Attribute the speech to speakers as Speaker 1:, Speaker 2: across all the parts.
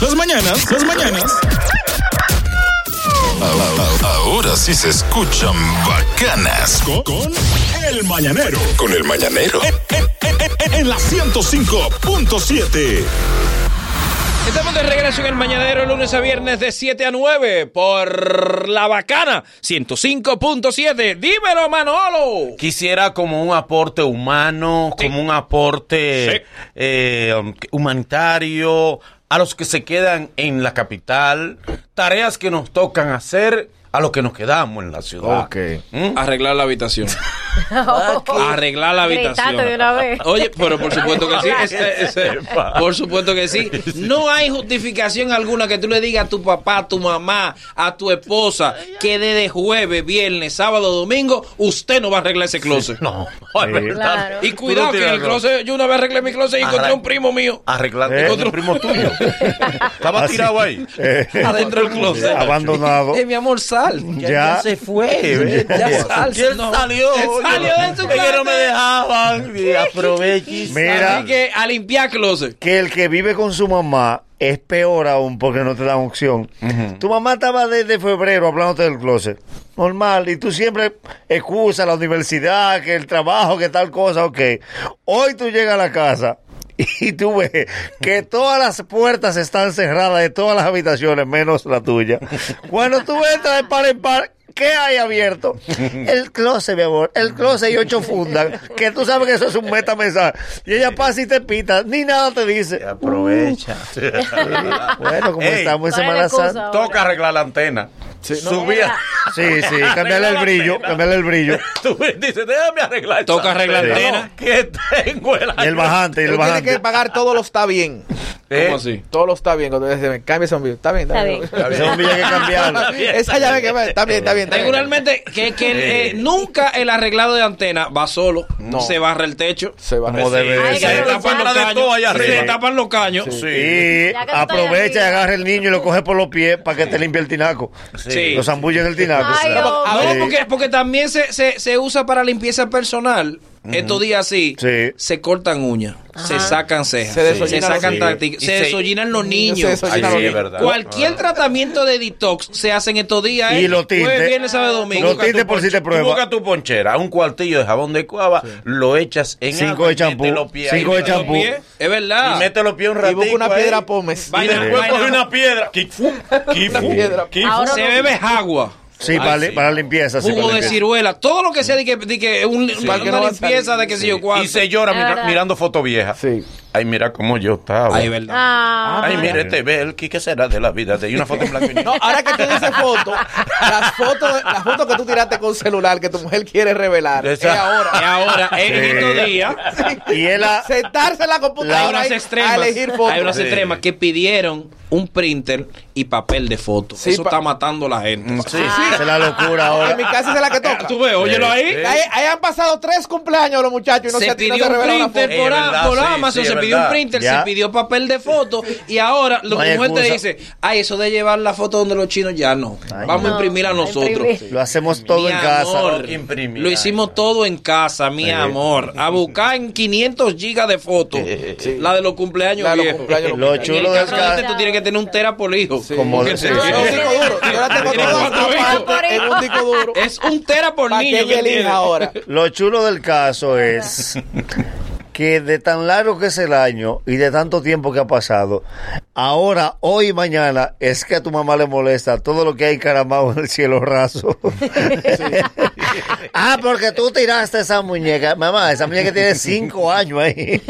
Speaker 1: Las mañanas, las mañanas.
Speaker 2: Ahora, ahora sí se escuchan bacanas.
Speaker 1: Con, con el mañanero. Eh,
Speaker 2: Con el mañanero.
Speaker 1: En, en- en- en- en la 105.7.
Speaker 3: Estamos de regreso en el mañanero lunes a viernes de 7 a 9 por la bacana 105.7. Dímelo, Manolo.
Speaker 4: Quisiera como un aporte humano, como un aporte eh, um, humanitario a los que se quedan en la capital, tareas que nos tocan hacer a los que nos quedamos en la ciudad.
Speaker 5: Ok.
Speaker 4: ¿Mm?
Speaker 3: Arreglar la habitación. Arreglar la habitación.
Speaker 6: Gritate de una vez.
Speaker 3: Oye, pero por supuesto que sí. ese- ese- por supuesto que sí. No hay justificación alguna que tú le digas a tu papá, a tu mamá, a tu esposa que desde jueves, viernes, sábado, domingo, usted no va a arreglar ese closet.
Speaker 4: No, no, es verdad.
Speaker 6: Claro.
Speaker 3: Y cuidado
Speaker 4: Tú no
Speaker 3: que el
Speaker 4: tienes razón.
Speaker 3: closet, yo una vez arreglé mi closet y encontré
Speaker 4: Arra-
Speaker 3: un primo mío.
Speaker 5: Eh.
Speaker 4: Arreglarte con otro primo tuyo. Estaba
Speaker 5: Así. Eh.
Speaker 4: tirado ahí.
Speaker 3: Adentro del closet.
Speaker 5: Abandonado.
Speaker 3: Eh, mi amor, sal.
Speaker 5: Ya. Ya se
Speaker 3: fue. Ya sal.
Speaker 4: Y él
Speaker 3: no.
Speaker 4: salió.
Speaker 3: Él salió de su
Speaker 4: Es que no me
Speaker 3: closet.
Speaker 4: dejaban. Y Aproveché.
Speaker 5: Mira,
Speaker 3: Así que a limpiar closet.
Speaker 5: que el que vive con su mamá es peor aún porque no te dan opción. Tu mamá estaba desde febrero hablándote del closet. Normal, y tú siempre excusas la universidad, que el trabajo, que tal cosa, ok. Hoy tú llegas a la casa y tú ves que todas las puertas están cerradas de todas las habitaciones, menos la tuya. Cuando tú entras de par en par, ¿Qué hay abierto? El closet, mi amor. El closet y ocho fundas. Que tú sabes que eso es un meta mensaje. Y ella pasa y te pita. Ni nada te dice.
Speaker 4: Aprovecha.
Speaker 5: Bueno, como
Speaker 4: Ey.
Speaker 5: estamos en
Speaker 6: ¿Cuál es la
Speaker 5: Semana
Speaker 6: excusa
Speaker 5: Santa.
Speaker 6: ahora?
Speaker 4: Toca arreglar la antena. Subía.
Speaker 6: Era-
Speaker 5: Sí, sí. Cambiarle el brillo. Cambiarle el brillo.
Speaker 4: Tú me dices, déjame arreglar.
Speaker 3: Toca
Speaker 4: esa
Speaker 3: arreglar antena.
Speaker 4: Que tengo el
Speaker 5: Y el bajante, y el
Speaker 7: Tú tienes que
Speaker 5: bajante.
Speaker 7: pagar todo lo está bien.
Speaker 4: ¿Eh?
Speaker 3: ¿Cómo así?
Speaker 7: Todo lo está bien. Cuando se me cambia ese bombillo. Está bien, está,
Speaker 6: Está
Speaker 7: bien.
Speaker 6: bien.
Speaker 5: Ese bombillo hay que cambiarlo.
Speaker 7: Esa llave que va. Está bien, está bien. está bien.
Speaker 3: Regularmente, que, que el, eh, nunca el arreglado de antena va solo.
Speaker 7: No.
Speaker 3: Se barra el techo.
Speaker 7: Se va a
Speaker 5: Como debe de
Speaker 6: Hay que
Speaker 3: Se le
Speaker 5: ser.
Speaker 6: aprovechar.
Speaker 3: tapan los
Speaker 4: Para de todo allá
Speaker 3: caños. Se
Speaker 4: arriba.
Speaker 3: le tapan los caños.
Speaker 5: Y
Speaker 6: Ya que tú estás
Speaker 5: aprovecha y
Speaker 6: arriba.
Speaker 5: agarra el niño y lo coge por los pies para que te limpie el tinaco.
Speaker 3: Sí.
Speaker 5: Lo zambulle en el tinaco.
Speaker 6: Ay,
Speaker 5: Ah, pues Sí.
Speaker 6: hombre.
Speaker 3: No,
Speaker 5: Sí.
Speaker 3: porque, porque también se, se, se usa para limpieza personal. Estos días sí,
Speaker 5: Sí.
Speaker 3: se cortan uñas, se sacan cejas,
Speaker 7: Se
Speaker 3: se,
Speaker 7: desollinan
Speaker 3: sacan
Speaker 5: los-
Speaker 3: tácticas,
Speaker 4: Y
Speaker 3: se
Speaker 4: se-
Speaker 3: desollinan los niños.
Speaker 7: se desollinan
Speaker 4: Ay, los sí, niños. es verdad.
Speaker 3: Cualquier tratamiento de detox se hace en estos días.
Speaker 5: Ah. Y
Speaker 3: ¿eh?
Speaker 5: los tintes.
Speaker 3: Jueves, viernes, sábado, domingo.
Speaker 5: Los tintes por si te
Speaker 4: Tú buscas
Speaker 5: pruebas.
Speaker 4: tu ponchera, un cuartillo de jabón de cuava, lo echas en
Speaker 5: Cinco
Speaker 4: agua y
Speaker 5: de champú,
Speaker 4: mete los pies ahí,
Speaker 5: cinco de
Speaker 4: mete los
Speaker 5: champú.
Speaker 4: pies,
Speaker 3: Es verdad.
Speaker 4: Y mete los pies un
Speaker 7: Y
Speaker 4: ratito
Speaker 7: busca una
Speaker 4: ahí.
Speaker 7: piedra pómez.
Speaker 4: Y
Speaker 3: Vaina-
Speaker 4: después
Speaker 3: vaina-
Speaker 4: coge una piedra. Kifum,
Speaker 7: Una
Speaker 4: kifum,
Speaker 7: piedra.
Speaker 4: kifum.
Speaker 6: Ahora
Speaker 3: se
Speaker 6: no-
Speaker 3: bebe agua.
Speaker 5: Sí, para,
Speaker 4: Ay,
Speaker 5: li-
Speaker 4: sí.
Speaker 5: para limpieza. sí, para
Speaker 3: Jugo de
Speaker 5: limpieza. Mm.
Speaker 3: ciruela, todo lo que sea de que, de que un- para
Speaker 7: que
Speaker 3: una
Speaker 7: no va a
Speaker 3: limpieza
Speaker 7: salir.
Speaker 3: de que sé yo cuánto.
Speaker 4: Y se llora
Speaker 6: Es
Speaker 4: mira-
Speaker 6: Ah, verdad.
Speaker 4: mirando foto vieja.
Speaker 7: Sí.
Speaker 4: Ay, mira cómo yo estaba.
Speaker 3: Ay, verdad.
Speaker 6: Ah,
Speaker 4: Ay, mira este Belki, ¿qué será de la vida? Hay una foto en blanco y negro.
Speaker 7: No, ahora que tú dices foto, las fotos, las fotos que tú tiraste con celular que tu mujer quiere revelar.
Speaker 4: Esa-
Speaker 7: Es
Speaker 3: Y
Speaker 7: ahora.
Speaker 3: ahora, en estos días,
Speaker 5: Y él ha-
Speaker 7: Sentarse en la
Speaker 3: hay
Speaker 7: computadora
Speaker 3: unas
Speaker 7: y-
Speaker 3: extremas.
Speaker 7: a elegir fotos.
Speaker 3: Hay unas extremas que pidieron un printer y papel de foto.
Speaker 7: Sí,
Speaker 3: Eso
Speaker 7: pa- Mm,
Speaker 3: está matando a la gente.
Speaker 4: Sí.
Speaker 5: Esa es la locura
Speaker 7: En
Speaker 5: ahora.
Speaker 7: mi casa esa es la que
Speaker 3: Ah,
Speaker 7: toca.
Speaker 3: Tú ves, óyelo
Speaker 4: Sí,
Speaker 3: ahí.
Speaker 4: sí.
Speaker 7: Ahí, ahí han pasado tres cumpleaños los muchachos y no
Speaker 3: se
Speaker 7: se, no
Speaker 3: pidió
Speaker 7: se
Speaker 3: un
Speaker 7: revela una
Speaker 3: printer
Speaker 4: foto.
Speaker 3: por,
Speaker 4: Es
Speaker 3: a-
Speaker 4: verdad,
Speaker 3: por
Speaker 4: sí,
Speaker 3: Amazon,
Speaker 4: sí,
Speaker 3: se
Speaker 4: es
Speaker 3: pidió un
Speaker 4: verdad.
Speaker 3: printer,
Speaker 5: Ya.
Speaker 3: se pidió papel de foto y ahora lo
Speaker 5: No
Speaker 3: que
Speaker 5: hay
Speaker 3: tu mujer te
Speaker 5: excusa.
Speaker 3: dice, ay, eso de llevar la foto donde los chinos ya no, vamos a
Speaker 6: no.
Speaker 3: imprimirla nosotros.
Speaker 6: Imprimir.
Speaker 5: Lo hacemos todo
Speaker 3: Mi
Speaker 5: en casa.
Speaker 3: amor,
Speaker 4: que imprimir.
Speaker 3: lo hicimos todo en casa, mi amor. A buscar en 500 gigas de fotos. La de los cumpleaños.
Speaker 7: La de los
Speaker 3: viejos.
Speaker 7: cumpleaños, los
Speaker 5: Lo
Speaker 3: En el
Speaker 5: chulo del
Speaker 3: caso de este,
Speaker 5: caso.
Speaker 3: tú tienes que tener un tera por hijo.
Speaker 5: Como
Speaker 3: Porque
Speaker 5: de- sí,
Speaker 3: te-
Speaker 5: sí.
Speaker 7: No, un disco duro. Yo la tengo
Speaker 3: Tiene
Speaker 7: todas
Speaker 3: cuatro
Speaker 7: aparte
Speaker 6: hijos.
Speaker 7: en un disco duro.
Speaker 3: Es un tera por
Speaker 7: ¿Para
Speaker 3: niño.
Speaker 7: qué
Speaker 3: que tiene.
Speaker 7: elija ahora?
Speaker 5: Lo chulo del caso es que de tan largo que es el año y de tanto tiempo que ha pasado, ahora, hoy y mañana, es que a tu mamá le molesta todo lo que hay caramado en el cielo raso. ah, porque tú tiraste esa muñeca. Mamá, esa muñeca tiene cinco años ahí.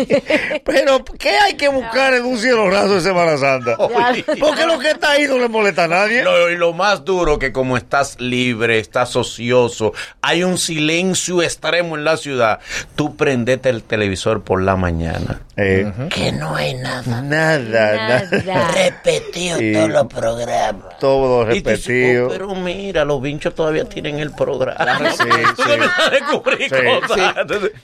Speaker 5: Pero, ¿qué hay que buscar en un cielo raso de Semana Santa? Porque lo que está ahí no le molesta a nadie.
Speaker 4: Lo, y lo más duro que como estás libre, estás ocioso, hay un silencio extremo en la ciudad, tú prendete el televisor por la mañana.
Speaker 5: Eh, Que no hay nada. Nada,
Speaker 6: nada.
Speaker 4: Repetido
Speaker 5: Y
Speaker 4: todos los programas.
Speaker 5: Todo
Speaker 4: Y tú dices, oh,
Speaker 5: repetido.
Speaker 4: pero mira, los vinchos todavía tienen el programa.
Speaker 5: Sí,
Speaker 4: Tú
Speaker 5: sí.
Speaker 4: te metes a descubrir
Speaker 5: Sí.
Speaker 4: cosas.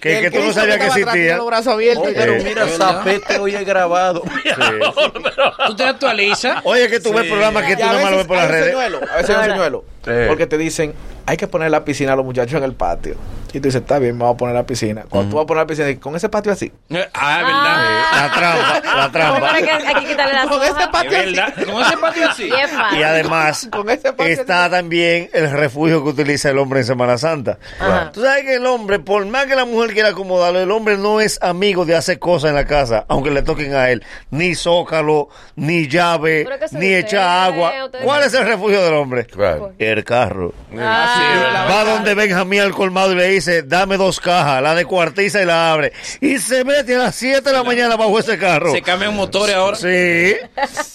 Speaker 5: Que, que tú no
Speaker 7: Cristo
Speaker 5: sabías que
Speaker 7: estaba atrás, tenía
Speaker 5: existía.
Speaker 7: los brazos abiertos.
Speaker 4: Oye,
Speaker 7: y
Speaker 4: pero
Speaker 7: era un-
Speaker 4: mira, Zapete hoy es grabado. Mi amor, pero-
Speaker 3: Tú te actualizas.
Speaker 5: Oye, que tú ves programas que
Speaker 7: Y
Speaker 5: tú no
Speaker 7: a
Speaker 5: más lo
Speaker 7: veces
Speaker 5: ves por las
Speaker 7: hay un
Speaker 5: redes.
Speaker 7: señuelo, a veces hay un señuelo.
Speaker 4: Sí.
Speaker 7: Porque te dicen, hay que poner la piscina a los muchachos en el patio. Y tú dices, está bien, me voy a poner a la piscina. Cuando tú vas a poner a la piscina, con ese patio así.
Speaker 3: Ah,
Speaker 5: La trampa, la
Speaker 6: Pero
Speaker 5: trampa.
Speaker 6: hay que- hay que quitarle las
Speaker 7: Con ese
Speaker 6: hojas.
Speaker 3: es verdad.
Speaker 7: patio
Speaker 3: Es
Speaker 7: así.
Speaker 3: verdad. Con ese patio así.
Speaker 6: Y es fácil.
Speaker 5: Y además
Speaker 7: Con ese patio
Speaker 5: está también el refugio que utiliza el hombre en Semana Santa.
Speaker 6: Ajá.
Speaker 5: Tú sabes que el hombre, por más que la mujer quiera acomodarlo, el hombre no es amigo de hacer cosas en la casa, aunque le toquen a él. Ni zócalo, ni llave,
Speaker 6: Pero es que eso
Speaker 5: ni
Speaker 6: de
Speaker 5: echar
Speaker 6: ustedes,
Speaker 5: agua.
Speaker 6: ustedes-
Speaker 5: ¿Cuál es el refugio del hombre?
Speaker 4: Claro.
Speaker 5: El carro.
Speaker 6: Ah,
Speaker 5: Va donde Benjamín al colmado y le dice, dame dos cajas, la de cuartiza y la abre. Y se mete a las 7 de la mañana bajo ese carro.
Speaker 3: Se cambian motores ahora.
Speaker 5: Sí.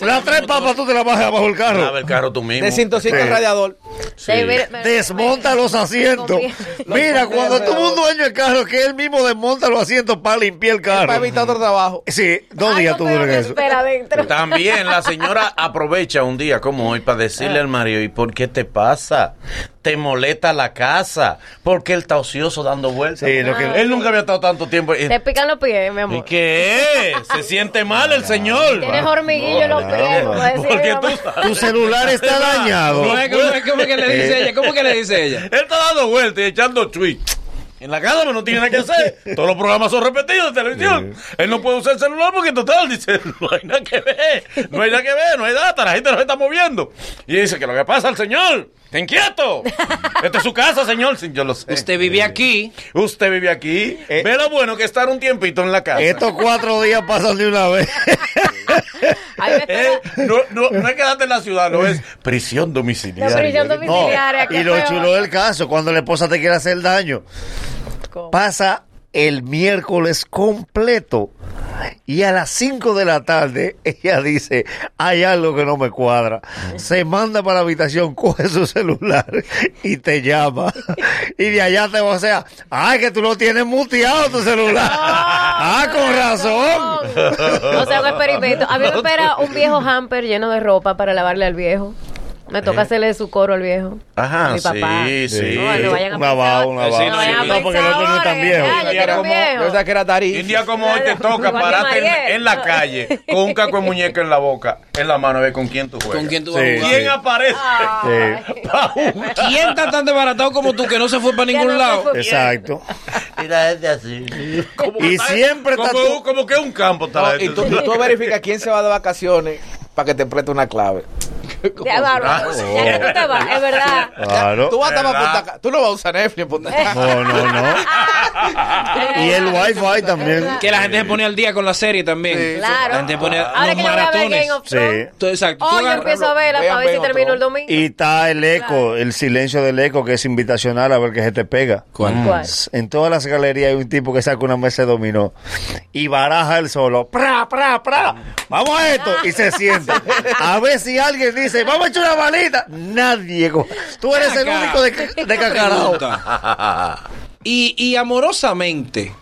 Speaker 5: Las tres papas tú te las bajas bajo el carro.
Speaker 4: Lava el carro tú mismo.
Speaker 7: Desintoxica el
Speaker 5: Sí.
Speaker 7: radiador.
Speaker 6: sí, mira, mira,
Speaker 5: Desmonta los asientos.
Speaker 6: Confía.
Speaker 5: Mira,
Speaker 7: Los
Speaker 5: cuando tuvo un
Speaker 7: alrededor.
Speaker 5: dueño de carro que él mismo desmonta los asientos para limpiar el
Speaker 7: Para
Speaker 5: carro.
Speaker 7: evitar otro trabajo.
Speaker 5: Sí, dos
Speaker 6: algo
Speaker 5: días tú
Speaker 6: peor
Speaker 5: duras en
Speaker 6: te
Speaker 5: eso.
Speaker 6: espera adentro.
Speaker 4: También la señora aprovecha un día como hoy para decirle al marido, ¿y por qué te pasa? Te molesta la casa, porque él está ocioso dando vueltas.
Speaker 5: Sí, lo que-
Speaker 4: Él nunca había estado tanto tiempo. ¿Y,
Speaker 6: Te pican los pies, mi
Speaker 4: ¿y
Speaker 6: amor.
Speaker 4: qué? Se siente mal el señor.
Speaker 6: Tienes hormiguillo en los
Speaker 5: No,
Speaker 6: pies.
Speaker 5: no,
Speaker 6: como decía mi
Speaker 4: Porque tú
Speaker 6: mamá.
Speaker 5: Tu celular está dañado.
Speaker 3: ¿Cómo es, cómo es- cómo es que le dice ella? ¿Cómo que le dice ella?
Speaker 4: Eh, Él está dando vueltas y echando tweets. En la casa pero no tiene nada que hacer. Todos los programas son repetidos de televisión. Él no puede usar el celular porque total dice, no hay nada que ver, no hay nada que ver, no hay data, la gente no se está moviendo. Y dice que lo que pasa al señor, ten quieto. Esta es su casa, señor. Sí, Yo lo sé. Eh,
Speaker 3: Usted vive aquí.
Speaker 4: Usted vive aquí.
Speaker 5: Eh.
Speaker 4: Ve lo bueno que estar un tiempito en la casa.
Speaker 5: Estos cuatro días pasan de una vez.
Speaker 6: Ahí me espera.
Speaker 4: Eh, no, no, no es quedarte en la ciudad, no es prisión domiciliaria.
Speaker 6: No, prisión
Speaker 5: No,
Speaker 6: domiciliaria. qué
Speaker 5: y lo
Speaker 6: feo.
Speaker 5: chulo del caso, cuando la esposa te quiere hacer daño,
Speaker 6: ¿Cómo?
Speaker 5: pasa el miércoles completo y a las 5 de la tarde ella dice, hay algo que no me cuadra. Se manda para la habitación, coge su celular y te llama. Y de allá te va, o sea, ay, que tú lo tienes muteado tu celular. Ah, con razón.
Speaker 6: No se haga experimento. A mí me espera un viejo hamper lleno de ropa para lavarle al viejo. Me toca hacerle su coro al viejo.
Speaker 4: Ajá,
Speaker 6: A mi papá.
Speaker 4: sí, sí.
Speaker 6: No, no vayan a
Speaker 5: Una
Speaker 6: pensar-
Speaker 5: va, una
Speaker 4: Sí,
Speaker 5: va.
Speaker 4: no, sí,
Speaker 5: No,
Speaker 4: no.
Speaker 5: porque el otro no es tan viejo.
Speaker 6: Ah, yo
Speaker 4: Y era
Speaker 6: quiero un
Speaker 4: como-
Speaker 6: viejo.
Speaker 7: Yo sé que era
Speaker 4: Y un
Speaker 7: tarí.
Speaker 4: día como hoy te toca
Speaker 6: Igual que
Speaker 4: pararte en,
Speaker 6: Mariel.
Speaker 4: en la calle con un caco de muñeca en la boca, en la mano, a ver con quién tú juegas.
Speaker 3: ¿Con quién tú vas a
Speaker 5: Sí.
Speaker 3: jugar?
Speaker 4: ¿Quién aparece?
Speaker 5: Sí,
Speaker 4: pa' jugar?
Speaker 3: ¿Quién está tan desbaratado como tú que no se fue para
Speaker 6: Ya no
Speaker 3: ningún
Speaker 6: se
Speaker 3: lado?
Speaker 6: fue.
Speaker 5: exacto.
Speaker 4: Como
Speaker 5: Y
Speaker 4: que está-
Speaker 5: siempre está
Speaker 4: como,
Speaker 5: tú-
Speaker 4: como que es un campo está
Speaker 7: No,
Speaker 4: la-
Speaker 7: y tú, y tú verificas quién se va de vacaciones para que te preste una clave.
Speaker 6: Ya, bárbaro. Ya que tú te vas, es verdad.
Speaker 5: Claro.
Speaker 7: Tú vas a
Speaker 4: Ah, ¿Verdad?
Speaker 7: Punta Cana. Tú no vas a usar Netflix en Punta Cana.
Speaker 5: No, no, no. Y el wifi también.
Speaker 3: Que la gente se pone al día con la serie también.
Speaker 6: Claro.
Speaker 3: La gente pone
Speaker 6: Ahora
Speaker 3: los
Speaker 6: que yo voy a ver
Speaker 3: maratones.
Speaker 6: Game of
Speaker 5: Sí.
Speaker 6: Thrones.
Speaker 3: Tú- Exacto. tú
Speaker 6: Hoy yo
Speaker 3: agarras-
Speaker 6: empiezo a verla
Speaker 7: Vean
Speaker 6: para ver
Speaker 7: Game
Speaker 6: si
Speaker 7: of
Speaker 6: termino el
Speaker 7: Thrones.
Speaker 6: domingo.
Speaker 5: Y está el eco, el silencio del eco que es invitacional a ver qué se te pega. Mm.
Speaker 6: ¿Cuál?
Speaker 5: En todas las galerías hay un tipo que saca una mesa de dominó y baraja el solo. ¡Pra, pra, pra! ¡Vamos a esto! Y se sienta. A ver si alguien dice, ¡vamos a echar una balita! Nadie. co- Tú eres el
Speaker 3: Acá.
Speaker 5: único de, ca- de cacarao.
Speaker 3: Pregunta. Y, y amorosamente,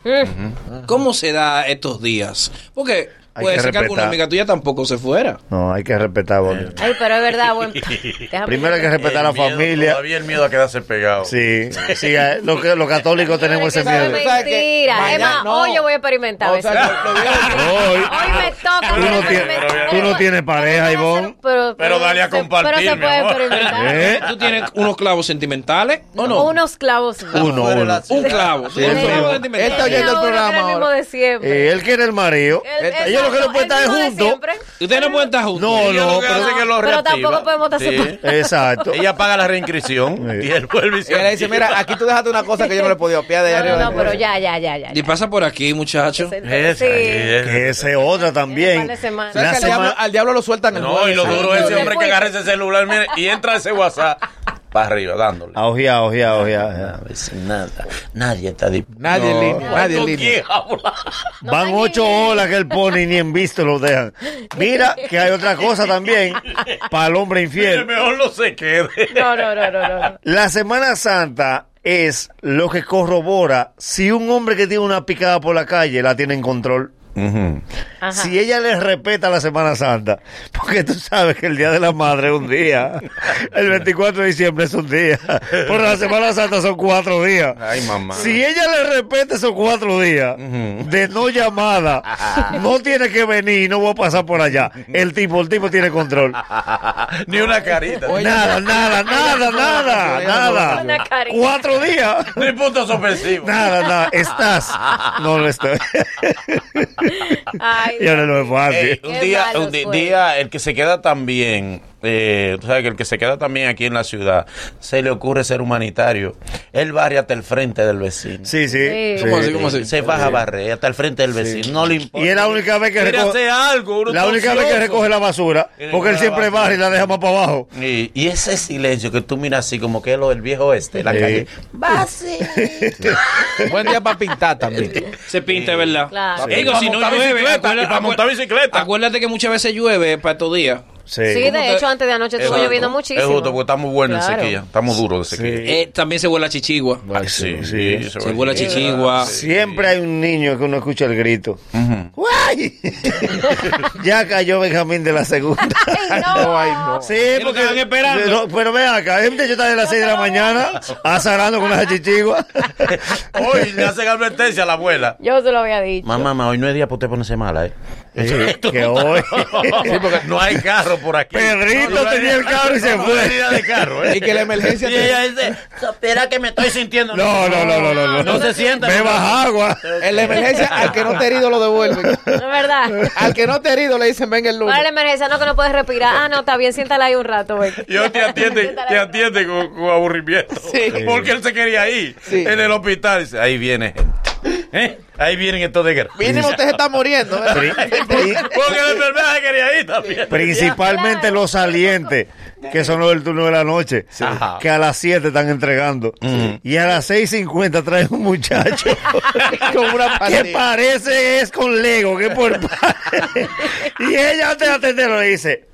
Speaker 3: ¿cómo se da estos días? Porque
Speaker 5: Hay
Speaker 3: puede
Speaker 5: que
Speaker 3: ser que alguna
Speaker 5: respetar.
Speaker 3: amiga tuya tampoco se fuera.
Speaker 5: No, hay que respetar, Bonnie.
Speaker 6: Ay, pero es verdad, buen... Déjame-
Speaker 5: Primero hay que respetar a la
Speaker 4: El miedo,
Speaker 5: familia.
Speaker 4: Todavía el miedo a quedarse pegado.
Speaker 5: Sí, sí, eh, los que- los católicos tenemos ese
Speaker 6: Eso es
Speaker 5: miedo.
Speaker 7: Tú sabes que
Speaker 6: mentira. Es
Speaker 7: mañana-
Speaker 6: más,
Speaker 7: no.
Speaker 6: hoy yo voy a experimentar.
Speaker 7: No, o
Speaker 6: ¿ves?
Speaker 7: sea, lo- lo vieron.
Speaker 5: Hoy,
Speaker 6: Hoy me toca.
Speaker 5: Tú no tienes-
Speaker 6: experimentar.
Speaker 5: tú no tienes pareja, Ivonne.
Speaker 4: Pero dale a
Speaker 6: se- Pero
Speaker 4: compartir,
Speaker 6: se
Speaker 4: mi
Speaker 6: puede
Speaker 4: amor.
Speaker 6: experimentar.
Speaker 5: ¿Eh?
Speaker 3: ¿Tú tienes unos clavos sentimentales o Oh, no?
Speaker 6: Unos clavos.
Speaker 5: Uno, uno.
Speaker 3: Un clavo.
Speaker 5: Sí,
Speaker 3: un
Speaker 5: el
Speaker 3: clavo
Speaker 5: mío.
Speaker 3: sentimental.
Speaker 7: Está oyendo el
Speaker 6: Uno, uno,
Speaker 7: programa
Speaker 6: que era el mismo
Speaker 7: ahora.
Speaker 6: de siempre.
Speaker 5: Eh, él quiere el mareo.
Speaker 6: El-
Speaker 5: Ellos lo que no
Speaker 6: exacto,
Speaker 5: pueden estar
Speaker 6: el mismo de
Speaker 5: es juntos.
Speaker 6: siempre.
Speaker 3: Ustedes no pueden estar juntos.
Speaker 5: No,
Speaker 4: Ella
Speaker 5: no,
Speaker 4: lo que
Speaker 5: pero,
Speaker 4: hace es que lo
Speaker 6: pero
Speaker 4: reactiva.
Speaker 6: tampoco podemos estar separados.
Speaker 5: exacto.
Speaker 4: Ella paga la reinscripción
Speaker 5: Sí.
Speaker 4: y él vuelve y se
Speaker 7: Ella le dice, mira, aquí tú dejaste una cosa que yo no le podía opiar de
Speaker 6: No,
Speaker 7: arriba.
Speaker 6: no,
Speaker 7: de
Speaker 6: no,
Speaker 7: arriba.
Speaker 6: pero ya, ya, ya, ya.
Speaker 3: Y pasa por aquí, muchacho.
Speaker 4: Esa,
Speaker 6: Sí.
Speaker 4: esa.
Speaker 5: Que esa es otra también.
Speaker 6: Par de semanas.
Speaker 7: ¿Sabes
Speaker 5: La
Speaker 7: que al diablo,
Speaker 5: sema-
Speaker 7: al diablo lo sueltan el
Speaker 4: No,
Speaker 7: jueves.
Speaker 4: y lo duro es
Speaker 6: Ay, no,
Speaker 4: ese
Speaker 6: te
Speaker 4: hombre que
Speaker 6: fuiste.
Speaker 4: agarra ese celular mire, y entra ese WhatsApp para arriba, dándole.
Speaker 5: Ah, ojea, ojea, ojea.
Speaker 4: nada, nadie está disponible.
Speaker 7: Nadie en línea, nadie en línea.
Speaker 6: No
Speaker 5: Van
Speaker 6: hay
Speaker 5: ocho
Speaker 6: ni-
Speaker 5: olas que él pone y ni en visto lo dejan. Mira que hay otra cosa también para el hombre
Speaker 4: El
Speaker 5: infiel.
Speaker 4: mejor no se quede.
Speaker 6: No, no, no, no, no, no.
Speaker 5: La Semana Santa es lo que corrobora si un hombre que tiene una picada por la calle la tiene en control.
Speaker 4: Ujú.
Speaker 6: Ajá.
Speaker 5: Si ella les respeta la Semana Santa, porque tú sabes que el Día de la Madre es un día, el 24 de diciembre es un día, pero la Semana Santa son cuatro días.
Speaker 4: Ay, mamá.
Speaker 5: Si ella le respeta esos cuatro días de no llamada,
Speaker 4: Ah,
Speaker 5: no tiene que venir y no voy a pasar por allá. El tipo, el tipo tiene control.
Speaker 4: Ah, Ni una carita.
Speaker 7: Oye,
Speaker 5: Nada, nada, nada, nada,
Speaker 6: Una
Speaker 5: nada.
Speaker 6: carita.
Speaker 5: Cuatro días.
Speaker 4: Ni puntos ofensivos.
Speaker 5: Nada, nada. Estás. No, no estoy.
Speaker 6: Ay,
Speaker 5: Y ahora no es
Speaker 4: Ey,
Speaker 5: fácil.
Speaker 4: Eh, un
Speaker 6: Qué
Speaker 4: día,
Speaker 6: malos
Speaker 4: un di-
Speaker 6: fueron.
Speaker 4: día, el que se queda también, eh, tú sabes que el que se queda también aquí en la ciudad, se le ocurre ser humanitario. Él barre hasta el frente del vecino.
Speaker 5: Sí, sí.
Speaker 6: Sí.
Speaker 7: ¿Cómo
Speaker 5: sí.
Speaker 7: así? ¿Cómo así?
Speaker 4: Se baja a barrer hasta el frente del vecino. No le importa.
Speaker 5: Y es la única vez que
Speaker 4: Quiere
Speaker 5: recoge,
Speaker 4: hacer algo. uno
Speaker 5: la única vez que
Speaker 4: ansioso.
Speaker 5: recoge la basura,
Speaker 4: Quiere
Speaker 5: porque él
Speaker 4: recoger la
Speaker 5: siempre
Speaker 4: basura.
Speaker 5: baja y la deja más para abajo.
Speaker 4: Y, y ese silencio que tú miras así como que lo del viejo este, la
Speaker 5: Sí.
Speaker 4: calle.
Speaker 7: Buen día para pintar también.
Speaker 3: Se pinta, ¿verdad?
Speaker 6: Claro. Sí.
Speaker 3: Digo,
Speaker 4: Para
Speaker 3: si no
Speaker 4: montar
Speaker 3: llueve.
Speaker 4: bicicleta,
Speaker 3: acuérdate-
Speaker 4: y para
Speaker 3: acuérdate-
Speaker 4: montar bicicleta.
Speaker 3: Acuérdate que muchas veces llueve para estos días.
Speaker 5: Sí.
Speaker 6: Sí, de hecho, antes de anoche estuvo
Speaker 4: Exacto.
Speaker 6: lloviendo muchísimo.
Speaker 4: Es justo
Speaker 3: pues,
Speaker 4: porque estamos buenos
Speaker 6: Claro.
Speaker 4: en sequía. Estamos duros de sequía.
Speaker 3: Eh, también se vuela chichigua.
Speaker 5: Ay,
Speaker 4: Sí,
Speaker 5: sí,
Speaker 4: sí,
Speaker 5: sí.
Speaker 3: Se vuela chichigua.
Speaker 5: Siempre hay un niño que uno escucha el grito. ¡Guay! ya cayó Benjamín de la segunda.
Speaker 6: Ay, no.
Speaker 5: Sí,
Speaker 3: lo
Speaker 5: porque
Speaker 3: estaban esperando?
Speaker 5: Pero, pero ven acá, gente, yo estaba de las 6 de la mañana azarando con las achichiguas.
Speaker 4: Hoy le hacen advertencia a la abuela.
Speaker 6: Yo se lo había dicho.
Speaker 4: Mamá, mamá, hoy no es día para usted ponerse mala, ¿eh?
Speaker 5: Sí, que hoy.
Speaker 4: Sí, porque no hay carro por aquí.
Speaker 5: Pedrito
Speaker 4: No, no
Speaker 5: tenía
Speaker 4: hay-
Speaker 5: el carro y se
Speaker 4: no, no
Speaker 5: fue.
Speaker 4: hay idea de carro, ¿eh?
Speaker 7: Y que la emergencia
Speaker 4: Y ella dice, espera que me estoy sintiendo.
Speaker 5: No, no, no, no, no.
Speaker 4: No se sienta.
Speaker 5: Bebas agua.
Speaker 7: En la emergencia, al que no te herido lo devuelven.
Speaker 6: Es verdad.
Speaker 7: Al que no te herido le dicen, venga el
Speaker 6: Para la
Speaker 7: lunes.
Speaker 6: emergencia, no que no puedes respirar. Ah, no, está bien, siéntala ahí un rato. ven.
Speaker 4: Yo te atiende,
Speaker 6: Siéntala
Speaker 4: te
Speaker 6: ahí.
Speaker 4: atiende con, con aburrimiento.
Speaker 7: Sí.
Speaker 4: Porque él se quería ir
Speaker 7: Sí.
Speaker 4: en el hospital. Dice, ahí viene gente. ¿Eh? Ahí vienen estos de guerra.
Speaker 7: Miren, usted se está muriendo. ¿eh?
Speaker 5: Pri- pri-
Speaker 4: Porque la enfermera se quería ir también.
Speaker 5: principalmente los salientes, que son los del turno de la noche,
Speaker 4: Ajá.
Speaker 5: que a las 7 están entregando. Y a las 6.50 traen un muchacho
Speaker 7: Con una
Speaker 5: que
Speaker 7: pastilla.
Speaker 5: parece es con Lego, que por Y ella antes de atenderlo le dice.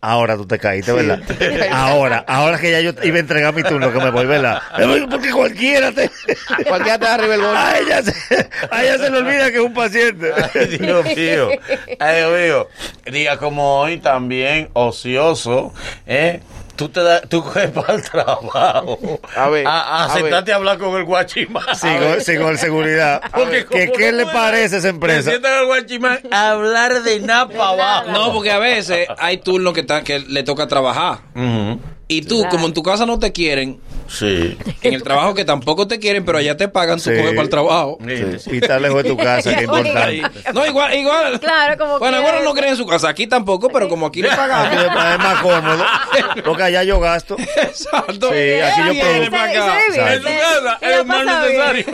Speaker 5: Ahora tú te caíste, ¿verdad? Ahora, ahora que ya yo iba a entregar mi turno, que me voy, ¿verdad? Me voy Porque cualquiera te...
Speaker 7: Cualquiera te da arriba el gol.
Speaker 5: A ella, se, a ella se le olvida que es un paciente.
Speaker 4: Ay, Dios mío. Ay, Dios mío. Día como hoy también, ocioso, ¿eh? Tú te da, tú coges para el trabajo.
Speaker 7: A ver,
Speaker 4: A, a
Speaker 7: a ver.
Speaker 4: sentarte Ah, a hablar con el guachimán.
Speaker 5: Sí, con, sí, con seguridad.
Speaker 4: Porque
Speaker 5: ¿Qué,
Speaker 4: como
Speaker 5: ¿Qué
Speaker 4: no
Speaker 5: le
Speaker 4: puede-
Speaker 5: parece esa empresa?
Speaker 4: Te sientan al guachimán a hablar de nada para abajo.
Speaker 3: No, porque a veces hay turnos que, están- que le toca trabajar.
Speaker 4: Ujú.
Speaker 3: Y tú, como en tu casa no te quieren,
Speaker 4: Sí.
Speaker 3: en el trabajo que tampoco te quieren, pero allá te pagan, tú
Speaker 5: Sí.
Speaker 3: coges para el trabajo.
Speaker 5: Sí, Y está lejos de tu casa, que es importante.
Speaker 3: No, igual, igual.
Speaker 6: Claro, como
Speaker 3: Bueno,
Speaker 6: quiera.
Speaker 3: ahora no creen en su casa. Aquí tampoco, pero como aquí le
Speaker 5: Aquí
Speaker 3: pagan.
Speaker 5: es más cómodo, porque allá yo gasto.
Speaker 3: Exacto.
Speaker 5: Sí, aquí yo
Speaker 3: Viene
Speaker 5: produzco.
Speaker 3: para
Speaker 6: Y se- y
Speaker 3: acá.
Speaker 6: se divide.
Speaker 5: En su
Speaker 4: casa
Speaker 6: Y la
Speaker 4: es más
Speaker 6: pasa bien.
Speaker 4: necesario.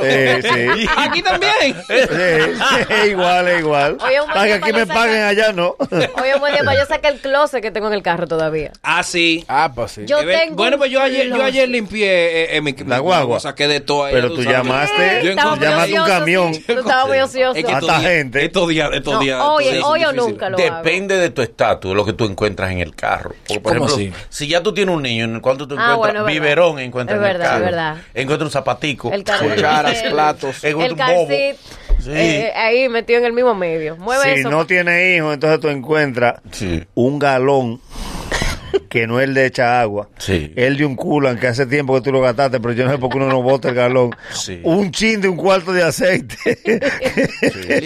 Speaker 5: Sí, sí.
Speaker 3: Aquí también.
Speaker 4: Eh,
Speaker 5: Sí, sí, Eh, igual, es igual.
Speaker 6: Oye, un buen
Speaker 5: Para que
Speaker 6: día
Speaker 5: aquí
Speaker 6: para
Speaker 5: me
Speaker 6: yo sacar-
Speaker 5: paguen, allá no.
Speaker 6: Hoy es buen día para yo sacar el closet que tengo en el carro todavía.
Speaker 3: Ah, sí.
Speaker 7: Ah, pues sí.
Speaker 6: Yo
Speaker 3: Eh,
Speaker 6: tengo.
Speaker 3: bueno,
Speaker 6: un
Speaker 3: pues yo ayer, yo
Speaker 6: closet.
Speaker 3: ayer limpié eh, eh, mi
Speaker 5: La guagua.
Speaker 3: Saqué de todo ahí,
Speaker 5: Pero tú
Speaker 3: sabes.
Speaker 5: llamaste,
Speaker 3: Yo
Speaker 5: tú
Speaker 6: Estaba muy
Speaker 3: encontré-
Speaker 5: llamaste un
Speaker 6: ocioso,
Speaker 5: camión.
Speaker 6: sí. Tú estabas muy ocioso.
Speaker 3: Es que
Speaker 5: Hasta
Speaker 3: estos días-
Speaker 5: gente.
Speaker 3: Estos días, estos
Speaker 6: No,
Speaker 3: días.
Speaker 6: hoy,
Speaker 3: estos días son
Speaker 6: hoy o
Speaker 3: difíciles.
Speaker 6: nunca lo hago.
Speaker 4: Depende de tu estatus, lo que tú encuentras en el carro. Porque, por
Speaker 3: ¿Cómo
Speaker 4: ejemplo,
Speaker 3: así?
Speaker 4: si ya tú tienes un niño, en el cual tú te
Speaker 6: Ah,
Speaker 4: encuentras
Speaker 6: bueno, es verdad.
Speaker 4: biberón, encuentras
Speaker 6: Es
Speaker 4: en el
Speaker 6: verdad,
Speaker 4: carro.
Speaker 6: es verdad.
Speaker 4: Encuentras un zapatico.
Speaker 6: El carro.
Speaker 7: Cucharas, platos.
Speaker 6: El
Speaker 4: Encuentras un bobo.
Speaker 6: calcit.
Speaker 4: Sí.
Speaker 6: eh, ahí metido en el mismo medio. Mueve
Speaker 5: Si
Speaker 6: eso.
Speaker 5: no tienes hijos, entonces tú encuentras
Speaker 4: Sí.
Speaker 5: un galón que no es el de echa agua.
Speaker 4: Sí.
Speaker 5: El de un culan que hace tiempo que tú lo gastaste, pero yo no sé por qué uno no bota el galón.
Speaker 4: Sí.
Speaker 5: Un chin de un cuarto de aceite.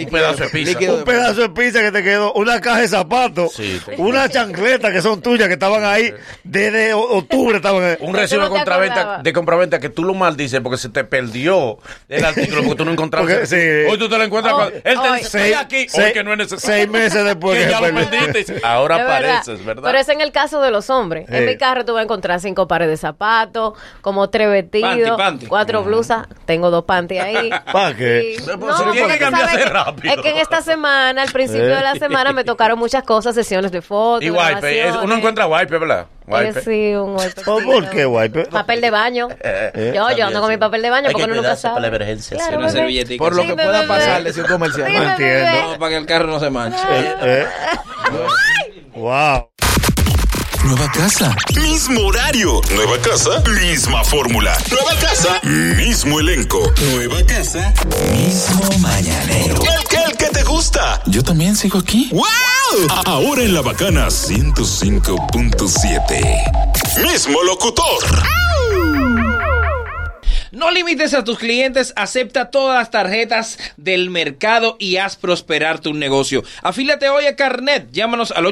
Speaker 4: Un pedazo de pizza.
Speaker 7: líquido.
Speaker 5: un pedazo de pizza que te quedó, una caja de zapatos,
Speaker 4: Sí, te-
Speaker 5: una chancleta que son tuyas que estaban ahí desde o- octubre estaban ahí.
Speaker 4: Un
Speaker 6: Que
Speaker 4: recibo
Speaker 6: tú
Speaker 4: de
Speaker 6: no te
Speaker 4: compraventa,
Speaker 6: acordabas.
Speaker 4: de compraventa que tú lo maldices porque se te perdió el artículo porque tú no encontraste.
Speaker 5: Porque, sí.
Speaker 4: Hoy tú te lo encuentras.
Speaker 6: Hoy,
Speaker 4: cuando- él te
Speaker 6: hoy.
Speaker 4: dice, estoy aquí. Hoy
Speaker 5: seis-
Speaker 4: que no es necesario.
Speaker 5: seis meses después
Speaker 4: que
Speaker 5: que
Speaker 4: ya
Speaker 5: se
Speaker 4: lo
Speaker 5: perdió.
Speaker 4: perdiste. Dice, Ahora
Speaker 6: Es verdad.
Speaker 4: apareces, ¿verdad? Eh.
Speaker 6: Pero es en el caso de los hombres. En
Speaker 5: Sí.
Speaker 6: mi carro tú vas a encontrar cinco pares de zapatos, como tres vestidos,
Speaker 3: Panty, panty.
Speaker 6: cuatro
Speaker 4: Mm.
Speaker 6: blusas. Tengo dos panties ahí.
Speaker 5: ¿Para qué?
Speaker 6: Sí.
Speaker 4: No, pero se tiene
Speaker 6: porque
Speaker 4: que
Speaker 6: tú
Speaker 4: cambiarse
Speaker 6: sabes que-
Speaker 4: rápido.
Speaker 6: Es que en esta semana, al principio
Speaker 5: Eh.
Speaker 6: de la semana, me tocaron muchas cosas, sesiones de fotos.
Speaker 4: Y wipe. es-
Speaker 6: grabaciones.
Speaker 4: Uno encuentra wipe, ¿verdad?
Speaker 6: Eh,
Speaker 4: Wipe.
Speaker 6: sí, un wipe.
Speaker 5: ¿O por qué, guay? Pero-
Speaker 6: Papel de baño.
Speaker 4: Eh,
Speaker 6: yo, yo
Speaker 4: también,
Speaker 6: ando con
Speaker 4: sí.
Speaker 6: mi papel de baño
Speaker 4: Hay
Speaker 6: porque
Speaker 4: que
Speaker 6: uno nunca
Speaker 4: cuidarse
Speaker 6: sabe.
Speaker 4: para la emergencia.
Speaker 6: Claro,
Speaker 3: Una
Speaker 6: bebé.
Speaker 3: servletica.
Speaker 7: Por lo que
Speaker 6: Dime,
Speaker 7: pueda
Speaker 6: bebé.
Speaker 7: pasar, le un comercial.
Speaker 6: Dime,
Speaker 5: No entiendo.
Speaker 6: bebé.
Speaker 3: No, para que el carro no se manche.
Speaker 5: Eh, Wow.
Speaker 2: Nueva casa. Mismo horario. Nueva casa. Misma fórmula. Nueva casa. Mismo elenco. Nueva casa. Mismo mañanero. El que, el que te gusta. gusta. Yo también sigo aquí. ¡Wow!
Speaker 1: A- Ahora en la bacana.
Speaker 2: 105.7. Mismo locutor.
Speaker 3: No limites a tus clientes, acepta todas las tarjetas del mercado y haz prosperar tu negocio. Afílate hoy a Carnet, llámanos al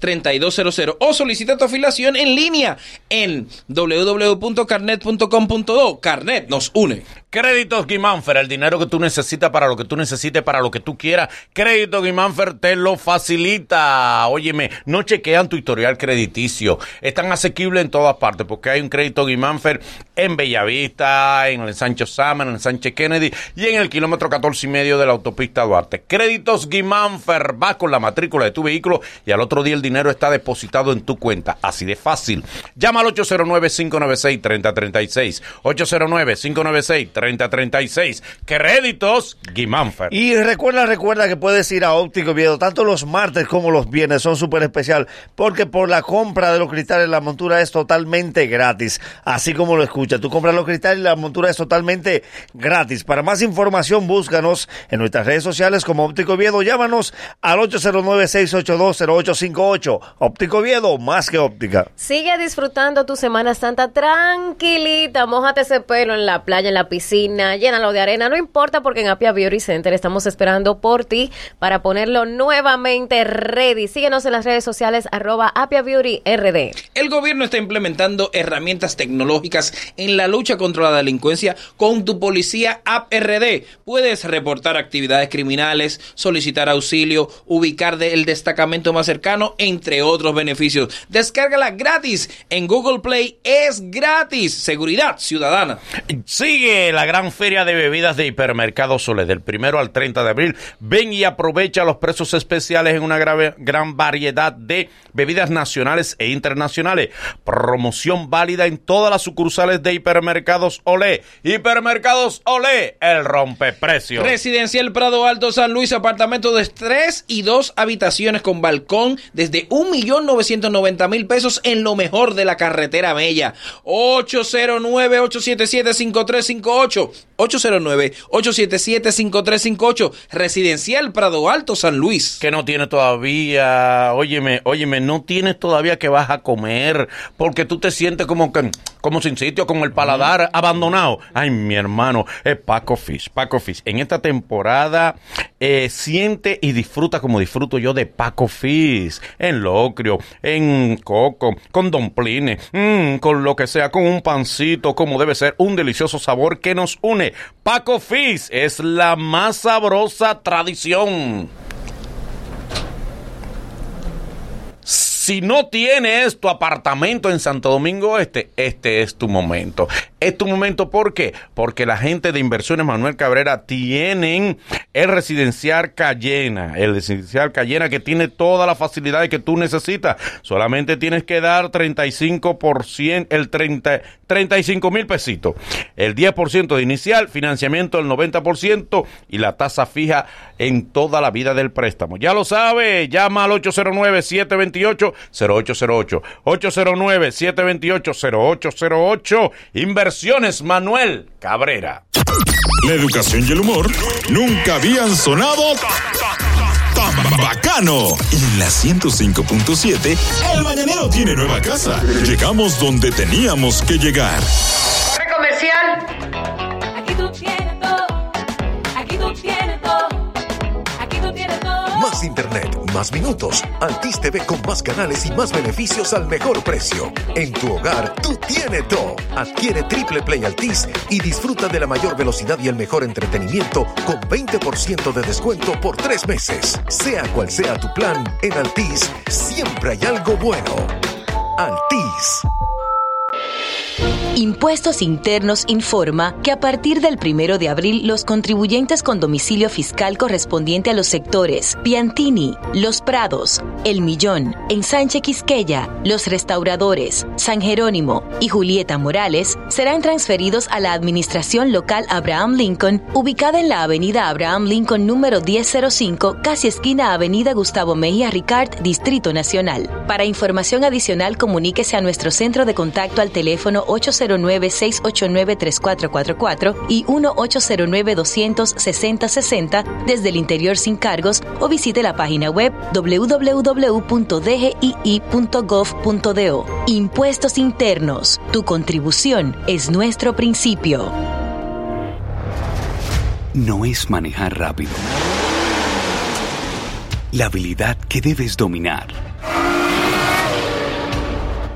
Speaker 3: 809-473-3200 o solicita tu afiliación en línea en www.carnet.com.do. Carnet nos une.
Speaker 4: Créditos Guimánfer, el dinero que tú necesitas para lo que tú necesites, para lo que tú quieras. Créditos Guimánfer te lo facilita. Óyeme, no chequean tu historial crediticio. Están asequibles en todas partes porque hay un crédito Guimánfer en Bellavista, en el Sancho Sama, en el Sánchez Kennedy y en el kilómetro 14 y medio de la autopista Duarte. Créditos Guimánfer, vas con la matrícula de tu vehículo y al otro día el dinero está depositado en tu cuenta. Así de fácil. Llama al 809-596-3036. 809-596-3036. Créditos Guimánfer.
Speaker 5: Y recuerda, recuerda que puedes ir a Óptico Viedo, tanto los martes como los viernes son súper especial, porque por la compra de los cristales la montura es totalmente gratis, así como lo escuchas. Tú compras los cristales y la montura es totalmente gratis. Para más información, búscanos en nuestras redes sociales como Óptico Viedo, llámanos al 809-682-0858. Óptico Viedo, más que óptica.
Speaker 6: Sigue disfrutando tu Semana Santa tranquilita. Mójate ese pelo en la playa, en la piscina, llénalo de arena. No importa porque en Apia Beauty Center estamos esperando por ti para ponerlo nuevamente ready. Síguenos en las redes sociales arroba Apia Beauty RD.
Speaker 3: El gobierno está implementando herramientas tecnológicas en la lucha contra la delincuencia con tu policía App RD. Puedes reportar actividades criminales, solicitar auxilio, ubicar de- el destacamento más cercano, entre otros beneficios. Descárgala gratis en Google Play. Es gratis. Seguridad ciudadana.
Speaker 4: Sigue la gran feria de bebidas de Hipermercado Soles del primero al 30 de abril. Ven y aprovecha los precios especiales en una grave- gran variedad de bebidas nacionales e internacionales. Promoción válida en todas las sucursales de Hipermercados Olé. Hipermercados Olé, el rompeprecio.
Speaker 3: Residencial Prado Alto San Luis, apartamento de 3 y 2 habitaciones con balcón desde 1.990.000 pesos en lo mejor de la carretera Mella. 809-877-5358. 809-877-5358. Residencial Prado Alto San Luis.
Speaker 4: que no tiene todavía, óyeme, óyeme, no tienes todavía que vas a comer, porque tú te sientes como que, como sin sitio, con el paladar abandonado. Ay, mi hermano, es Paco Fish, Paco Fish. En esta temporada, eh, siente y disfruta como disfruto yo de Paco Fish, en locrio, en coco, con domplines, mm, con lo que sea, con un pancito, como debe ser, un delicioso sabor que nos une. Paco Fish es la más sabrosa tradición. Si no tienes tu apartamento en Santo Domingo Este, este es tu momento. Es tu momento ¿por qué? Porque la gente de Inversiones Manuel Cabrera tienen el residencial Cayena, el residencial Cayena que tiene todas las facilidades que tú necesitas. Solamente tienes que dar 35%, el 30, 35 mil pesitos, el 10% de inicial, financiamiento el 90% y la tasa fija en toda la vida del préstamo. Ya lo sabe, llama al 809-728-0808. 809-728-0808. Inversiones Manuel Cabrera.
Speaker 1: La educación y el humor nunca habían sonado tan, tan, tan bacano.
Speaker 2: Y la 105.7.
Speaker 1: El mañanero tiene nueva casa.
Speaker 2: Llegamos donde teníamos que llegar.
Speaker 8: Aquí tú tienes todo. Aquí tú tienes todo. Aquí tú tienes todo.
Speaker 9: Más internet, más minutos. Altis TV con más canales y más beneficios al mejor precio. En tu hogar, tú tienes todo. Adquiere Triple Play Altis y disfruta de la mayor velocidad y el mejor entretenimiento con 20% de descuento por tres meses. Sea cual sea tu plan, en Altis siempre hay algo bueno. Altis.
Speaker 10: Impuestos Internos informa que a partir del primero de abril los contribuyentes con domicilio fiscal correspondiente a los sectores Piantini, Los Prados, El Millón, Ensanche Quisqueya, Los Restauradores, San Jerónimo y Julieta Morales serán transferidos a la Administración Local Abraham Lincoln, ubicada en la Avenida Abraham Lincoln número 1005, casi esquina Avenida Gustavo Mejía Ricard, Distrito Nacional. Para información adicional comuníquese a nuestro centro de contacto al teléfono
Speaker 11: 1-809-689-3444 y 1-809-260-60 desde el interior sin cargos o visite la página web www.dgii.gov.do. Impuestos internos. Tu contribución es nuestro principio.
Speaker 12: no es manejar rápido. La habilidad que debes dominar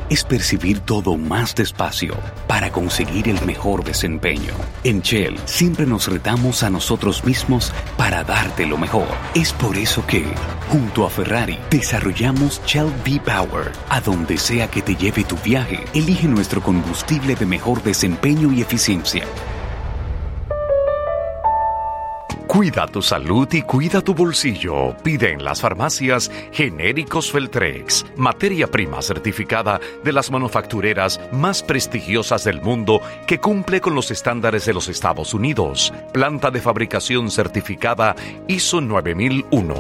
Speaker 12: es percibir todo más despacio para conseguir el mejor desempeño. En Shell siempre nos retamos a nosotros mismos para darte lo mejor. Es por eso que, junto a Ferrari, desarrollamos Shell V-Power. A donde sea que te lleve tu viaje, elige nuestro combustible de mejor desempeño y eficiencia.
Speaker 13: Cuida tu salud y cuida tu bolsillo. Pide en las farmacias genéricos Feltrex, materia prima certificada de las manufactureras más prestigiosas del mundo que cumple con los estándares de los Estados Unidos. Planta de fabricación certificada ISO 9001.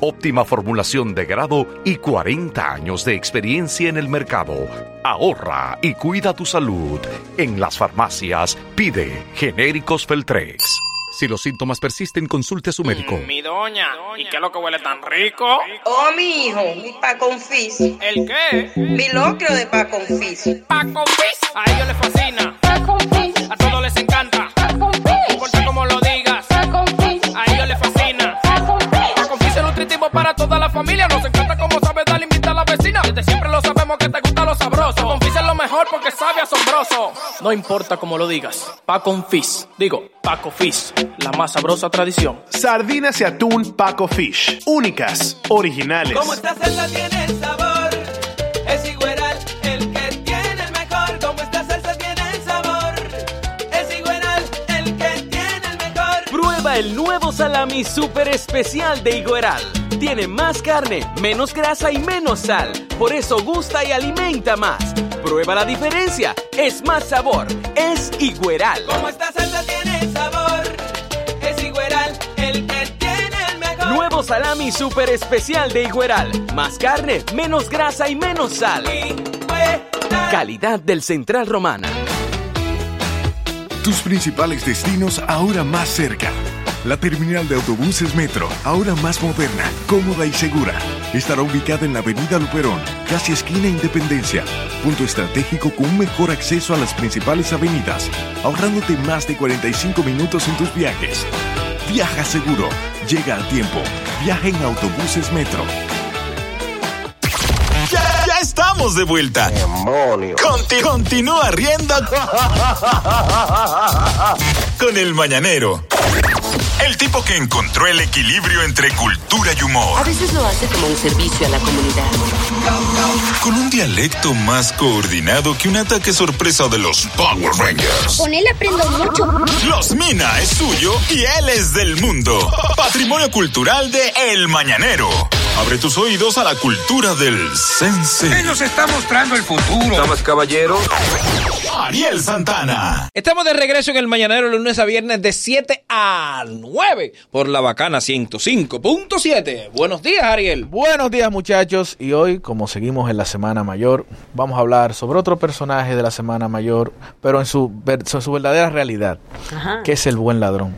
Speaker 13: Óptima formulación de grado y 40 años de experiencia en el mercado. Ahorra y cuida tu salud. En las farmacias pide genéricos Feltrex. Si los síntomas persisten, consulte a su médico.
Speaker 4: Mm,
Speaker 3: Mi doña, ¿y qué es lo que huele tan rico?
Speaker 14: Oh, mi hijo, mi paconfis.
Speaker 3: ¿El qué?
Speaker 14: Milocrio de paconfis.
Speaker 3: ¡Paconfis! A ellos les fascina. A todos les encanta. No importa cómo lo digas. A ellos les fascina. Paconfis es nutritivo para toda la familia. Nos encanta cómo sabe dar invita a la vecina. Desde siempre lo sabemos que te gusta lo sabroso. Paconfis es lo mejor porque sabe asombroso.
Speaker 15: No importa cómo lo digas, Paco Fish. Digo, Paco Fish, la más sabrosa tradición.
Speaker 16: Sardinas y atún Paco Fish. Únicas, originales.
Speaker 17: Como esta salsa tiene el sabor, es Igueral el que tiene el mejor. Como esta salsa tiene el sabor, es Igueral el que tiene el mejor.
Speaker 18: Prueba el nuevo salami super especial de Igueral. Tiene más carne, menos grasa y menos sal. Por eso gusta y alimenta más. Prueba la diferencia. Es más sabor. Es Igueral.
Speaker 17: Como esta salsa tiene el sabor, es Igueral el que tiene el mejor.
Speaker 18: Nuevo salami super especial de Igueral. Más carne, menos grasa y menos sal. Calidad del Central Romana.
Speaker 19: Tus principales destinos ahora más cerca. La terminal de autobuses Metro, ahora más moderna, cómoda y segura, estará ubicada en la Avenida Luperón, casi esquina Independencia, punto estratégico con un mejor acceso a las principales avenidas, ahorrándote más de 45 minutos en tus viajes. Viaja seguro, llega a tiempo, viaja en autobuses Metro.
Speaker 2: Ya, ya estamos de vuelta. Conti- continúa riendo con el mañanero. El tipo que encontró el equilibrio entre cultura y humor.
Speaker 20: A veces lo hace como un servicio a la comunidad.
Speaker 2: Con un dialecto más coordinado que un ataque sorpresa de los Power Rangers.
Speaker 21: Con él aprendo mucho.
Speaker 2: Los Mina es suyo y él es del mundo. Patrimonio cultural de El Mañanero. Abre tus oídos a la cultura del sense.
Speaker 22: nos está mostrando el futuro. Damas, caballeros.
Speaker 2: Ariel Santana.
Speaker 23: Estamos de regreso en el Mañanero lunes a viernes de 7 a 9 por la bacana 105.7. Buenos días, Ariel.
Speaker 7: Buenos días muchachos y hoy como seguimos en la Semana Mayor vamos a hablar sobre otro personaje de la Semana Mayor pero en su, ver- en su verdadera realidad
Speaker 6: Ajá.
Speaker 7: que es el buen ladrón.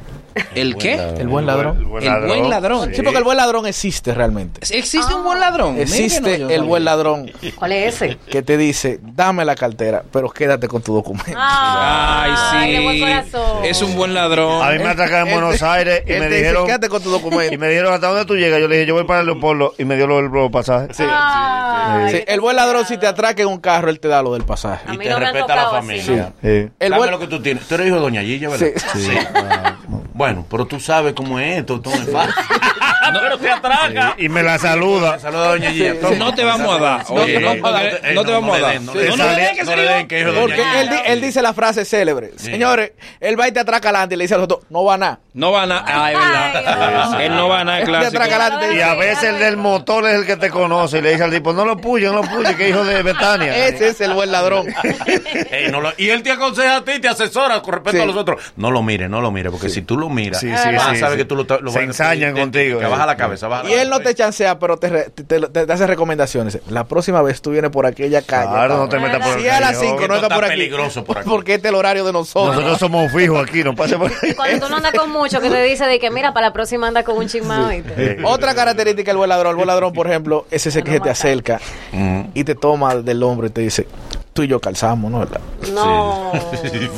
Speaker 23: ¿El qué?
Speaker 7: El buen ladrón.
Speaker 23: El buen ladrón. El buen ladrón.
Speaker 7: Sí, porque el buen ladrón existe realmente.
Speaker 23: ¿Existe un buen ladrón? Mira que no,
Speaker 7: Existe
Speaker 23: yo no
Speaker 7: el
Speaker 23: lo
Speaker 7: buen
Speaker 23: vi.
Speaker 7: ladrón
Speaker 6: ¿Cuál es ese?
Speaker 7: que te dice, dame la cartera, pero quédate con tu documento.
Speaker 23: Ay,
Speaker 6: Ay, de buen
Speaker 23: sí.
Speaker 6: corazón.
Speaker 23: Es un buen ladrón.
Speaker 5: A mí me atacaron en Buenos Aires y
Speaker 7: Él
Speaker 5: me
Speaker 7: te dice,
Speaker 5: dijeron.
Speaker 7: "Quédate con tu documento.
Speaker 5: Y me dijeron, ¿hasta dónde tú llegas? Yo le dije, yo voy para Leopoldo. Y me dio los, los pasajes.
Speaker 6: Ay,
Speaker 7: Sí, el buen ladrón, si te atraca en un carro, él te da lo del pasaje. eh.
Speaker 6: A
Speaker 4: Y
Speaker 6: mí
Speaker 4: te
Speaker 6: no me han
Speaker 4: respeta la
Speaker 6: tocado así,
Speaker 4: familia.
Speaker 5: Sí.
Speaker 6: ¿no?
Speaker 7: El
Speaker 4: Dame
Speaker 7: buen-
Speaker 4: lo que tú tienes. Tú eres hijo de Doña Gilla, ¿verdad?
Speaker 7: Sí.
Speaker 4: Bueno, pero tú sabes cómo es esto. Todo es fácil. Ah, pero te atraca.
Speaker 5: Y me la saluda.
Speaker 4: Saluda a Doña Gilla. Toma.
Speaker 23: No te vamos a dar.
Speaker 4: No,
Speaker 23: Oye,
Speaker 4: no,
Speaker 23: no,
Speaker 4: no,
Speaker 23: eh,
Speaker 4: eh,
Speaker 23: no te
Speaker 4: no,
Speaker 23: vamos a
Speaker 4: no le
Speaker 23: dar.
Speaker 4: den, no
Speaker 23: No
Speaker 4: le den.
Speaker 23: le den que
Speaker 4: No
Speaker 23: se
Speaker 4: le
Speaker 23: dio.
Speaker 4: den que es de
Speaker 7: Porque
Speaker 4: Doña
Speaker 7: él, di- él dice la frase célebre. Señores, él va y te atraca adelante y le dice a los otros, no va a nada.
Speaker 23: No van a. Ah, es verdad. Él no va a nada,
Speaker 7: Él te
Speaker 23: clásico.
Speaker 7: atraca adelante y te
Speaker 5: Y
Speaker 7: dice,
Speaker 5: a veces el del motor es el que te conoce. Y le dice al tipo, no lo puye, no lo puye, que hijo de Betania.
Speaker 7: ese es el buen ladrón.
Speaker 4: Ey, no lo- y él te aconseja a ti, te asesora con respecto
Speaker 7: Sí.
Speaker 4: a los otros. No lo mire, no lo mire, porque si tú lo miras,
Speaker 5: Sí, sí,
Speaker 4: van a
Speaker 5: sí,
Speaker 4: saber
Speaker 5: sí.
Speaker 4: que tú lo, lo
Speaker 5: Se
Speaker 4: van a-
Speaker 5: ensañan
Speaker 4: te- te-
Speaker 5: contigo,
Speaker 4: que
Speaker 5: eh.
Speaker 4: baja la cabeza, baja la
Speaker 7: Y él no te chancea, pero te, re- te, te- te hace recomendaciones. La próxima vez tú vienes por aquella calle.
Speaker 5: Claro, no te
Speaker 7: cabrón.
Speaker 5: metas por
Speaker 7: Si
Speaker 5: el
Speaker 7: a las
Speaker 5: callejón.
Speaker 7: 5
Speaker 5: Esto
Speaker 7: no está
Speaker 5: está
Speaker 7: por aquí.
Speaker 5: peligroso por aquí.
Speaker 7: Porque este es el horario de nosotros.
Speaker 5: Nosotros somos fijos aquí, no pase por ahí.
Speaker 6: Cuando tú no andas con mucho, que te dice de que mira, para la próxima anda con un chismado.
Speaker 7: Otra característica del buen ladrón. El buen ladrón, por ejemplo, es ese que se te acerca y te toma del hombro y te dice, tú y yo calzamos, ¿no? ¿Verdad?
Speaker 6: No.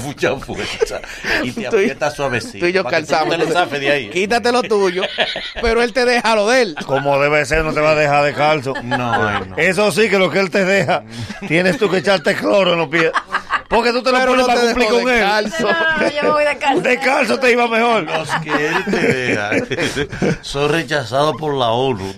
Speaker 4: Mucha fuerza. Y te
Speaker 7: Tú y-
Speaker 4: aprieta suavecito.
Speaker 7: Tú y yo
Speaker 4: para que tú
Speaker 7: calzamos.
Speaker 4: te le zafes de ahí.
Speaker 7: Quítate lo tuyo, pero él te deja lo de él.
Speaker 5: Como debe ser, no te va a dejar de calzo.
Speaker 4: No,
Speaker 5: Eso sí, que lo que él te deja, tienes tú que echarte cloro en los pies. Porque tú te lo
Speaker 7: Pero
Speaker 5: pones
Speaker 7: no
Speaker 5: para
Speaker 7: te
Speaker 5: cumplir
Speaker 7: dejó
Speaker 5: con
Speaker 7: de
Speaker 5: él.
Speaker 7: calzo. No,
Speaker 6: yo me voy de calzo.
Speaker 5: De calzo te iba mejor.
Speaker 4: Los que él te deja. Soy rechazado por la ONU.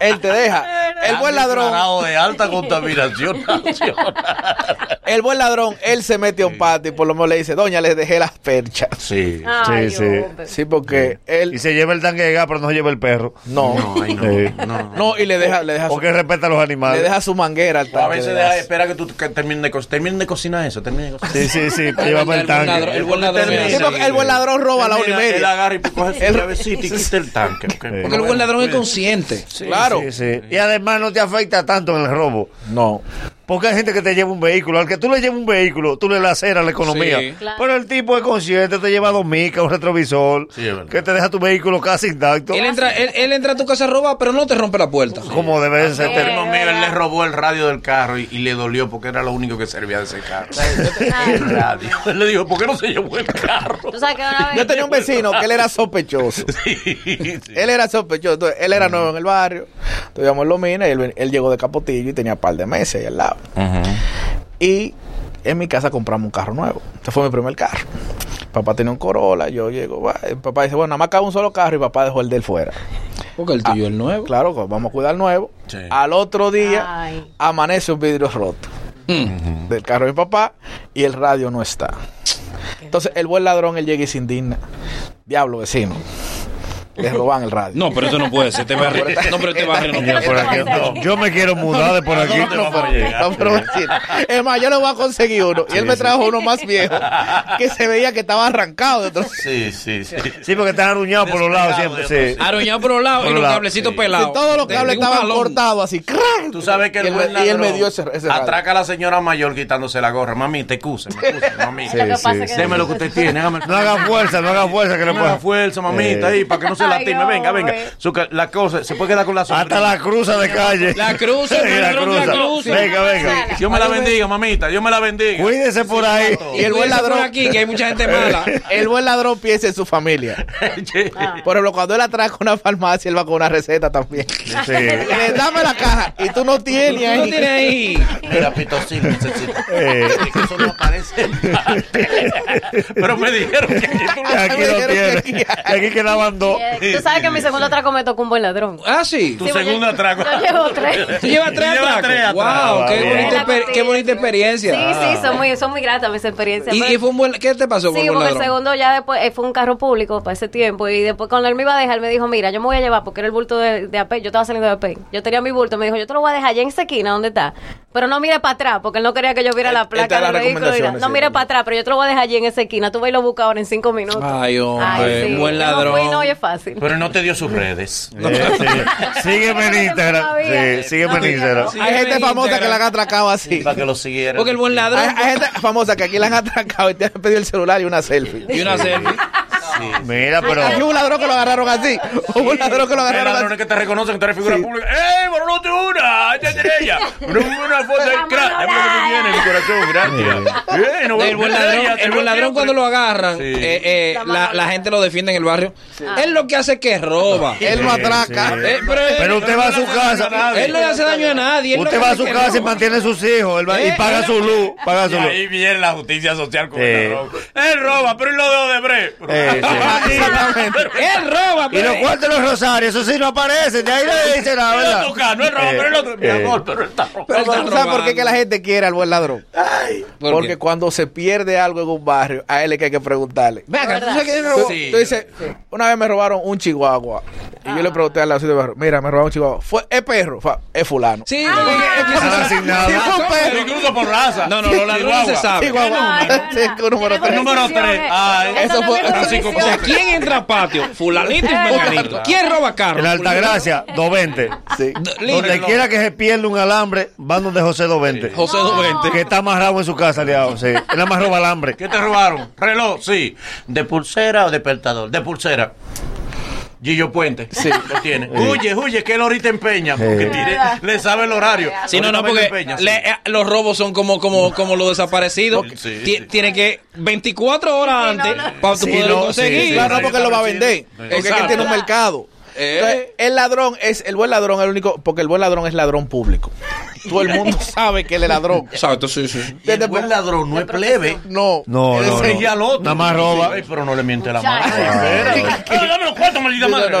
Speaker 7: Él te deja. El buen ladrón.
Speaker 4: de alta contaminación nacional.
Speaker 7: El buen ladrón, él se mete a un patio y por lo menos le dice, doña, les dejé las perchas.
Speaker 4: Sí.
Speaker 5: Ay, Sí, sí. hombre.
Speaker 7: Sí, porque él...
Speaker 5: Y se lleva el tanque de gas, pero no se lleva el perro.
Speaker 7: No.
Speaker 4: No, ay, no.
Speaker 5: Sí.
Speaker 7: No, y le deja, le deja su-
Speaker 5: Porque respeta a los animales.
Speaker 7: le deja su manguera al
Speaker 4: O a
Speaker 7: tanque
Speaker 4: veces
Speaker 7: de
Speaker 4: deja,
Speaker 7: gas.
Speaker 4: espera que tú que termine de, co- termine de cocinar eso. Termine de cocinar.
Speaker 5: Sí, sí, sí, para llevarme el tanque.
Speaker 7: el buen ladrón-
Speaker 4: Termina,
Speaker 7: Sí, porque el buen ladrón roba la
Speaker 4: termina,
Speaker 7: hora y media.
Speaker 4: Él agarra y pues coge su
Speaker 7: Él-
Speaker 4: llavecita y quita el tanque. ok.
Speaker 3: Porque el buen ladrón es consciente.
Speaker 7: claro.
Speaker 5: pues, Sí, sí. Y además no te afecta tanto en el robo.
Speaker 7: No.
Speaker 5: Porque hay gente que te lleva un vehículo. Al que tú le llevas un vehículo, tú le laceras la economía.
Speaker 4: Sí. Claro.
Speaker 5: Pero el tipo es consciente, te lleva dos micas, un retrovisor, que te deja tu vehículo casi intacto.
Speaker 3: Él entra, él, él entra a tu casa a robar, pero no te rompe la puerta.
Speaker 5: Como debe ser.
Speaker 4: El hermano mío, él le robó el radio del carro y, y le dolió porque era lo único que servía de ese carro. el radio. Él le dijo, ¿por qué no se llevó el carro?
Speaker 6: Tú sabes que una
Speaker 7: Yo
Speaker 6: vez...
Speaker 7: tenía un vecino que él era sospechoso. Él era sospechoso. Entonces, él
Speaker 5: Mm.
Speaker 7: era nuevo en el barrio. Entonces íbamos en Los Minas y él, ven- él llegó de Capotillo y tenía un par de meses ahí al lado. Y en mi casa compramos un carro nuevo. Este fue mi primer carro. Papá tenía un Corolla, yo llego, va, el papá dice, bueno, nada más cabe un solo carro y papá dejó el de él fuera.
Speaker 3: Porque el tuyo es el nuevo.
Speaker 7: Claro, pues, vamos a cuidar el nuevo.
Speaker 4: Sí.
Speaker 7: Al otro día
Speaker 6: Ay.
Speaker 7: amanece un vidrio roto
Speaker 3: Mm.
Speaker 7: del carro de mi papá y el radio no está. Entonces el buen ladrón, él llega y se indigna. Diablo, vecino. Le roban el radio.
Speaker 3: No, pero eso no puede ser. Este barrio, no, pero este barrio no puede
Speaker 5: Por aquí,
Speaker 3: ser.
Speaker 5: no. Yo me quiero mudar de por aquí.
Speaker 7: No, pero vecino. Es más, yo le voy a conseguir uno. Y él me trajo uno más viejo que se veía que estaba arrancado. de otro-
Speaker 4: Sí, sí, sí.
Speaker 5: Sí, porque estás aruñado por los lados siempre. Sí.
Speaker 3: Aroñado por un lado y
Speaker 5: Por
Speaker 3: los
Speaker 5: lado,
Speaker 3: cablecitos
Speaker 4: sí.
Speaker 3: pelados.
Speaker 7: Y todos los
Speaker 3: De-
Speaker 7: cables
Speaker 3: de un
Speaker 7: estaban
Speaker 3: jalón.
Speaker 7: cortados así. ¡crack!
Speaker 4: Tú sabes que el
Speaker 7: Y él me-
Speaker 4: buen
Speaker 7: y él me
Speaker 4: ladrón
Speaker 7: dio ese- ese radio.
Speaker 4: atraca a la señora mayor quitándose la gorra. Mami, te excuse, me excuse, mami.
Speaker 5: Lo que pasa es que-
Speaker 4: Deme lo que usted tiene, hágame el
Speaker 5: No haga fuerza, no haga fuerza que le
Speaker 4: Ponga
Speaker 5: pueda.
Speaker 4: fuerza, mamita,
Speaker 5: Eh.
Speaker 4: ahí, para que no se
Speaker 6: Ay,
Speaker 4: lastime. Venga, venga.
Speaker 6: hombre.
Speaker 4: Su ca- la cosa, se puede quedar con la
Speaker 5: Hasta
Speaker 4: sonrisa.
Speaker 5: la cruza de calle.
Speaker 3: La cruz, el
Speaker 5: Sí, la
Speaker 3: ladrón, la
Speaker 5: cruza.
Speaker 3: cruz.
Speaker 5: Venga, venga.
Speaker 4: Dios me la bendiga, mamita. Dios me la bendiga.
Speaker 5: Cuídese por ahí. Eh.
Speaker 7: Y el buen
Speaker 3: Cuídense por
Speaker 7: ladrón.
Speaker 3: aquí, que hay mucha gente mala. Ah.
Speaker 7: El buen ladrón piensa en su familia.
Speaker 4: Sí.
Speaker 7: Por ejemplo, cuando él atraca una farmacia, él va con una receta también.
Speaker 5: Sí.
Speaker 4: Eh,
Speaker 7: Le dame la caja y tú no tienes
Speaker 3: Tú
Speaker 7: ahí.
Speaker 3: no tienes ahí.
Speaker 4: Mira, pitocil necesito.
Speaker 5: Eh.
Speaker 4: Es que eso no aparece. Pero me dijeron que aquí tú lo-
Speaker 5: Aquí
Speaker 7: Me
Speaker 5: lo
Speaker 7: dijeron
Speaker 5: tiene.
Speaker 7: que
Speaker 5: Y aquí quedaban dos.
Speaker 6: Eh, Tú sabes que mi segundo atraco me tocó un buen ladrón.
Speaker 3: Ah, sí.
Speaker 4: Tu segundo atraco.
Speaker 6: Yo llevo tres.
Speaker 3: Tú llevas tres
Speaker 4: Lleva
Speaker 3: atracos.
Speaker 4: tres atracos.
Speaker 3: Wow, qué
Speaker 5: Bien.
Speaker 3: bonita,
Speaker 6: Bien.
Speaker 3: exper- qué bonita experiencia.
Speaker 6: Sí, sí, son muy, son muy gratas mis experiencias.
Speaker 3: ¿Y,
Speaker 6: Pero-
Speaker 3: y fue un buen, ¿Qué te pasó con
Speaker 6: Sí,
Speaker 3: el buen
Speaker 6: porque el
Speaker 3: ladrón?
Speaker 6: segundo ya después eh, fue un carro público para ese tiempo y después cuando él me iba a dejar me dijo, mira, yo me voy a llevar porque era el bulto de, de AP, yo estaba saliendo de AP, yo tenía mi bulto, me dijo, yo te lo voy a dejar allá en esa esquina donde está, pero no mire para atrás porque él no quería que yo viera
Speaker 7: Él-
Speaker 6: la
Speaker 7: él te
Speaker 6: placa
Speaker 7: da
Speaker 6: del
Speaker 7: las
Speaker 6: vehículo, y la-
Speaker 7: recomendaciones,
Speaker 6: no
Speaker 7: sí,
Speaker 6: mire
Speaker 7: él-
Speaker 6: para atrás, pero yo te lo voy a dejar allí en esa esquina, tú vas y lo buscas ahora en cinco minutos.
Speaker 4: Ah,
Speaker 3: Ay, hombre,
Speaker 6: sí.
Speaker 3: buen
Speaker 6: Yo me
Speaker 3: ladrón.
Speaker 6: fui, no, y es fácil.
Speaker 4: Pero no te dio sus redes.
Speaker 5: Eh, sí. Sígueme en Instagram. Sí, sígueme en Instagram.
Speaker 7: Hay gente
Speaker 3: en
Speaker 7: famosa
Speaker 3: Instagram.
Speaker 7: que la han atracado así.
Speaker 4: Para que lo siguieran.
Speaker 3: Porque el buen
Speaker 7: Hay,
Speaker 3: ladrón.
Speaker 7: hay gente famosa que aquí la han atracado y te han pedido el celular y una selfie.
Speaker 3: Y una selfie.
Speaker 5: Mira,
Speaker 7: Aquí
Speaker 5: pero.
Speaker 7: hubo un ladrón que lo agarraron así. Hubo un ladrón que lo
Speaker 4: Hay
Speaker 7: agarraron
Speaker 4: ladrones
Speaker 7: así.
Speaker 4: que te reconocen, que tú eres figura pública. ¡Ey, Manolo Tuna! ¡Esta es ella! Una, una foto del crack. Dame lo que tú tienes, mi corazón. Gracias. Ey, no voy a
Speaker 3: El buen
Speaker 4: olvidar de
Speaker 3: ladrón,
Speaker 4: ella, te
Speaker 3: el
Speaker 4: veo
Speaker 3: buen ladrón
Speaker 4: siempre.
Speaker 3: cuando lo agarran,
Speaker 4: Sí.
Speaker 3: eh, eh, la, la gente lo defiende en el barrio. Él lo que hace es que roba.
Speaker 7: Él no atraca.
Speaker 3: Eh, pero, él-
Speaker 5: Pero usted va a su casa.
Speaker 3: él no le hace daño a nadie. él lo
Speaker 5: Usted
Speaker 3: que
Speaker 5: va a
Speaker 3: hace
Speaker 5: su
Speaker 3: es que
Speaker 5: casa y
Speaker 3: roba.
Speaker 5: mantiene a sus hijos. él va-
Speaker 3: Eh,
Speaker 5: Y paga su luz. Paga
Speaker 4: Y
Speaker 5: su luz.
Speaker 4: ahí viene la justicia social con
Speaker 5: Sí.
Speaker 4: el ladrón. Él roba, pero él lo de Odebrecht.
Speaker 5: Eh, sí. Exactamente.
Speaker 3: Él roba,
Speaker 5: Y
Speaker 7: pues.
Speaker 5: los cuartos de los rosarios, eso sí no aparece, de ahí le dice la verdad.
Speaker 4: no es roba, pero es
Speaker 7: Eh,
Speaker 4: otro, mi
Speaker 5: eh.
Speaker 4: amor, pero está
Speaker 7: Pero, ¿Sabes por qué que la gente quiere al buen ladrón?
Speaker 4: ¿Por
Speaker 7: Porque
Speaker 4: qué?
Speaker 7: cuando se pierde algo en un barrio, a él es que hay que preguntarle.
Speaker 3: Ven acá, ¿tú sabes que
Speaker 7: Tú- tú dices, una vez me robaron un chihuahua. Y yo le pregunté al auxilio de barrio, mira, me robaron un chihuahua. ¿Fue, ¿Es perro? Fue- es fulano. Ah.
Speaker 3: Sí,
Speaker 7: Sí, fue un perro.
Speaker 4: incluso por raza.
Speaker 3: No, no, los ladrones se saben.
Speaker 7: Chihuahua. Sí, número
Speaker 4: El
Speaker 7: tres.
Speaker 4: número tres. Ah,
Speaker 7: Eso fue-
Speaker 3: O sea, ¿quién entra a patio? Fulanito y menganito. ¿Quién roba carro?
Speaker 5: En Altagracia, 220. Donde
Speaker 3: Lindo.
Speaker 5: quiera que se pierda un alambre, van donde José 220.
Speaker 3: José 220.
Speaker 5: Que está amarrado en su casa, liado. Sí. Él nada más roba alambre.
Speaker 4: ¿Qué te robaron? Reloj, sí. ¿De pulsera o despertador? De pulsera. Gillo Puente. Sí. Lo tiene. Huye, huye, que él ahorita empeña. Porque tiene- le sabe el horario.
Speaker 3: Sí, no, no,
Speaker 4: Ahorita
Speaker 3: porque
Speaker 4: me empeña, sí.
Speaker 3: le- eh, los robos son como, como, como los desaparecidos.
Speaker 4: Sí,
Speaker 3: Ti-
Speaker 4: sí.
Speaker 3: Tiene que 24 horas antes para tú
Speaker 7: Sí,
Speaker 3: poderlo
Speaker 7: no,
Speaker 3: conseguir.
Speaker 7: sí, sí. Claro, no, porque lo va a vender. Porque es que
Speaker 3: Exacto.
Speaker 7: tiene un mercado. Entonces, el ladrón es el buen ladrón, el único, porque el buen ladrón es ladrón público. Todo el mundo sabe que él es ladrón.
Speaker 3: Exacto, sí, sí.
Speaker 7: Y el buen
Speaker 4: ladrón no es plebe.
Speaker 7: No,
Speaker 5: No,
Speaker 4: Él
Speaker 5: no,
Speaker 4: seguía
Speaker 5: no.
Speaker 4: al otro.
Speaker 5: Nada más roba.
Speaker 4: Ay, pero no le miente la
Speaker 7: Ah,
Speaker 4: mano.
Speaker 5: Muchacho.
Speaker 4: Espera. No, dame los cuartos, maldita madre.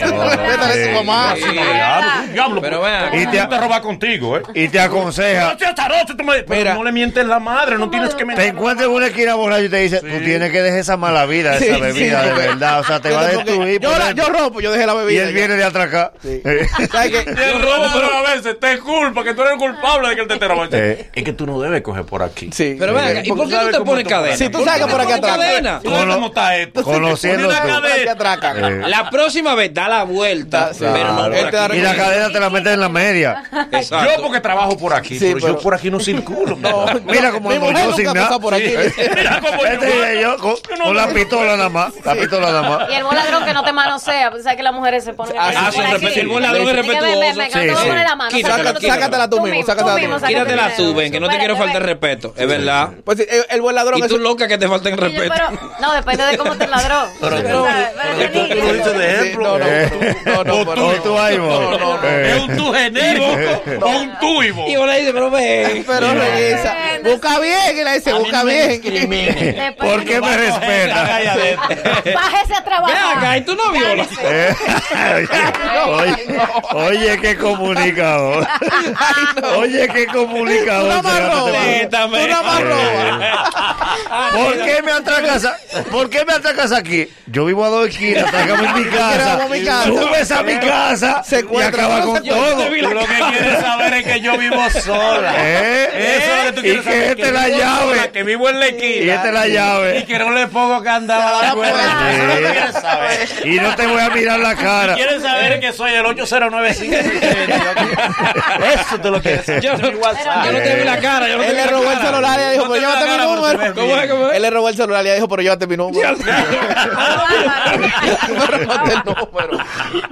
Speaker 5: Respétale a su mamá.
Speaker 4: Sí, diablo, Diablo,
Speaker 3: Pero
Speaker 4: pues.
Speaker 3: vea.
Speaker 4: Y te roba contigo, ¿eh?
Speaker 5: Y te aconseja.
Speaker 4: No seas tarote, tú me- pero no le mientes la madre, no tienes que
Speaker 5: Te
Speaker 4: mentir.
Speaker 5: encuentras en una esquina borracho y te dice, tú tienes que dejar esa mala vida, esa
Speaker 7: Sí,
Speaker 5: bebida,
Speaker 7: sí.
Speaker 5: de verdad. O sea, te va a
Speaker 7: Porque
Speaker 5: destruir.
Speaker 7: yo,
Speaker 5: por
Speaker 7: la-
Speaker 5: dentro.
Speaker 7: yo rompo, yo dejé la
Speaker 5: y
Speaker 7: bebida.
Speaker 5: él viene de atracar. Eh.
Speaker 7: ¿Sabes qué?
Speaker 4: Te robo, pero a veces te culpa, que tú eres el culpable de que él te, te robó. Es que tú no debes coger por aquí.
Speaker 7: Sí.
Speaker 3: Pero ven acá, ¿y por qué tú te pones cadena?
Speaker 7: Sí, tú
Speaker 3: ¿Por
Speaker 7: sabes
Speaker 3: qué
Speaker 7: que por
Speaker 3: te
Speaker 7: aquí
Speaker 3: pones
Speaker 7: atracan.
Speaker 3: cadena?
Speaker 4: Tú sabes cómo está esto.
Speaker 5: Conociendo
Speaker 4: Pone una
Speaker 5: tú.
Speaker 7: Por aquí
Speaker 4: cadena.
Speaker 7: atracan.
Speaker 5: Eh.
Speaker 3: La próxima vez da la vuelta, pero no por
Speaker 7: Él te da
Speaker 3: aquí.
Speaker 5: Y la
Speaker 7: recomendación.
Speaker 5: cadena te la metes en la media.
Speaker 3: Exacto.
Speaker 4: Yo porque trabajo por aquí,
Speaker 7: Sí,
Speaker 4: pero, yo
Speaker 7: pero-
Speaker 4: por aquí no circulo.
Speaker 7: No,
Speaker 4: mano.
Speaker 5: Mira cómo
Speaker 7: Mi
Speaker 5: ando
Speaker 7: mujer
Speaker 5: yo
Speaker 7: nunca
Speaker 5: sin
Speaker 7: ha
Speaker 5: nada. eh.
Speaker 7: pasado por aquí.
Speaker 4: Mira cómo yo-
Speaker 5: Este, yo con, con la pistola nada más. La pistola nada más.
Speaker 6: Y el buen ladrón que no te manosea, pues sabes que las mujeres se ponen.
Speaker 7: Ah, sí,
Speaker 6: por aquí.
Speaker 7: respeto- el buen
Speaker 3: ladrón es
Speaker 6: Dije, ven, ven,
Speaker 3: respetuoso.
Speaker 6: ven, que no
Speaker 5: Sí,
Speaker 6: te voy a
Speaker 5: sí.
Speaker 6: poner la mano.
Speaker 3: Quítatela,
Speaker 6: sácatela,
Speaker 3: quítatela.
Speaker 7: Sácatela tú mismo, sácatela tú
Speaker 6: mismo,
Speaker 7: mismo.
Speaker 6: sácatela
Speaker 3: Quíratela
Speaker 6: primero.
Speaker 3: tú, ven, que no te quiero
Speaker 6: Supérate,
Speaker 3: faltar
Speaker 6: ven.
Speaker 3: respeto, es verdad.
Speaker 7: Pues sí, el, el buen ladrón
Speaker 3: Y
Speaker 7: es
Speaker 3: tú loca que te falten
Speaker 6: Y yo,
Speaker 3: respeto.
Speaker 6: pero- no, depende de cómo te ladró.
Speaker 4: Pero
Speaker 6: Tú
Speaker 4: tú-
Speaker 6: sabes,
Speaker 4: pero
Speaker 6: pero
Speaker 4: tú- tú lo dices de
Speaker 7: no,
Speaker 4: ejemplo.
Speaker 7: no,
Speaker 5: Eh,
Speaker 7: no, no, no,
Speaker 5: O tú, o tú ahí,
Speaker 7: no, no, no.
Speaker 5: Eh.
Speaker 4: Es un tu genérico o un tuibo.
Speaker 3: Y ahora dice, pero ven.
Speaker 7: Pero regresa. Busca bien, y le dice, busca bien.
Speaker 4: Discrimine.
Speaker 6: depende-
Speaker 5: ¿Por qué me respeta?
Speaker 4: Ay, adentro.
Speaker 6: Bájese a
Speaker 3: Ven
Speaker 6: trabajar.
Speaker 3: acá, y tú no violas.
Speaker 5: Eh, oye, oye, qué comunicador. Oye, qué comunicador.
Speaker 7: Tú no más
Speaker 5: será que te
Speaker 7: robas.
Speaker 5: mando.
Speaker 7: Tú no más robas.
Speaker 5: ¿Por qué me atracas? a- ¿Por qué me atracas aquí? Yo vivo a dos esquinas, atracame en mi casa.
Speaker 7: Atracamos mi casa.
Speaker 5: Subes a mi casa y
Speaker 7: Secuestra.
Speaker 5: acaba con
Speaker 7: Yo
Speaker 5: todo.
Speaker 4: Tú lo que quieres saber es que yo vivo sola.
Speaker 5: ¿Eh?
Speaker 4: Eso es lo que tú
Speaker 5: Y
Speaker 4: quieres
Speaker 5: que
Speaker 4: saber.
Speaker 5: esta es la
Speaker 4: vivo
Speaker 5: llave.
Speaker 4: sola, que vivo en la esquina.
Speaker 5: Y esta es la llave.
Speaker 4: Y que no le pongo candado a la puerta. Eso es lo que quieres saber.
Speaker 5: Y no te voy a mirar la cara.
Speaker 4: Quieres saber que soy el 8095. Eso te lo quieres saber.
Speaker 3: Yo no, yo no te vi la cara, yo no te
Speaker 7: Él
Speaker 3: vi
Speaker 7: le
Speaker 3: la
Speaker 7: robó el
Speaker 3: cara.
Speaker 7: celular y le dijo,
Speaker 4: No
Speaker 7: pero
Speaker 4: te veo la
Speaker 7: llévate mi
Speaker 4: cara, pero te
Speaker 7: número.
Speaker 4: ves bien.
Speaker 3: ¿Cómo es, cómo es?
Speaker 7: Él le robó el celular y le dijo, pero llévate mi número. Pero no te número.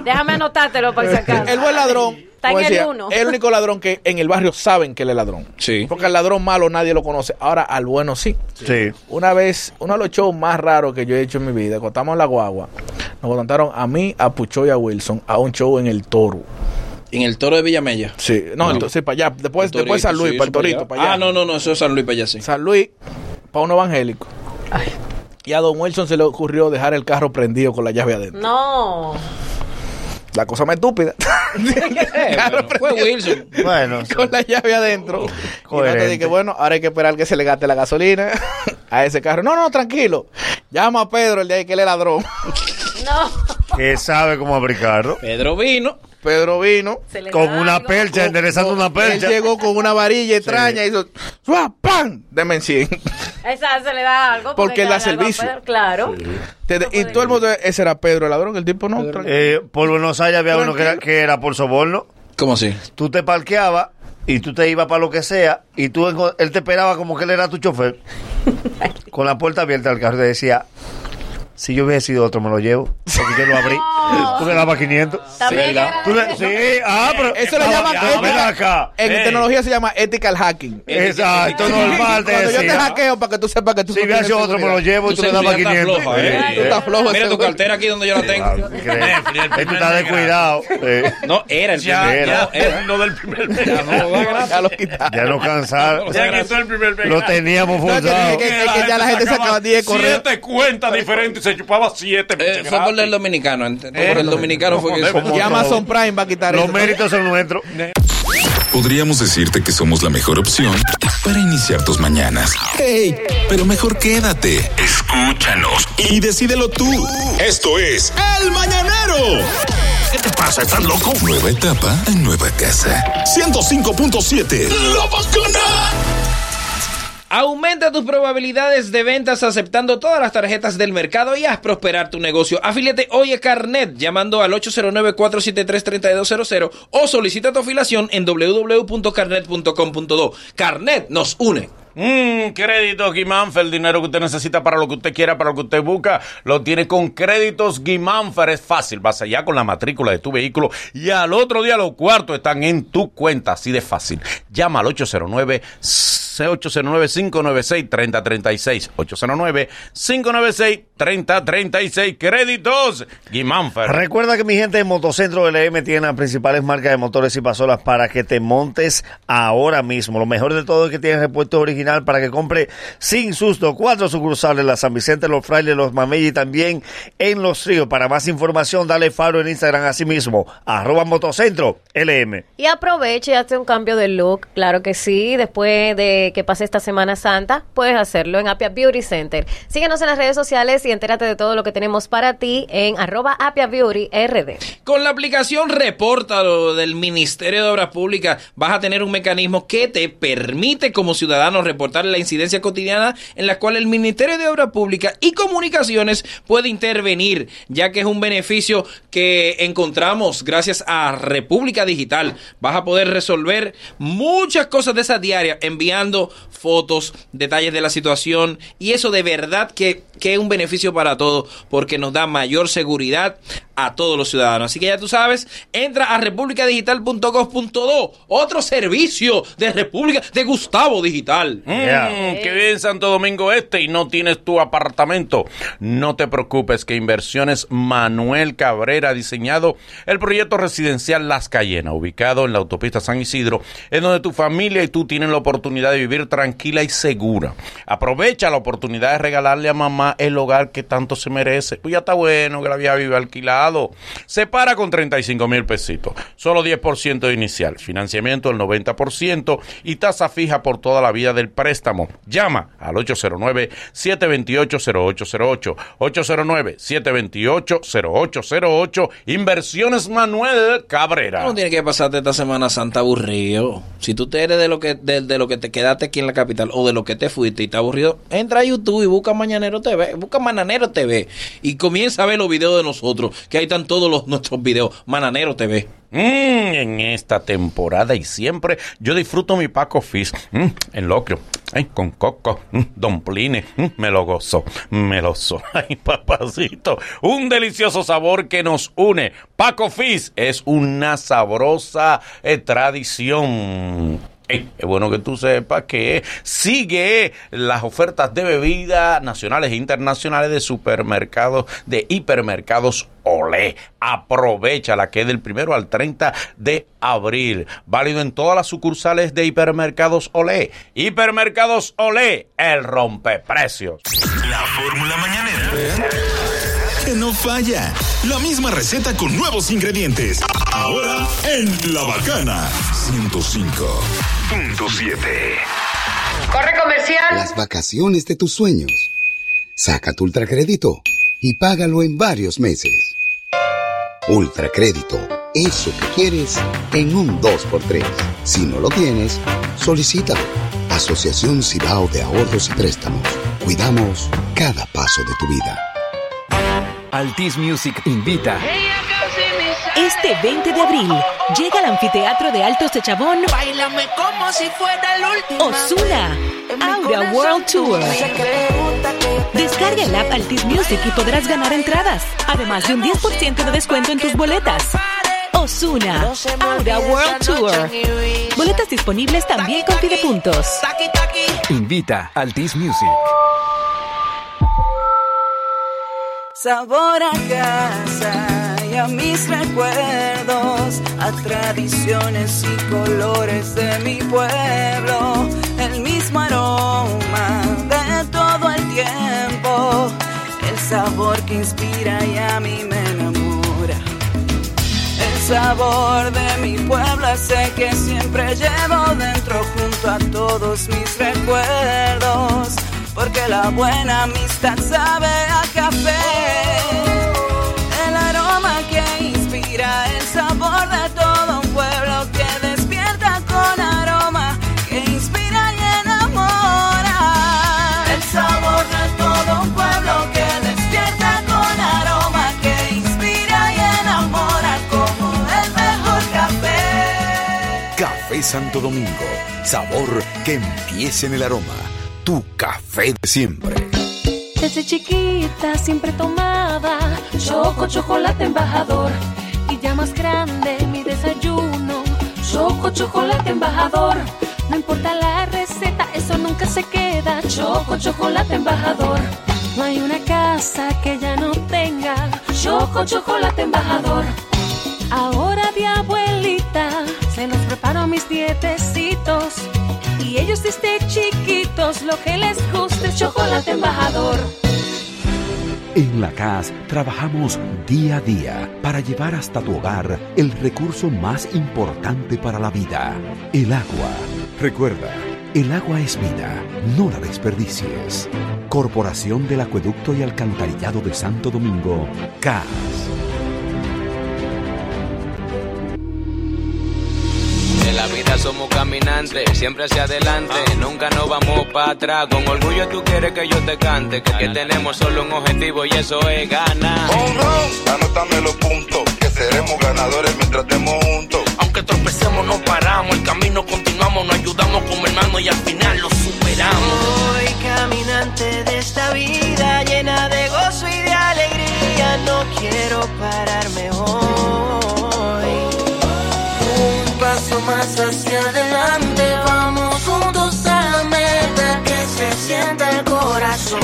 Speaker 6: Déjame anotártelo para sacar.
Speaker 7: Este, El buen ladrón.
Speaker 6: Está en
Speaker 7: como
Speaker 6: el
Speaker 7: decía,
Speaker 6: uno.
Speaker 7: Es el único ladrón que en el barrio saben que él es ladrón.
Speaker 3: Sí.
Speaker 7: Porque al ladrón malo nadie lo conoce. Ahora al bueno sí.
Speaker 5: Sí.
Speaker 7: Una vez, uno de los shows más raros que yo he hecho en mi vida, cuando estábamos en la guagua, nos contaron a mí, a Pucho y a Wilson a un show en el Toro.
Speaker 3: En el toro de Villamella.
Speaker 7: Sí, no, entonces para allá, después,
Speaker 3: El
Speaker 7: después San
Speaker 3: Torito,
Speaker 7: Luis,
Speaker 3: sí,
Speaker 7: para el
Speaker 3: eso para
Speaker 7: Torito, para allá.
Speaker 3: Ah, no, no, no, eso es San Luis para allá, sí.
Speaker 7: San Luis, para un evangélico. Y a Don Wilson se le ocurrió dejar el carro prendido con la llave adentro.
Speaker 6: No.
Speaker 7: La cosa más estúpida.
Speaker 3: Eh,
Speaker 7: el carro
Speaker 3: bueno, fue
Speaker 7: prendido
Speaker 3: Wilson.
Speaker 5: Bueno, sí.
Speaker 7: con la llave adentro. Y
Speaker 5: Coherente.
Speaker 7: entonces dije, bueno, ahora hay que esperar que se le gaste la gasolina a ese carro. No, no, tranquilo. Llama a Pedro el día que él es ladrón.
Speaker 6: No.
Speaker 5: que sabe cómo aplicarlo.
Speaker 3: Pedro vino.
Speaker 7: Pedro vino.
Speaker 6: Se le
Speaker 5: Con
Speaker 6: da
Speaker 5: una
Speaker 6: algo.
Speaker 5: percha, enderezando una
Speaker 7: Él
Speaker 5: percha.
Speaker 7: llegó con una varilla extraña y hizo ¡Sua! ¡Pam! Deme 100.
Speaker 6: Esa se le da algo.
Speaker 7: Porque él
Speaker 6: le
Speaker 7: da
Speaker 6: dan algo a
Speaker 7: servicio.
Speaker 6: Pedro, Claro.
Speaker 7: Te- Y todo el mundo, ese era Pedro el ladrón, el tipo no. tranquilo.
Speaker 5: Eh, por Buenos Aires había uno que era, que era por soborno.
Speaker 3: ¿Cómo así?
Speaker 5: Tú te parqueabas y tú te ibas para lo que sea y tú enco- él te esperaba como que él era tu chofer. Con la puerta abierta del carro y te decía, si yo hubiese sido otro me lo llevo, porque yo lo abrí. Tú le dabas 500.
Speaker 6: También
Speaker 5: Sí, ¿verdad?
Speaker 6: era-
Speaker 5: Tú le- sí, ah, pero
Speaker 7: Eso lo
Speaker 5: Ah,
Speaker 7: llaman
Speaker 5: ah,
Speaker 7: ética.
Speaker 5: ven acá.
Speaker 7: En
Speaker 4: Ey.
Speaker 7: tecnología se llama ethical hacking.
Speaker 5: Exacto, normal te
Speaker 7: Cuando yo te
Speaker 5: decía.
Speaker 7: hackeo para que tú sepas que tú
Speaker 5: Si
Speaker 7: no
Speaker 5: hubiese sido
Speaker 7: tienes
Speaker 5: otro me lo
Speaker 7: seguridad.
Speaker 5: llevo y tú
Speaker 3: Tu
Speaker 5: le dabas
Speaker 3: seguridad está
Speaker 5: 500.
Speaker 3: floja, ¿eh?
Speaker 5: Eh,
Speaker 7: Tú estás flojo.
Speaker 3: Mira
Speaker 7: ese
Speaker 3: tu
Speaker 7: güey.
Speaker 3: cartera aquí donde yo la
Speaker 5: ah,
Speaker 3: tengo.
Speaker 5: increíble. Eh, Tú estás descuidado. eh.
Speaker 3: No, era el
Speaker 4: Ya,
Speaker 3: primero.
Speaker 4: ya,
Speaker 3: No, era.
Speaker 4: no del primer
Speaker 3: Ya no lo da gracia.
Speaker 7: Ya lo quitaron.
Speaker 5: Ya no cansar.
Speaker 4: Ya quitó el primer
Speaker 5: Lo teníamos
Speaker 7: No, que
Speaker 5: forzado.
Speaker 7: Este dije que- que ya la gente sacaba 10 correos.
Speaker 4: Siete cuentas diferentes. se chupaba siete. Eh,
Speaker 3: Eh, fue por el dominicano. ent- por el dominicano fue que hizo-
Speaker 7: Y Amazon Prime va a quitar
Speaker 5: Los
Speaker 7: eso.
Speaker 5: méritos son nuestros.
Speaker 2: Podríamos decirte que somos la mejor opción para iniciar tus mañanas. Hey, pero mejor quédate. Escúchanos y decídelo tú. Esto es El Mañanero. ¿Qué te pasa? ¿Estás loco? Nueva etapa en nueva casa. 105.7. ¡La bacana!
Speaker 3: Aumenta tus probabilidades de ventas aceptando todas las tarjetas del mercado y haz prosperar tu negocio. Afíliate hoy a Carnet llamando al 809-473-3200 o solicita tu afiliación en www.carnet.com.do. Carnet nos une.
Speaker 4: Mm, créditos Guimánfer, el dinero que usted necesita para lo que usted quiera, para lo que usted busca, lo tiene con créditos Guimánfer. Es fácil, vas allá con la matrícula de tu vehículo y al otro día los cuartos están en tu cuenta, así de fácil. Llama al 809 809-596-3036. 809-596-3036. Créditos Guimánfer.
Speaker 5: Recuerda que mi gente de Motocentro LM tiene las principales marcas de motores y pasolas para que te montes ahora mismo. Lo mejor de todo es que tiene repuesto original para que compre sin susto cuatro sucursales, la San Vicente, los Frailes, los Mamey y también en Los Ríos. Para más información, dale faro en Instagram así mismo, arroba Motocentro LM.
Speaker 6: Y aprovecha y hazte un cambio de look, claro que sí. Después de que pase esta Semana Santa, puedes hacerlo en Apia Beauty Center. Síguenos en las redes sociales y entérate de todo lo que tenemos para ti en arroba Apia Beauty RD.
Speaker 3: Con la aplicación Repórtalo del Ministerio de Obras Públicas vas a tener un mecanismo que te permite como ciudadano reportar la incidencia cotidiana en la cual el Ministerio de Obras Públicas y Comunicaciones puede intervenir, ya que es un beneficio que encontramos gracias a República Digital. Vas a poder resolver muchas cosas de esas diarias enviando fotos, detalles de la situación y eso de verdad que, que es un beneficio para todos porque nos da mayor seguridad a todos los ciudadanos. Así que ya tú sabes, entra a republicadigital.gov.do, otro servicio de República de Gustavo Digital.
Speaker 4: Mm, que vive en Santo Domingo Este y no tienes tu apartamento. No te preocupes que Inversiones Manuel Cabrera ha diseñado el proyecto residencial Las Cayena, ubicado en la autopista San Isidro, en donde tu familia y tú tienen la oportunidad de vivir tranquila y segura. Aprovecha la oportunidad de regalarle a mamá el hogar que tanto se merece. Pues ya está bueno que la había vive alquilado. Se para con 35 mil pesitos. Solo 10% de inicial. Financiamiento del 90% y tasa fija por toda la vida del préstamo. Llama al 809-728-0808. 809-728-0808. Inversiones Manuel Cabrera.
Speaker 3: No tiene que pasarte esta Semana Santa aburrido. Si tú te eres de lo que de, de lo que te quedaste aquí en la capital o de lo que te fuiste y está aburrido, entra a YouTube y busca Mañanero TV, busca Mananero TV y comienza a ver los videos de nosotros, que ahí están todos los, nuestros videos, Mananero TV.
Speaker 4: Mm, en esta temporada y siempre yo disfruto mi Paco Fizz mm, en locrio. Ay, con coco, mm, domplines, mm, me lo gozo, me lo so. Ay, papacito, un delicioso sabor que nos une. Paco Fizz es una sabrosa eh, tradición. Ey, es bueno que tú sepas que sigue las ofertas de bebidas nacionales e internacionales de supermercados, de hipermercados Olé. Aprovecha la que es del primero al 30 de abril. Válido en todas las sucursales de hipermercados Olé. Hipermercados Olé, el rompeprecios.
Speaker 2: La fórmula mañanera. Que no falla. La misma receta con nuevos ingredientes. Ahora en La Bacana 105.7.
Speaker 24: Corre comercial.
Speaker 25: Las vacaciones de tus sueños. Saca tu ultracrédito y págalo en varios meses. Ultracrédito, eso que quieres en un 2x3. Si no lo tienes, solicítalo. Asociación Cibao de Ahorros y Préstamos. Cuidamos cada paso de tu vida.
Speaker 26: Altis Music invita.
Speaker 10: Este 20 de abril llega al anfiteatro de Altos de Chabón
Speaker 17: Bailame como si fuera el último.
Speaker 10: Ozuna, Aura World Tour. Descarga el app Altis Music y podrás ganar entradas, además de un 10% de descuento en tus boletas. Osuna, Aura World Tour. Boletas disponibles también con Fidepuntos.
Speaker 26: Invita Altis Music.
Speaker 27: Sabor a casa y a mis recuerdos, a tradiciones y colores de mi pueblo, el mismo aroma de todo el tiempo, el sabor que inspira y a mí me enamora. El sabor de mi pueblo sé que siempre llevo dentro junto a todos mis recuerdos, porque la buena amistad sabe a café. El aroma que inspira el sabor de todo un pueblo que despierta con aroma que inspira y enamora.
Speaker 10: eh.
Speaker 27: El sabor de todo un pueblo que despierta con aroma que inspira y enamora como el mejor café.
Speaker 9: Café Santo Domingo, sabor que empieza en el aroma. Tu café de siempre.
Speaker 1: Desde chiquita siempre tomaba Choco Chocolate Embajador. Y ya más grande mi desayuno, Choco Chocolate Embajador. No importa la receta, eso nunca se queda, Choco Chocolate Embajador. No hay una casa que ya no tenga Choco Chocolate Embajador. Ahora de abuelita se los preparo a mis dietecitos. Y ellos desde chiquitos lo que les gusta es chocolate embajador.
Speaker 8: En la CAS trabajamos día a día para llevar hasta tu hogar el recurso más importante para la vida, el agua. Recuerda, el agua es vida, no la desperdicies. Corporación del Acueducto y Alcantarillado de Santo Domingo, CAS.
Speaker 12: En la vida somos caminantes, siempre hacia adelante,
Speaker 28: Ah.
Speaker 12: nunca nos vamos para atrás. Con orgullo tú quieres que yo te cante, que, que tenemos solo un objetivo y eso es ganar.
Speaker 29: Anótame los puntos, que seremos ganadores mientras estemos juntos.
Speaker 28: Aunque tropecemos, no paramos. El camino continuamos, nos ayudamos como hermanos y al final lo superamos.
Speaker 14: Soy caminante de esta vida llena de gozo y de alegría. No quiero pararme hoy. Un paso más hacia adelante, vamos juntos a la meta que se sienta el corazón.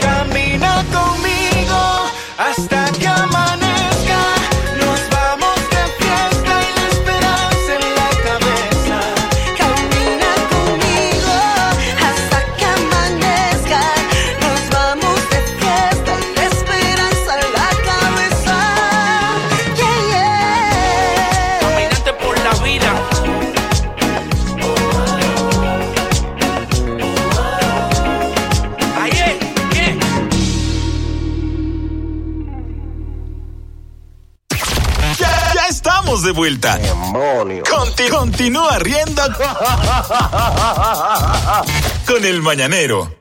Speaker 30: Camina conmigo hasta que amanezca. Nos vamos de fiesta y la esperanza en la cabeza.
Speaker 14: Camina conmigo hasta que amanezca. Nos vamos de fiesta y la esperanza en la cabeza. Yeah, yeah.
Speaker 28: Caminante por la vida. Ay, eh, eh.
Speaker 2: Ya, ya estamos de vuelta. Conti- continúa riendo con el mañanero.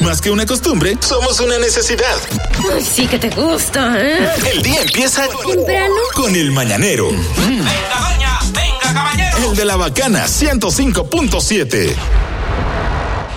Speaker 2: Más que una costumbre, somos una necesidad.
Speaker 3: Pues
Speaker 11: sí que te gusta, ¿eh?
Speaker 2: El día empieza
Speaker 11: Temprano.
Speaker 2: con el mañanero. El de la bacana 105.7.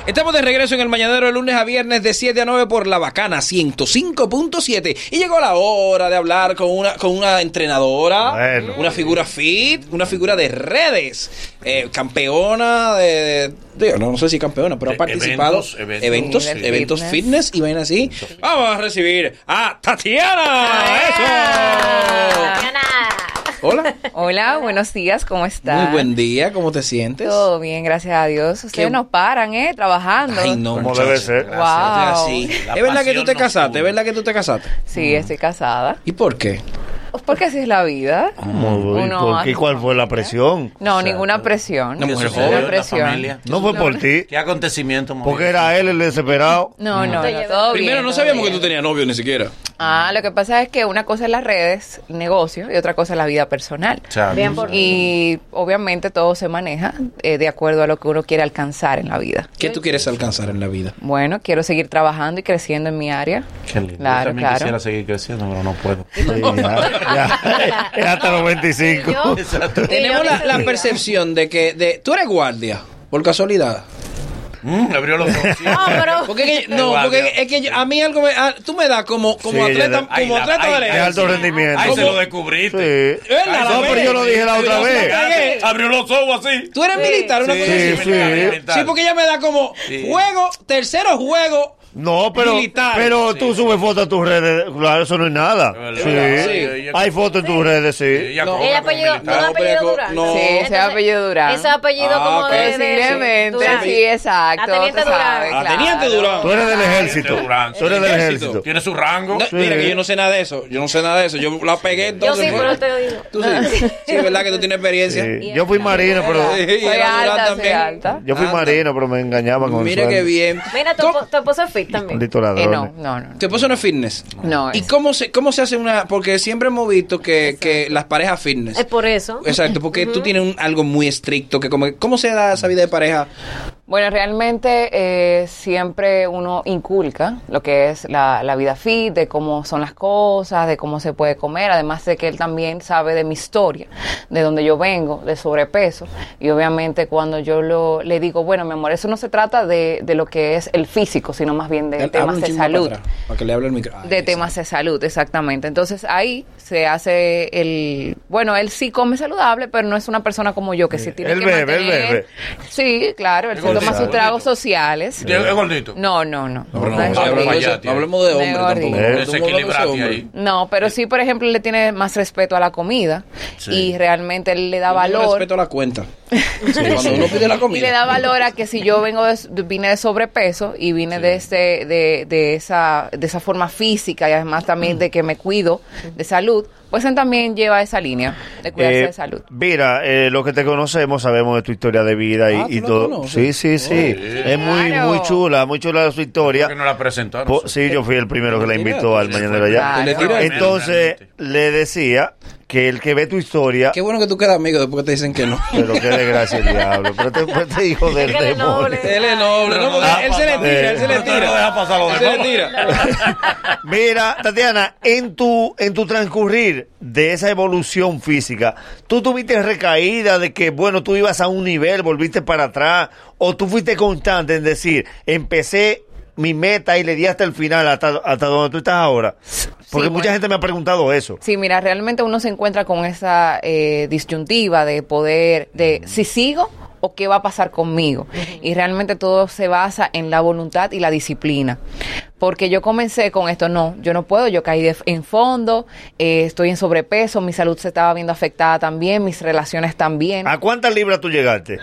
Speaker 3: Estamos de regreso en el Mañanero de lunes a viernes de 7 a 9 por La Bacana 105.7 y llegó la hora de hablar con una, con una entrenadora,
Speaker 5: Bueno.
Speaker 3: una figura fit, una figura de redes, eh, campeona de... de- digo, no, no sé si campeona, pero ha
Speaker 4: De
Speaker 3: participado
Speaker 4: E-, eventos,
Speaker 3: eventos,
Speaker 4: eventos.
Speaker 3: eventos,
Speaker 4: Nivel
Speaker 3: fitness.
Speaker 4: fitness.
Speaker 3: y vayan así. Vamos a recibir a Tatiana. Hola.
Speaker 31: Hola, buenos días, ¿cómo estás?
Speaker 3: Muy buen día, ¿cómo te sientes?
Speaker 31: Todo bien, gracias a Dios. Ustedes
Speaker 3: Qué-
Speaker 31: no paran, ¿eh? Trabajando.
Speaker 3: Ay, no,
Speaker 5: Como
Speaker 3: muchacha,
Speaker 5: debe ser.
Speaker 3: gracias,
Speaker 31: Wow.
Speaker 3: así.
Speaker 31: La
Speaker 3: Es verdad que tú
Speaker 31: pasión
Speaker 3: te casaste, es verdad que tú te casaste.
Speaker 4: Mm.
Speaker 31: Sí, estoy casada.
Speaker 3: ¿Y por qué?
Speaker 31: Porque así es la vida.
Speaker 5: ¿Cómo? ¿Y
Speaker 31: Uno
Speaker 5: por qué?
Speaker 31: hace-
Speaker 5: ¿Cuál fue la presión?
Speaker 31: No, ninguna presión.
Speaker 5: ¿eh? Una mujer
Speaker 31: ninguna
Speaker 5: joven, una
Speaker 31: presión.
Speaker 5: familia. No fue por ti.
Speaker 4: ¿Qué acontecimiento?
Speaker 5: Porque era él el desesperado.
Speaker 31: No, no, no, todo bien.
Speaker 3: Primero, no
Speaker 31: todo
Speaker 3: sabíamos
Speaker 31: bien.
Speaker 3: que tú tenías novio ni siquiera.
Speaker 31: Ah, lo que pasa es que una cosa es las redes, negocio, y otra cosa es la vida personal.
Speaker 3: Chao. Bien por
Speaker 31: y obviamente todo se maneja eh, de acuerdo a lo que uno quiere alcanzar en la vida.
Speaker 3: ¿Qué tú quieres alcanzar en la vida?
Speaker 31: Bueno, quiero seguir trabajando y creciendo en mi área.
Speaker 4: Qué lindo.
Speaker 31: Claro,
Speaker 4: Yo también
Speaker 31: claro.
Speaker 4: quisiera seguir creciendo, pero no puedo.
Speaker 5: Es hasta los 25.
Speaker 3: Tenemos la, la percepción de que de, tú eres guardia, por casualidad.
Speaker 4: Mm, abrió los ojos.
Speaker 3: Porque, es Ah, que- no,
Speaker 4: Guardia.
Speaker 3: porque es que yo- a mí algo me, ah, tú me das como, como
Speaker 5: Sí,
Speaker 3: atleta,
Speaker 5: ella-
Speaker 3: como
Speaker 5: ay,
Speaker 3: atleta
Speaker 5: ay,
Speaker 3: de la
Speaker 5: de alto rendimiento.
Speaker 4: Ahí se
Speaker 3: Como-
Speaker 4: lo descubriste.
Speaker 5: Sí. No, pero yo lo dije la otra vez.
Speaker 4: Abrió los ojos así.
Speaker 3: Tú eres militar, una
Speaker 4: Sí,
Speaker 3: cosa
Speaker 4: sí,
Speaker 3: así.
Speaker 4: militar, militar.
Speaker 3: Sí, porque ella me da como
Speaker 4: Sí.
Speaker 3: juego, tercero juego
Speaker 5: No, pero,
Speaker 3: Militares,
Speaker 5: pero
Speaker 3: sí.
Speaker 5: tú subes fotos a tus redes. Claro, eso no es nada.
Speaker 3: verdad.
Speaker 5: Sí.
Speaker 3: Sí.
Speaker 5: Hay fotos en tus redes, sí.
Speaker 3: No,
Speaker 6: El apellido, no,
Speaker 3: no,
Speaker 6: apellido
Speaker 3: pero-
Speaker 6: Durán.
Speaker 3: no.
Speaker 31: Sí, ese
Speaker 6: Entonces,
Speaker 31: apellido Durán.
Speaker 6: Ese apellido
Speaker 3: Ah,
Speaker 6: como
Speaker 3: ok.
Speaker 6: de- de...
Speaker 31: Posiblemente,
Speaker 6: tú sabes.
Speaker 31: sí, exacto.
Speaker 6: La teniente
Speaker 31: tú
Speaker 6: Durán.
Speaker 31: sabes,
Speaker 3: Ah,
Speaker 31: claro.
Speaker 3: Teniente Durán.
Speaker 5: Tú eres del ejército. Tú eres del ejército.
Speaker 4: Tiene su rango.
Speaker 3: No, Mira que yo no sé nada de eso. Yo no sé nada de eso. Yo la pegué
Speaker 6: Yo sí,
Speaker 3: entonces. fue-
Speaker 6: pero te lo digo.
Speaker 3: Tú sí. Sí, verdad que tú tienes experiencia.
Speaker 5: Sí. Yo fui marino, pero
Speaker 3: Sí, y
Speaker 31: Soy
Speaker 3: era Durán
Speaker 31: alta, soy
Speaker 3: también.
Speaker 31: alta.
Speaker 5: yo fui
Speaker 3: Anda.
Speaker 5: marino, pero me engañaban con
Speaker 3: Mira
Speaker 5: sueldo.
Speaker 3: qué bien.
Speaker 6: Mira, tu, espo- tu esposo es fit también.
Speaker 5: Maldito
Speaker 31: Eh, no,
Speaker 5: ladrones.
Speaker 31: no, no.
Speaker 3: ¿Tu esposo no es fitness?
Speaker 31: No,
Speaker 3: ¿Y
Speaker 31: es-
Speaker 3: cómo se, cómo se hace una...? Porque siempre hemos visto que, que las parejas fitness...
Speaker 6: Es por eso.
Speaker 3: Exacto, porque tú tienes un- algo muy estricto que como... ¿Cómo se da esa vida de pareja?
Speaker 31: Bueno, realmente eh, siempre uno inculca lo que es la, la vida fit, de cómo son las cosas, de cómo se puede comer, además de que él también sabe de mi historia, de donde yo vengo, de sobrepeso, y obviamente cuando yo lo, le digo, bueno, mi amor, eso no se trata de, de lo que es el físico, sino más bien de
Speaker 3: Habla
Speaker 31: temas
Speaker 3: un
Speaker 31: de
Speaker 3: chisme para
Speaker 31: salud.
Speaker 3: atrás, Para que le hable el micro. Ah, Ay,
Speaker 31: de
Speaker 3: esa.
Speaker 31: temas de salud, exactamente. Entonces ahí se hace el, bueno, él sí come saludable, pero no es una persona como yo
Speaker 6: Eh,
Speaker 31: que sí tiene
Speaker 5: Él
Speaker 31: que
Speaker 5: bebe, él
Speaker 31: mantener-
Speaker 5: bebe.
Speaker 31: Sí, claro, él se toma sus tragos sociales.
Speaker 4: Es gordito.
Speaker 31: No, no, no.
Speaker 3: No, no,
Speaker 31: No es
Speaker 3: no hablemos de
Speaker 31: gordito.
Speaker 3: eso, no hablemos de hombre
Speaker 31: Ah, Me
Speaker 3: tampoco.
Speaker 31: gordito.
Speaker 3: Estamos hablando de
Speaker 4: Desequilibrate
Speaker 3: hombre.
Speaker 4: ahí.
Speaker 31: No, pero sí, por ejemplo, él le tiene más respeto a la comida y realmente él le da
Speaker 3: Yo tengo
Speaker 31: valor.
Speaker 3: respeto a la cuenta. Cuando uno pide la comida.
Speaker 31: Y le da valor a que si yo vengo de, de- vine de sobrepeso y vine de, este, de, de esa, de esa forma física y además también de que me cuido de salud, pues él también lleva esa línea de cuidarse
Speaker 5: Eh,
Speaker 31: de salud.
Speaker 5: Mira, eh, los que te conocemos sabemos de tu historia de vida y,
Speaker 3: Ah, ¿tú
Speaker 5: y
Speaker 3: la
Speaker 5: todo. Sí,
Speaker 3: conoces?
Speaker 5: sí, sí. Es muy,
Speaker 31: Claro.
Speaker 5: muy chula, muy chula su historia.
Speaker 4: Que no la presentó a
Speaker 5: Po-
Speaker 4: nosotros.
Speaker 5: sí, yo fui el primero que la invitó al mañanero allá.
Speaker 31: Claro.
Speaker 3: Te le tiraste.
Speaker 5: Entonces, le decía que el que ve tu historia.
Speaker 3: Qué bueno que tú quedas amigo después que te dicen que no.
Speaker 5: Pero qué desgracia el diablo. Pero este, pero este hijo del
Speaker 6: que él es
Speaker 5: demonio.
Speaker 6: noble.
Speaker 3: Él es noble, no, porque
Speaker 5: Ah,
Speaker 3: él se le tira, él se le
Speaker 5: no,
Speaker 3: tira.
Speaker 4: no deja pasar lo
Speaker 3: Él se le
Speaker 4: demás.
Speaker 3: tira.
Speaker 5: Mira, Tatiana, en tu, en tu transcurrir de esa evolución física, ¿tú tuviste recaída de que, bueno, tú ibas a un nivel, volviste para atrás? ¿O tú fuiste constante en decir, empecé mi meta y le di hasta el final, hasta, hasta donde tú estás ahora? Porque
Speaker 31: Sí, pues.
Speaker 5: mucha
Speaker 31: bueno.
Speaker 5: gente me ha preguntado eso.
Speaker 31: Sí, mira, realmente uno se encuentra con esa eh, disyuntiva de poder, de si sigo o qué va a pasar conmigo. Y realmente todo se basa en la voluntad y la disciplina. Porque yo comencé con esto, no, yo no puedo, yo caí de- en fondo, eh, estoy en sobrepeso, mi salud se estaba viendo afectada también, mis relaciones también,
Speaker 5: ¿A cuántas libras tú llegaste?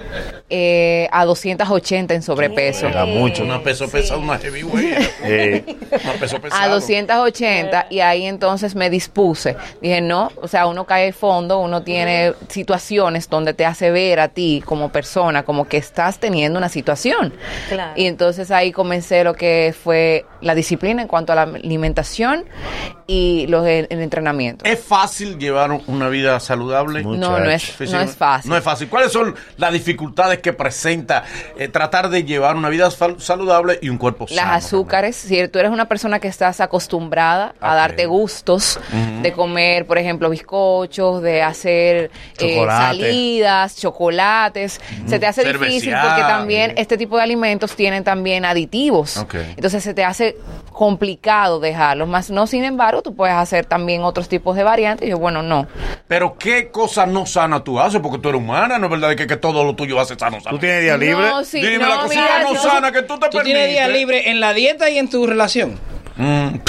Speaker 31: eh, a 280 en sobrepeso.
Speaker 5: Era mucho.
Speaker 4: Una peso pesada, una heavyweight.
Speaker 5: Eh,
Speaker 4: Una peso pesada.
Speaker 31: A 280 y ahí entonces me dispuse. Dije, no, o sea, uno cae de fondo, uno tiene situaciones donde te hace ver a ti como persona, como que estás teniendo una situación.
Speaker 6: Claro.
Speaker 31: Y entonces ahí comencé lo que fue la disciplina en cuanto a la alimentación y los el, el entrenamiento.
Speaker 4: ¿Es fácil llevar un- una vida saludable?
Speaker 5: Muy
Speaker 31: No, no es,
Speaker 4: Física-
Speaker 31: no es fácil.
Speaker 4: No es fácil. ¿Cuáles son las dificultades que presenta eh, tratar de llevar una vida sal- saludable y un cuerpo sano?
Speaker 31: Las azúcares, si tú eres una persona que estás acostumbrada a
Speaker 4: Ok.
Speaker 31: darte gustos de comer, por ejemplo, bizcochos, de hacer eh,
Speaker 5: Chocolate.
Speaker 31: salidas, chocolates, se te hace difícil
Speaker 4: Cervecial.
Speaker 31: porque también este tipo de alimentos tienen también aditivos.
Speaker 4: Ok.
Speaker 31: Entonces se te hace complicado dejarlos, más no sin embargo, tú puedes hacer también otros tipos de variantes. Y yo, bueno, no.
Speaker 4: Pero ¿qué cosa no sana tú haces? Porque tú eres humana, ¿no es verdad que, que todo lo tuyo hace sano? sano?
Speaker 5: ¿Tú tienes día libre?
Speaker 31: No, sí,
Speaker 4: Dime
Speaker 31: no,
Speaker 4: la cosita
Speaker 31: mira,
Speaker 4: no
Speaker 31: yo-
Speaker 4: sana que tú te
Speaker 3: Tú tienes día
Speaker 4: permites.
Speaker 3: libre en la dieta y en tu relación.
Speaker 4: Mm.
Speaker 5: Eh,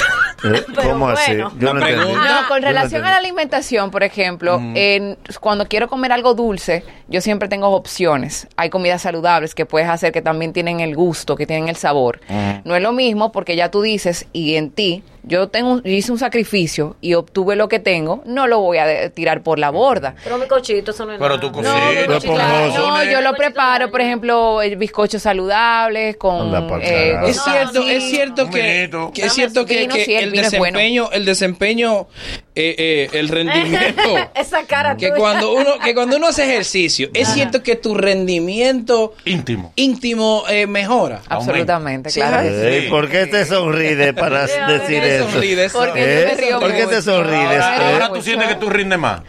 Speaker 6: Pero
Speaker 5: ¿Cómo así?
Speaker 6: bueno.
Speaker 5: Yo no
Speaker 3: Una
Speaker 5: entendí.
Speaker 3: pregunta.
Speaker 31: No, con
Speaker 5: Yo
Speaker 31: relación
Speaker 5: entendí.
Speaker 31: a la alimentación, por ejemplo, en- cuando quiero comer algo dulce, yo siempre tengo opciones. Hay comidas saludables que puedes hacer que también tienen el gusto, que tienen el sabor. No es lo mismo porque ya tú dices y en ti, yo tengo un- yo hice un sacrificio y obtuve lo que tengo, no lo voy a de- tirar por la borda.
Speaker 6: Pero mi cochito, eso no es
Speaker 4: Pero
Speaker 6: nada.
Speaker 4: tú cocinas.
Speaker 5: no,
Speaker 31: Sí, claro,
Speaker 5: esponjoso.
Speaker 31: no, yo lo preparo, por ejemplo, el bizcocho saludable con
Speaker 5: Anda pa'l
Speaker 31: eh,
Speaker 5: carajo.
Speaker 3: Es
Speaker 6: No,
Speaker 3: cierto,
Speaker 6: sí.
Speaker 3: es cierto
Speaker 4: Un
Speaker 3: que,
Speaker 4: vinito.
Speaker 3: que es cierto que,
Speaker 31: Vino,
Speaker 3: que
Speaker 31: sí, el
Speaker 3: el,
Speaker 31: vino es bueno.
Speaker 3: desempeño, el desempeño, eh, eh, el rendimiento.
Speaker 6: Esa cara
Speaker 3: que
Speaker 6: tuya.
Speaker 3: cuando uno, que cuando uno hace ejercicio, es cierto que tu rendimiento
Speaker 4: Íntimo.
Speaker 3: íntimo eh, mejora.
Speaker 31: absolutamente,
Speaker 3: Sí,
Speaker 31: claro.
Speaker 3: ¿verdad?
Speaker 5: Ey, ¿Por qué te sonríes para
Speaker 6: Ya,
Speaker 5: decir
Speaker 6: ¿por qué
Speaker 5: eso?
Speaker 3: sonríes?
Speaker 31: Porque
Speaker 5: ¿Eh?
Speaker 31: yo me río
Speaker 5: ¿Por qué te
Speaker 31: mucho.
Speaker 5: sonríes?
Speaker 4: Ahora,
Speaker 31: Pero-
Speaker 4: ahora tú sientes que tú rindes más.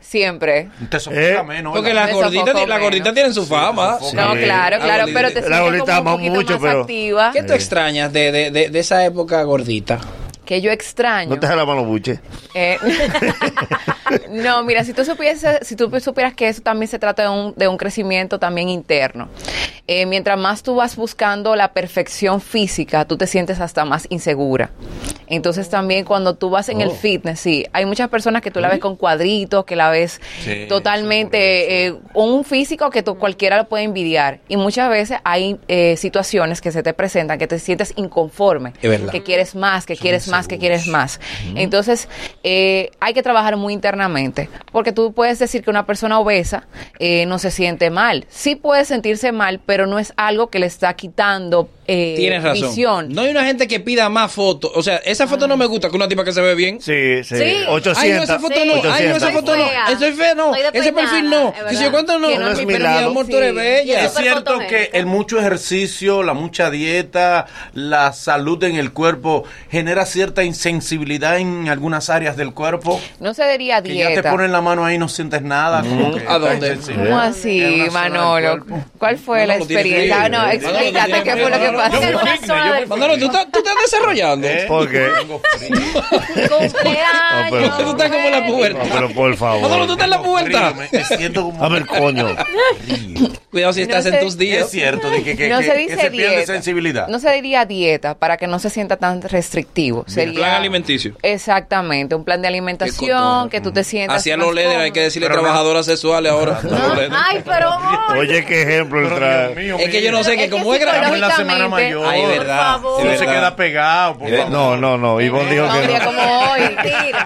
Speaker 31: Siempre.
Speaker 4: Te sofoca
Speaker 5: Eh.
Speaker 4: menos.
Speaker 3: Porque
Speaker 4: ¿verdad?
Speaker 3: las
Speaker 31: Me
Speaker 3: gorditas
Speaker 31: sofocó
Speaker 3: la gordita
Speaker 31: menos.
Speaker 3: tienen su fama.
Speaker 4: Sí.
Speaker 31: No, claro,
Speaker 3: La
Speaker 31: claro,
Speaker 3: gordita-
Speaker 31: pero te
Speaker 5: La
Speaker 31: sientes
Speaker 5: gordita
Speaker 31: como un
Speaker 5: ama
Speaker 31: poquito
Speaker 5: mucho,
Speaker 31: más
Speaker 5: pero-
Speaker 31: activa.
Speaker 3: ¿Qué tú extrañas de, de, de, de esa época gordita?
Speaker 31: Que yo extraño.
Speaker 5: No te jalaban los buches.
Speaker 31: eh, No, No, mira, si tú supieras, si tú supieras que eso también se trata de un, de un crecimiento también interno. Eh, mientras más tú vas buscando la perfección física, tú te sientes hasta más insegura. Entonces también cuando tú vas en el
Speaker 7: Oh.
Speaker 31: fitness, sí, hay muchas personas que tú la ves con cuadritos, que la ves
Speaker 7: Sí,
Speaker 31: totalmente eh, un físico que tú, cualquiera lo puede envidiar. Y muchas veces hay eh, situaciones que se te presentan que te sientes inconforme,
Speaker 7: Es verdad.
Speaker 31: que quieres más, que quieres más, que quieres más. Entonces, eh, hay que trabajar muy internamente, porque tú puedes decir que una persona obesa eh, no se siente mal. Sí puede sentirse mal, pero no es algo que le está quitando eh,
Speaker 3: Tienes razón.
Speaker 31: visión.
Speaker 3: No hay una gente que pida más fotos. O sea, esa foto no me gusta, que una tipa que se ve bien.
Speaker 5: Sí,
Speaker 31: Sí. Ay, no,
Speaker 3: Ay, no, esa foto no. Ay, no, esa foto no. Eso es feo, no.
Speaker 31: Soy
Speaker 3: Ese perfil no. Que si yo cuánto no.
Speaker 31: Que no
Speaker 3: Pero
Speaker 31: es
Speaker 3: mi
Speaker 31: mi lado.
Speaker 3: amor, tú eres bella.
Speaker 4: Es cierto que el mucho ejercicio, la mucha dieta, la salud en el cuerpo genera cierta insensibilidad en algunas áreas del cuerpo.
Speaker 31: No se diría
Speaker 4: Que ya
Speaker 31: dieta.
Speaker 4: te ponen la mano ahí y no sientes nada. como que
Speaker 3: ¿A dónde?
Speaker 4: estás insensible.
Speaker 31: ¿Cómo así, Manolo? ¿Cuál fue la
Speaker 4: lo tienes que
Speaker 31: experiencia? Ah,
Speaker 4: ir,
Speaker 31: No,
Speaker 4: eh.
Speaker 31: explícate qué fue lo que pasó.
Speaker 3: Manolo, tú estás, tú estás desarrollando.
Speaker 5: ¿Por qué?
Speaker 31: Cumpleaños.
Speaker 3: Tú estás como en la puberta.
Speaker 5: No, pero por
Speaker 3: Manolo, tú
Speaker 5: favor.
Speaker 3: estás en la puberta.
Speaker 5: A ver, coño.
Speaker 3: Cuidado si estás
Speaker 31: No
Speaker 3: en
Speaker 31: sé.
Speaker 3: tus días.
Speaker 4: Es cierto, de que, que-
Speaker 31: no
Speaker 4: que-
Speaker 31: se
Speaker 4: que
Speaker 31: dice
Speaker 4: pierde
Speaker 31: dieta.
Speaker 4: sensibilidad.
Speaker 31: No se diría dieta para que no se sienta tan restrictivo.
Speaker 3: El plan
Speaker 31: Sería
Speaker 3: alimenticio.
Speaker 31: exactamente un plan de alimentación que tú te sientas.
Speaker 3: Hacia
Speaker 31: más
Speaker 3: los leder hay que decirle trabajadoras sexuales ahora. Los
Speaker 31: cómodo.
Speaker 3: leder.
Speaker 31: Ay, pero amor.
Speaker 5: Oye, qué ejemplo el traje.
Speaker 3: Es que yo no sé que como es grande.
Speaker 31: psicológicamente-
Speaker 3: Ay, verdad.
Speaker 4: No se queda pegado. por favor.
Speaker 5: Eh, No, no, no. Ivonne dijo
Speaker 31: Un día
Speaker 5: que
Speaker 31: Eh, como hoy.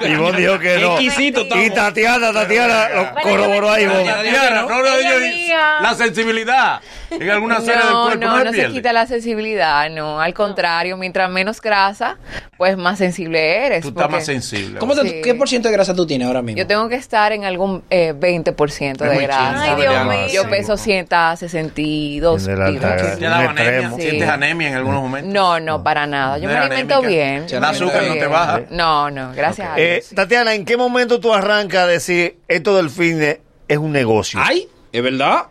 Speaker 5: no. Ivonne dijo que no. Y Tatiana, Tatiana lo corroboró a Ivonne.
Speaker 4: Diana, no, no, yo- la sensibilidad en alguna áreas del
Speaker 31: No,
Speaker 4: cuerpo no,
Speaker 31: no,
Speaker 4: se
Speaker 31: no se
Speaker 4: pierde.
Speaker 31: quita la sensibilidad, no. Al contrario, mientras menos grasa, pues más sensible eres.
Speaker 4: Tú estás
Speaker 31: porque-
Speaker 4: más sensible.
Speaker 3: ¿Cómo te-
Speaker 31: Sí.
Speaker 3: ¿Qué por ciento de grasa tú tienes ahora mismo?
Speaker 31: Yo tengo que estar en algún eh, 20%
Speaker 3: Es
Speaker 31: de
Speaker 3: muy
Speaker 31: grasa.
Speaker 3: chiquito, Ay, Dios Diana. mío.
Speaker 31: Yo peso 162
Speaker 4: En el alta
Speaker 31: kilos.
Speaker 4: grasa. Te da anemia, sientes anemia en
Speaker 31: Mm.
Speaker 4: algunos momentos.
Speaker 31: No, no, para nada. Yo
Speaker 4: No
Speaker 31: me
Speaker 4: eres
Speaker 31: alimento
Speaker 4: anémica.
Speaker 31: bien. yo
Speaker 4: El
Speaker 31: me
Speaker 4: azúcar no
Speaker 31: alimento
Speaker 4: te
Speaker 31: bien.
Speaker 4: baja.
Speaker 31: No, no, gracias a
Speaker 5: Eh,
Speaker 31: Dios.
Speaker 5: Tatiana, ¿en qué momento tú arrancas a decir esto del fitness es un negocio? Mm-hmm.
Speaker 3: Ay, ¿es verdad?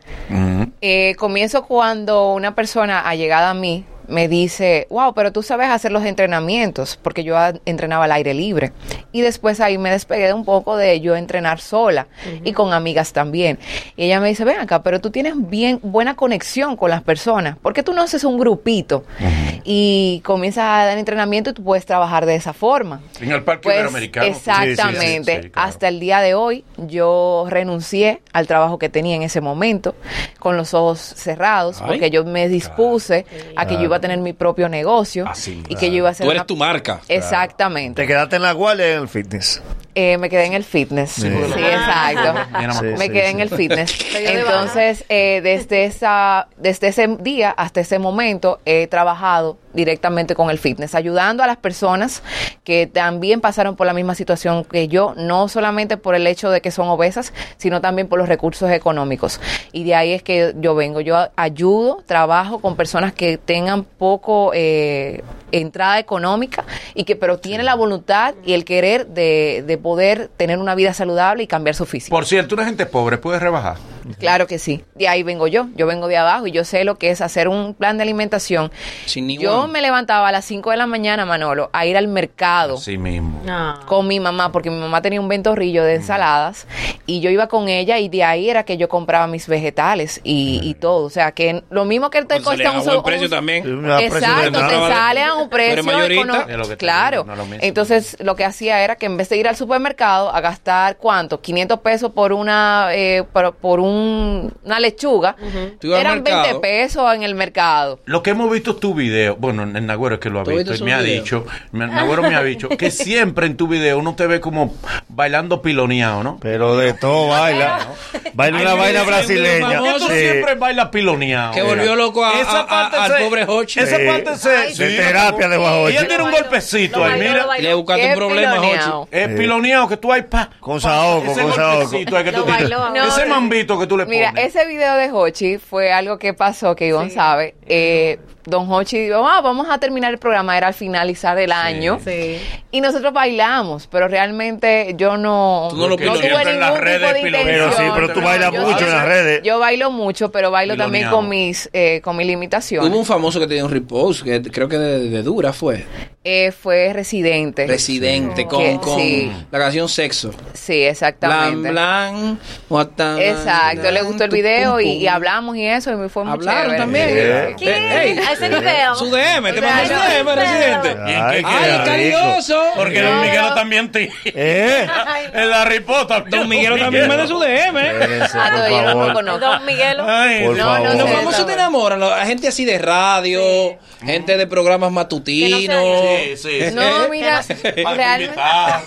Speaker 31: Eh, comienzo cuando una persona allegada a mí me dice, wow, pero tú sabes hacer los entrenamientos, porque yo a- entrenaba al aire libre. Y después ahí me despegué de un poco de yo entrenar sola y con amigas también. Y ella me dice, ven acá, pero tú tienes bien buena conexión con las personas, porque tú no haces un grupito y comienzas a dar entrenamiento y tú puedes trabajar de esa forma.
Speaker 4: En el parque
Speaker 31: Pues,
Speaker 4: iberoamericano.
Speaker 31: Exactamente. Hasta el día de hoy yo renuncié al trabajo que tenía en ese momento con los ojos cerrados
Speaker 3: Ay.
Speaker 31: porque yo me dispuse a que yo iba a tener mi propio negocio y que yo iba a ser...
Speaker 3: Tú eres
Speaker 31: una-
Speaker 3: tu marca.
Speaker 31: Exactamente.
Speaker 5: Ah, Te quedaste en la guardia en el fitness.
Speaker 31: Eh, me quedé en el fitness. Sí, exacto.
Speaker 5: Mira, Marco.
Speaker 31: me
Speaker 5: Sí,
Speaker 31: quedé
Speaker 5: sí,
Speaker 31: en
Speaker 5: sí.
Speaker 31: el fitness.
Speaker 6: dio de baja.
Speaker 31: Entonces, eh, desde, esa, desde ese día hasta ese momento he trabajado directamente con el fitness, ayudando a las personas que también pasaron por la misma situación que yo, no solamente por el hecho de que son obesas, sino también por los recursos económicos. Y de ahí es que yo vengo, yo ayudo, trabajo con personas que tengan poco eh, entrada económica y que pero tienen la voluntad y el querer de, de poder tener una vida saludable y cambiar su físico.
Speaker 4: Por cierto, una gente pobre puede rebajar.
Speaker 31: Claro que sí. De ahí vengo yo. Yo vengo de abajo y yo sé lo que es hacer un plan de alimentación.
Speaker 3: Sin ni
Speaker 31: yo
Speaker 3: one.
Speaker 31: me levantaba a las 5 de la mañana, Manolo, a ir al mercado
Speaker 4: Sí mismo.
Speaker 31: con mi mamá, porque mi mamá tenía un ventorrillo
Speaker 3: Mm.
Speaker 31: de ensaladas y yo iba con ella y de ahí era que yo compraba mis vegetales y, y todo. O sea, que lo mismo que te
Speaker 3: Se Pues le
Speaker 31: cuesta
Speaker 3: da
Speaker 31: un,
Speaker 3: buen
Speaker 31: un-
Speaker 3: precio también.
Speaker 31: Exacto, te sale a un precio
Speaker 3: mayorista.
Speaker 31: econo-
Speaker 3: Es lo que te
Speaker 31: Claro.
Speaker 3: digo, no es lo mismo.
Speaker 31: Entonces, lo que hacía era que en vez de ir al supermercado a gastar, ¿cuánto? 500 pesos por una eh, por, por un- una lechuga.
Speaker 4: Tú ibas al
Speaker 31: Eran
Speaker 4: mercado.
Speaker 31: 20 pesos en el mercado.
Speaker 4: Lo que hemos visto tu video, bueno, el Nagüero es que lo ha
Speaker 31: ¿Tú
Speaker 4: visto,
Speaker 31: viste
Speaker 4: y me
Speaker 31: su
Speaker 4: ha
Speaker 31: video?
Speaker 4: dicho, me- Nagüero me ha dicho que siempre en tu video uno te ve como bailando piloneado, ¿no?
Speaker 5: Pero de todo baila. Baila una
Speaker 4: Ay,
Speaker 5: vaina
Speaker 4: sí,
Speaker 5: brasileña.
Speaker 4: ¿Por qué tú
Speaker 5: Sí.
Speaker 4: siempre bailas piloneado?
Speaker 5: Que volvió
Speaker 3: loco a- a- a- al pobre Hochi.
Speaker 4: Esa
Speaker 3: Sí.
Speaker 4: parte se...
Speaker 3: Ay,
Speaker 4: sí,
Speaker 5: de terapia de Guajochi.
Speaker 4: Y él tiene un golpecito
Speaker 3: lo
Speaker 4: ahí,
Speaker 3: bailó,
Speaker 4: mira.
Speaker 3: lo bailó. Le buscaste un Qué problema, piloneado. Hochi.
Speaker 4: Es piloneado que tú hay pa... Con
Speaker 5: saoco, con saoco.
Speaker 4: que tú
Speaker 31: Lo
Speaker 4: tienes.
Speaker 31: bailó ahora.
Speaker 4: Ese mambito que tú le
Speaker 31: Mira,
Speaker 4: pones.
Speaker 31: ese video de Hochi fue algo que pasó, que Ivonne sabe. Eh, don Hochi dijo, "Ah, vamos a terminar el programa, era al finalizar el año. Y nosotros bailamos, pero realmente yo no,
Speaker 5: Tú no lo piloneas.
Speaker 31: tuve
Speaker 5: Siempre en
Speaker 31: ningún
Speaker 5: las redes
Speaker 31: tipo de
Speaker 5: piloneas.
Speaker 31: intención.
Speaker 5: Pero sí, pero tú
Speaker 31: No,
Speaker 5: bailas
Speaker 31: yo
Speaker 5: mucho en
Speaker 31: bailo-
Speaker 5: las redes.
Speaker 31: Yo bailo mucho, pero bailo también
Speaker 3: Piloneado.
Speaker 31: con mis, eh, con mis limitaciones.
Speaker 3: Hubo un famoso que tenía un repose, que creo que de, de Dura fue.
Speaker 31: eh, fue Residente.
Speaker 3: Residente, con,
Speaker 31: Que-
Speaker 3: con
Speaker 31: Sí,
Speaker 3: la canción Sexo.
Speaker 31: sí, exactamente.
Speaker 3: Blan, blan, guatán.
Speaker 31: Exacto, le gustó el video y, y hablamos y eso, y fue muy
Speaker 3: Hablaron
Speaker 31: chévere.
Speaker 3: también.
Speaker 31: Sí.
Speaker 3: Eh, ey,
Speaker 31: A ese nivel.
Speaker 3: Su DM, te
Speaker 31: O sea,
Speaker 3: mandó su
Speaker 31: no,
Speaker 3: DM, residente.
Speaker 4: Ay,
Speaker 3: Ay, cariñoso.
Speaker 14: Eh.
Speaker 4: Porque Don Miguel también te.
Speaker 5: ¿Eh?
Speaker 4: En la ripota.
Speaker 3: Don Miguel también manda su eh. DM.
Speaker 4: ¿eh?
Speaker 5: Espérense,
Speaker 31: Ah, no, yo no lo conozco.
Speaker 6: Don Miguelo.
Speaker 5: Por
Speaker 3: no,
Speaker 5: favor.
Speaker 3: no, no, ¿Cómo se te enamoran? La gente así de radio, gente de programas matutinos. Eh,
Speaker 4: Sí, sí, sí.
Speaker 31: No, mira,
Speaker 4: Para
Speaker 31: realmente.
Speaker 4: invitar,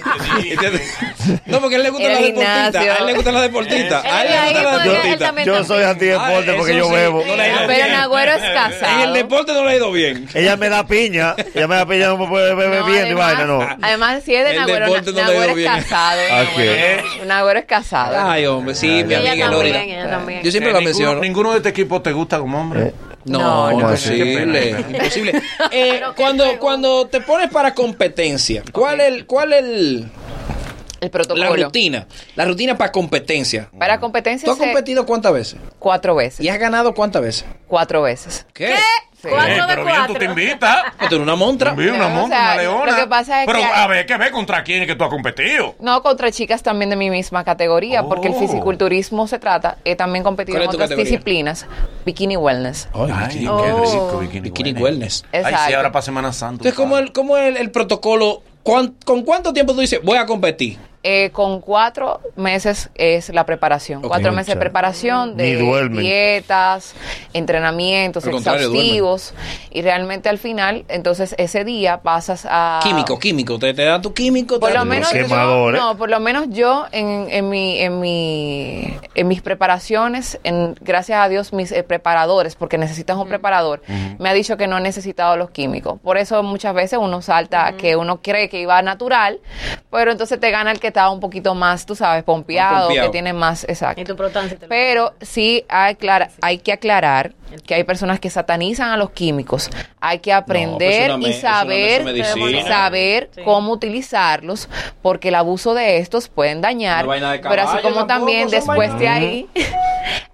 Speaker 4: te digo.
Speaker 3: No, porque a él le gusta
Speaker 31: El
Speaker 3: la deportista.
Speaker 31: gimnasio.
Speaker 3: A él le gusta la deportista. A él le gusta la
Speaker 5: Yo,
Speaker 3: deportista.
Speaker 5: yo soy antideporte
Speaker 3: Ah,
Speaker 5: porque
Speaker 3: eso
Speaker 5: yo
Speaker 3: sí.
Speaker 5: bebo.
Speaker 3: No le ha ido
Speaker 31: Pero
Speaker 3: bien.
Speaker 31: Nagüero es casado.
Speaker 3: En el deporte no le ha ido bien.
Speaker 5: Ella me da piña. Ella me da piña, no me puede beber
Speaker 31: No,
Speaker 5: bien ni
Speaker 31: además-
Speaker 5: vaina, no.
Speaker 31: Además, si es de
Speaker 3: El
Speaker 31: Nagüero,
Speaker 3: deporte no le ha ido
Speaker 31: Nagüero es
Speaker 3: bien.
Speaker 31: casado.
Speaker 5: Ah, ¿qué?
Speaker 31: Nagüero- Nagüero es casado.
Speaker 3: Ay, hombre, sí, mi
Speaker 6: Ella
Speaker 3: amiga Lorena.
Speaker 6: también, ella también.
Speaker 3: Yo siempre
Speaker 4: Eh,
Speaker 3: la
Speaker 4: ninguno-
Speaker 3: menciono.
Speaker 4: Ninguno de este equipo te gusta como hombre.
Speaker 3: No,
Speaker 4: No, no, sí, qué pena,
Speaker 3: imposible.
Speaker 4: qué pena.
Speaker 3: imposible. Eh, cuando, cuando te pones para competencia, ¿cuál el, cuál el,
Speaker 31: El
Speaker 3: la
Speaker 31: protocolo.
Speaker 3: rutina? La rutina para competencia.
Speaker 31: Para competencia
Speaker 3: ¿Tú has
Speaker 31: se-
Speaker 3: competido cuántas veces?
Speaker 31: cuatro veces.
Speaker 3: ¿Y has ganado cuántas veces?
Speaker 31: Cuatro veces.
Speaker 3: ¿Qué? Ah,
Speaker 31: Sí.
Speaker 4: Eh,
Speaker 6: Cuatro de
Speaker 4: pero bien, tú te
Speaker 6: cuatro.
Speaker 4: invitas.
Speaker 3: Tú eres una montra.
Speaker 4: Vi una
Speaker 31: No,
Speaker 4: monta,
Speaker 31: o sea,
Speaker 4: una leona.
Speaker 31: lo que pasa es
Speaker 4: Pero
Speaker 31: que-
Speaker 3: ah,
Speaker 4: a ver, que ver contra quién es que tú has competido.
Speaker 31: No, contra chicas también de mi misma categoría, porque el
Speaker 4: Oh.
Speaker 31: fisiculturismo se trata. He también competido
Speaker 3: ¿Cuál
Speaker 31: en
Speaker 3: es tu
Speaker 31: otras
Speaker 3: categoría?
Speaker 31: disciplinas. Bikini Wellness.
Speaker 4: Ay,
Speaker 6: qué rico,
Speaker 4: bikini,
Speaker 3: Bikini wellness.
Speaker 4: Ay, sí,
Speaker 31: Exacto.
Speaker 4: ahora para Semana Santa.
Speaker 3: Entonces, ¿cómo el, cómo el, el protocolo? ¿Cuán- ¿Con cuánto tiempo tú dices, voy a competir?
Speaker 31: Eh, con cuatro meses es la preparación.
Speaker 3: Ok,
Speaker 31: cuatro meses de
Speaker 5: muchacho.
Speaker 31: preparación
Speaker 5: Ni
Speaker 31: de
Speaker 5: duermen.
Speaker 31: dietas, entrenamientos
Speaker 3: Al contrario,
Speaker 31: exhaustivos. Y realmente al final, entonces ese día pasas a...
Speaker 3: Químico, químico. Te, te dan tu químico.
Speaker 31: Ah. Por
Speaker 3: te
Speaker 31: lo
Speaker 3: dan-
Speaker 31: menos
Speaker 5: Los
Speaker 31: yo,
Speaker 5: quemadores.
Speaker 31: no, por lo menos yo en, en mi, en mi en mis preparaciones, en gracias a Dios mis eh, preparadores, porque necesitas
Speaker 3: Mm.
Speaker 31: un preparador, me ha dicho que no he necesitado los químicos. Por eso muchas veces uno salta que uno cree que iba natural, pero entonces te gana el que está un poquito más, tú sabes, pompeado,
Speaker 3: pompeado.
Speaker 31: que tiene más, exacto.
Speaker 6: Y tu protánse te lo-
Speaker 31: Pero sí hay, aclara- hay que aclarar que hay personas que satanizan a los químicos. Hay que aprender
Speaker 3: No, pues eso no me- eso no
Speaker 31: y
Speaker 3: me-
Speaker 31: saber,
Speaker 3: eso es medicina.
Speaker 31: saber
Speaker 6: Sí.
Speaker 31: cómo utilizarlos, porque el abuso de estos pueden dañar.
Speaker 3: Una vaina de
Speaker 31: pero
Speaker 6: Ah,
Speaker 31: así
Speaker 3: caballo
Speaker 31: como
Speaker 3: tampoco
Speaker 31: también
Speaker 3: son
Speaker 31: después de
Speaker 3: vainas.
Speaker 31: ahí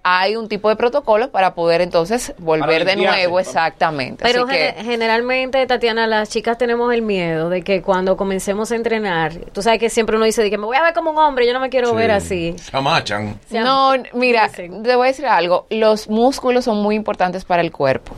Speaker 31: hay un tipo de protocolo para poder entonces volver de
Speaker 3: limpiarse,
Speaker 31: nuevo,
Speaker 3: pa-
Speaker 31: exactamente.
Speaker 6: Pero
Speaker 31: así que,
Speaker 6: gene- generalmente, Tatiana, las chicas tenemos el miedo de que cuando comencemos a entrenar, tú sabes que siempre uno dice de que me voy a ver como un hombre, yo no me quiero ver así.
Speaker 4: Chamachan.
Speaker 6: Se
Speaker 31: No, n- mira, te
Speaker 6: dicen.
Speaker 31: voy a decir algo. Los músculos son muy importantes para el cuerpo,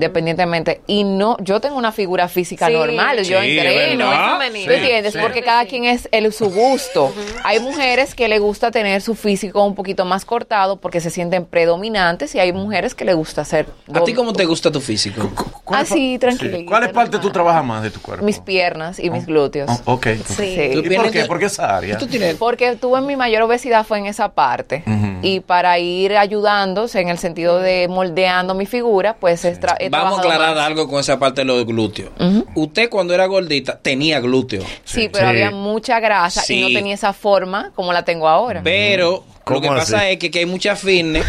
Speaker 31: independientemente. Y no, yo tengo una figura física
Speaker 6: Sí.
Speaker 31: normal, yo
Speaker 4: Sí,
Speaker 31: entreno.
Speaker 4: ¿verdad?
Speaker 31: ¿Tú
Speaker 6: Sí,
Speaker 31: entiendes?
Speaker 6: sí.
Speaker 31: Porque cada quien es el, su gusto. Hay mujeres que le gusta tener su físico un poquito más cortado porque se sienten predominantes y hay mujeres que le gusta ser
Speaker 3: ¿A ti cómo te gusta tu físico?
Speaker 4: ¿Cuál es
Speaker 31: Así,
Speaker 4: pa-
Speaker 31: tranquilita,
Speaker 4: sí. ¿Cuál es parte tú
Speaker 31: Ah, normal.
Speaker 4: trabajas más de tu cuerpo?
Speaker 31: mis piernas y mis glúteos.
Speaker 4: Oh, ok.
Speaker 31: Sí.
Speaker 4: ¿Y por
Speaker 3: piernas
Speaker 4: qué?
Speaker 3: te-
Speaker 4: ¿Por qué esa área?
Speaker 3: Tú tienes
Speaker 31: Porque tuve mi mayor obesidad fue en esa parte. Y para ir ayudándose en el sentido de moldeando mi figura, pues he tra- he
Speaker 3: Vamos a
Speaker 31: trabajado
Speaker 3: aclarar
Speaker 31: más.
Speaker 3: algo con esa parte de los glúteos. Usted cuando era gordita tenía glúteos,
Speaker 31: Sí, pero
Speaker 5: Sí.
Speaker 31: había mucha grasa y no
Speaker 3: Sí.
Speaker 31: tenía esa forma como la tengo ahora.
Speaker 3: pero lo
Speaker 5: ¿Cómo
Speaker 3: que pasa
Speaker 5: así?
Speaker 3: es que, que hay muchas fitness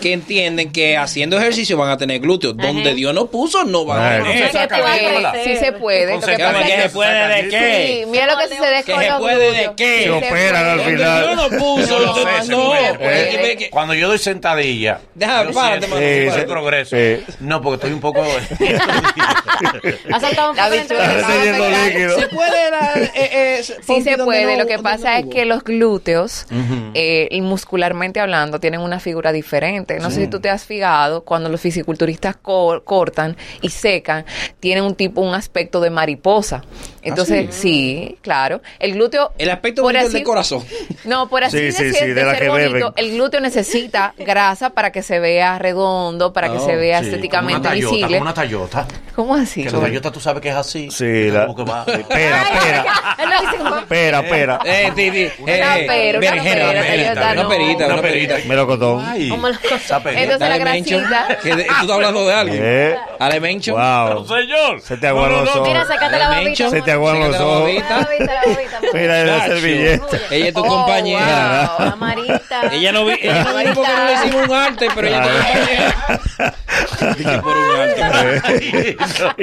Speaker 3: que entienden que haciendo ejercicio van a tener glúteos. Donde Dios no puso, no van a
Speaker 5: Ay,
Speaker 3: tener.
Speaker 31: sí se
Speaker 4: saca
Speaker 31: puede,
Speaker 4: víbola.
Speaker 31: sí se puede. Lo que
Speaker 4: Entonces,
Speaker 31: pasa
Speaker 4: ¿qué
Speaker 31: es
Speaker 4: se puede de
Speaker 31: que-
Speaker 4: qué?
Speaker 31: sí, mira lo que sucede
Speaker 3: ¿Que
Speaker 31: con
Speaker 3: se
Speaker 31: los
Speaker 3: puede de
Speaker 31: glúteos.
Speaker 3: qué?
Speaker 31: Sí
Speaker 5: Se
Speaker 31: se
Speaker 5: operan al
Speaker 3: Donde
Speaker 5: final.
Speaker 3: Dios no puso,
Speaker 31: No,
Speaker 3: usted-
Speaker 31: no,
Speaker 3: no.
Speaker 4: se puede.
Speaker 31: puede.
Speaker 3: Eh, ve que-
Speaker 4: Cuando yo doy sentadilla,
Speaker 3: Deja,
Speaker 4: yo
Speaker 3: párate,
Speaker 4: siento
Speaker 3: mano,
Speaker 4: ese
Speaker 5: párate.
Speaker 4: progreso.
Speaker 5: Sí.
Speaker 4: No, porque estoy un poco...
Speaker 6: Ha saltado un
Speaker 31: La
Speaker 6: poco de
Speaker 31: bichuela.
Speaker 6: entrevista.
Speaker 5: Está yendo líquido.
Speaker 3: se puede la- eh, eh,
Speaker 31: Sí
Speaker 3: pompi
Speaker 31: se
Speaker 3: donde
Speaker 31: puede,
Speaker 3: no-
Speaker 31: lo que
Speaker 3: donde
Speaker 31: pasa
Speaker 3: no
Speaker 31: es
Speaker 3: hubo.
Speaker 31: que los glúteos, eh, y muscularmente hablando, tienen una figura diferente. No sé si tú te has fijado, cuando los fisiculturistas co- cortan y secan, tienen un tipo, un aspecto de mariposa. Entonces, sí? claro. El glúteo...
Speaker 3: El aspecto
Speaker 31: por
Speaker 3: bonito es
Speaker 31: así-
Speaker 3: el corazón.
Speaker 31: No, por así
Speaker 5: Sí, sí,
Speaker 31: decir,
Speaker 5: sí,
Speaker 31: de
Speaker 5: de la
Speaker 31: ser
Speaker 5: que
Speaker 31: bonito,
Speaker 5: beben.
Speaker 31: el glúteo necesita grasa para que se vea redondo, para que
Speaker 3: Oh,
Speaker 31: se vea
Speaker 4: Ah, Sí,
Speaker 31: estéticamente
Speaker 4: como una tallota,
Speaker 31: visible.
Speaker 4: Como una tallota.
Speaker 31: ¿Cómo así?
Speaker 4: Que la tallota tú sabes que es así.
Speaker 5: Sí,
Speaker 4: Que
Speaker 5: la.
Speaker 4: como que va-
Speaker 5: Pera, pera.
Speaker 31: Ah,
Speaker 6: Él lo dice como-
Speaker 5: Pera, pera.
Speaker 3: Eh, ti, ti, eh,
Speaker 31: Una
Speaker 3: eh,
Speaker 31: pera, una
Speaker 3: berenjena,
Speaker 31: pera, tallota,
Speaker 3: una
Speaker 31: no.
Speaker 3: perita, una perita.
Speaker 5: Melocotón.
Speaker 4: Ay,
Speaker 6: como las cosas.
Speaker 4: esa perita.
Speaker 31: Entonces, la
Speaker 3: Dale, Mencho.
Speaker 31: grasita.
Speaker 3: Que de- Tú
Speaker 5: Ah,
Speaker 3: estás hablando de alguien.
Speaker 5: Eh,
Speaker 3: Dale, Mencho.
Speaker 5: Wow.
Speaker 4: señor.
Speaker 5: Se te aguaron los
Speaker 6: Mira,
Speaker 5: ojos.
Speaker 6: sacate la
Speaker 3: Dale, Mencho.
Speaker 6: babita.
Speaker 5: Se te
Speaker 6: amor.
Speaker 5: aguaron los
Speaker 3: Sácate la
Speaker 5: ojos.
Speaker 6: La
Speaker 3: babita.
Speaker 6: babita, la babita. amor.
Speaker 5: Mira la
Speaker 3: Chacho.
Speaker 5: servilleta.
Speaker 3: Ella es tu
Speaker 31: Oh,
Speaker 3: compañera.
Speaker 31: wow.
Speaker 6: La marita.
Speaker 3: Ella no vi, ella no vino porque no le hicimos un arte, pero ella es tu compañera. Dije por un arte.
Speaker 5: Eh,